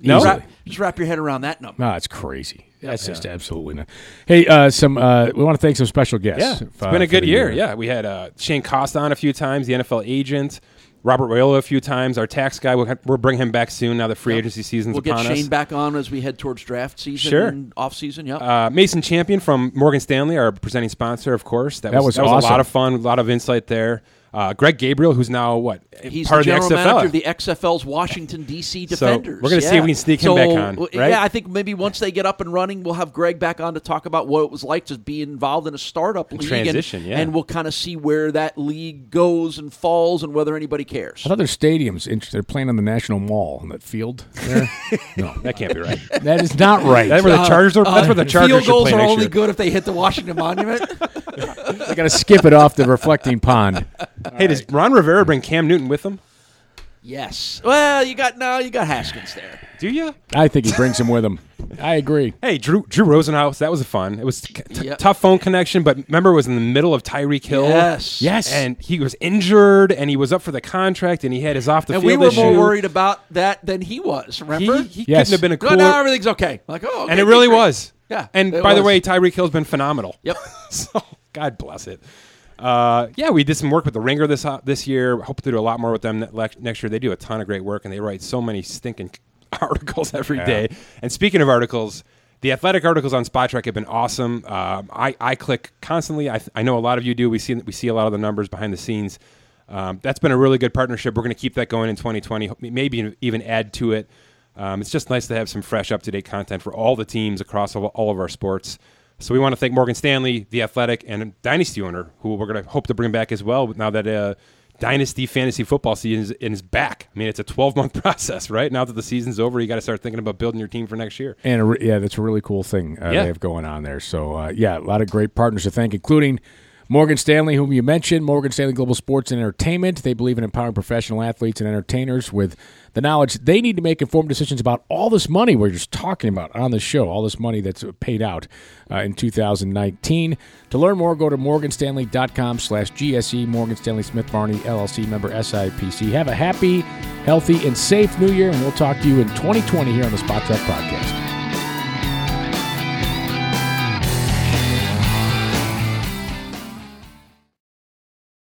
Speaker 4: No.
Speaker 3: Just wrap, just wrap your head around that number.
Speaker 2: No, oh, it's crazy. That's just absolutely not. Hey, uh, some uh, we want to thank some special guests.
Speaker 4: Yeah,
Speaker 2: f-
Speaker 4: it's
Speaker 2: uh,
Speaker 4: been a
Speaker 2: for
Speaker 4: good
Speaker 2: the
Speaker 4: year. Yeah, we had uh, Shane Costa on a few times, the NFL agent, Robert Rayola a few times, our tax guy. We'll, we'll bring him back soon now that free agency season's
Speaker 3: We'll get
Speaker 4: upon
Speaker 3: Shane
Speaker 4: us.
Speaker 3: back on as we head towards draft season
Speaker 4: Sure.
Speaker 3: and off season. Yep.
Speaker 4: Uh, Mason Champion from Morgan Stanley, our presenting sponsor, of course. That,
Speaker 2: That
Speaker 4: was,
Speaker 2: was
Speaker 4: that was a
Speaker 2: awesome.
Speaker 4: lot of fun, a lot of insight there. Uh, Greg Gabriel, who's now what
Speaker 3: He's
Speaker 4: part
Speaker 3: the
Speaker 4: of
Speaker 3: general
Speaker 4: the XFL?
Speaker 3: manager of the XFL's Washington D.C.
Speaker 4: So,
Speaker 3: Defenders.
Speaker 4: we're gonna see
Speaker 3: Yeah.
Speaker 4: if we can sneak him
Speaker 3: So,
Speaker 4: back on,
Speaker 3: w-
Speaker 4: right?
Speaker 3: Yeah, I think maybe once they get up and running, we'll have Greg back on to talk about what it was like to be involved in a startup league and-
Speaker 4: transition, yeah.
Speaker 3: and we'll kind of see where that league goes and falls and whether anybody cares.
Speaker 2: I thought their stadium's interesting. They're playing on the National Mall in that field there. no,
Speaker 4: that can't be right.
Speaker 2: that is not right.
Speaker 4: That's where the Chargers are. That's where the Chargers
Speaker 3: Uh, Field
Speaker 4: should
Speaker 3: goals
Speaker 4: play
Speaker 3: are
Speaker 4: next
Speaker 3: only
Speaker 4: year.
Speaker 3: good if they hit the Washington Monument.
Speaker 2: I got to skip it off the reflecting pond.
Speaker 4: Hey, does Ron Rivera bring Cam Newton with him?
Speaker 3: yes. Well, you got no, you got Haskins there.
Speaker 4: Do you?
Speaker 2: I think he brings him with him. I agree.
Speaker 4: Hey, Drew Drew Rosenhaus, that was fun. It was t- t-
Speaker 3: Yep.
Speaker 4: tough phone connection, but remember it was in the middle of Tyreek Hill.
Speaker 3: Yes.
Speaker 2: Yes.
Speaker 4: And he was injured and he was up for the contract and he had his off the
Speaker 3: And we
Speaker 4: field
Speaker 3: were
Speaker 4: issue.
Speaker 3: more worried about that than he was.
Speaker 4: He,
Speaker 3: Remember?
Speaker 4: he
Speaker 2: Yes.
Speaker 4: couldn't have been a
Speaker 3: No,
Speaker 4: cooler.
Speaker 3: now everything's okay. Like, oh, okay,
Speaker 4: and it really
Speaker 3: great.
Speaker 4: was.
Speaker 3: Yeah,
Speaker 4: And
Speaker 3: it
Speaker 4: by the
Speaker 3: was.
Speaker 4: way, Tyreek Hill's been phenomenal.
Speaker 3: Yep.
Speaker 4: so God bless it. Uh, yeah, we did some work with the Ringer this uh, this year. Hope to do a lot more with them ne- lec- next year. They do a ton of great work, and they write so many stinking articles every day. And speaking of articles, the athletic articles on Spot Track have been awesome. Um, I I click constantly. I, th- I know a lot of you do. We see we see a lot of the numbers behind the scenes. Um, that's been a really good partnership. We're going to keep that going in 2020. Hope- Maybe even add to it. Um, it's just nice to have some fresh, up to date content for all the teams across all, all of our sports. So we want to thank Morgan Stanley, the Athletic, and Dynasty owner, who we're going to hope to bring back as well. Now that uh, Dynasty fantasy football season is, is back, I mean it's a 12 month process, right? Now that the season's over, you got to start thinking about building your team for next year.
Speaker 2: And a re- yeah, that's a really cool thing uh,
Speaker 4: Yeah.
Speaker 2: they have going on there. So uh, yeah, a lot of great partners to thank, including Morgan Stanley, whom you mentioned, Morgan Stanley Global Sports and Entertainment. They believe in empowering professional athletes and entertainers with the knowledge they need to make informed decisions about all this money we're just talking about on the show, all this money that's paid out uh, in 2019. To learn more, go to morganstanley.com slash GSE, Morgan Stanley Smith Barney, LLC member SIPC. Have a happy, healthy, and safe new year, and we'll talk to you in 2020 here on the Spot Track Podcast.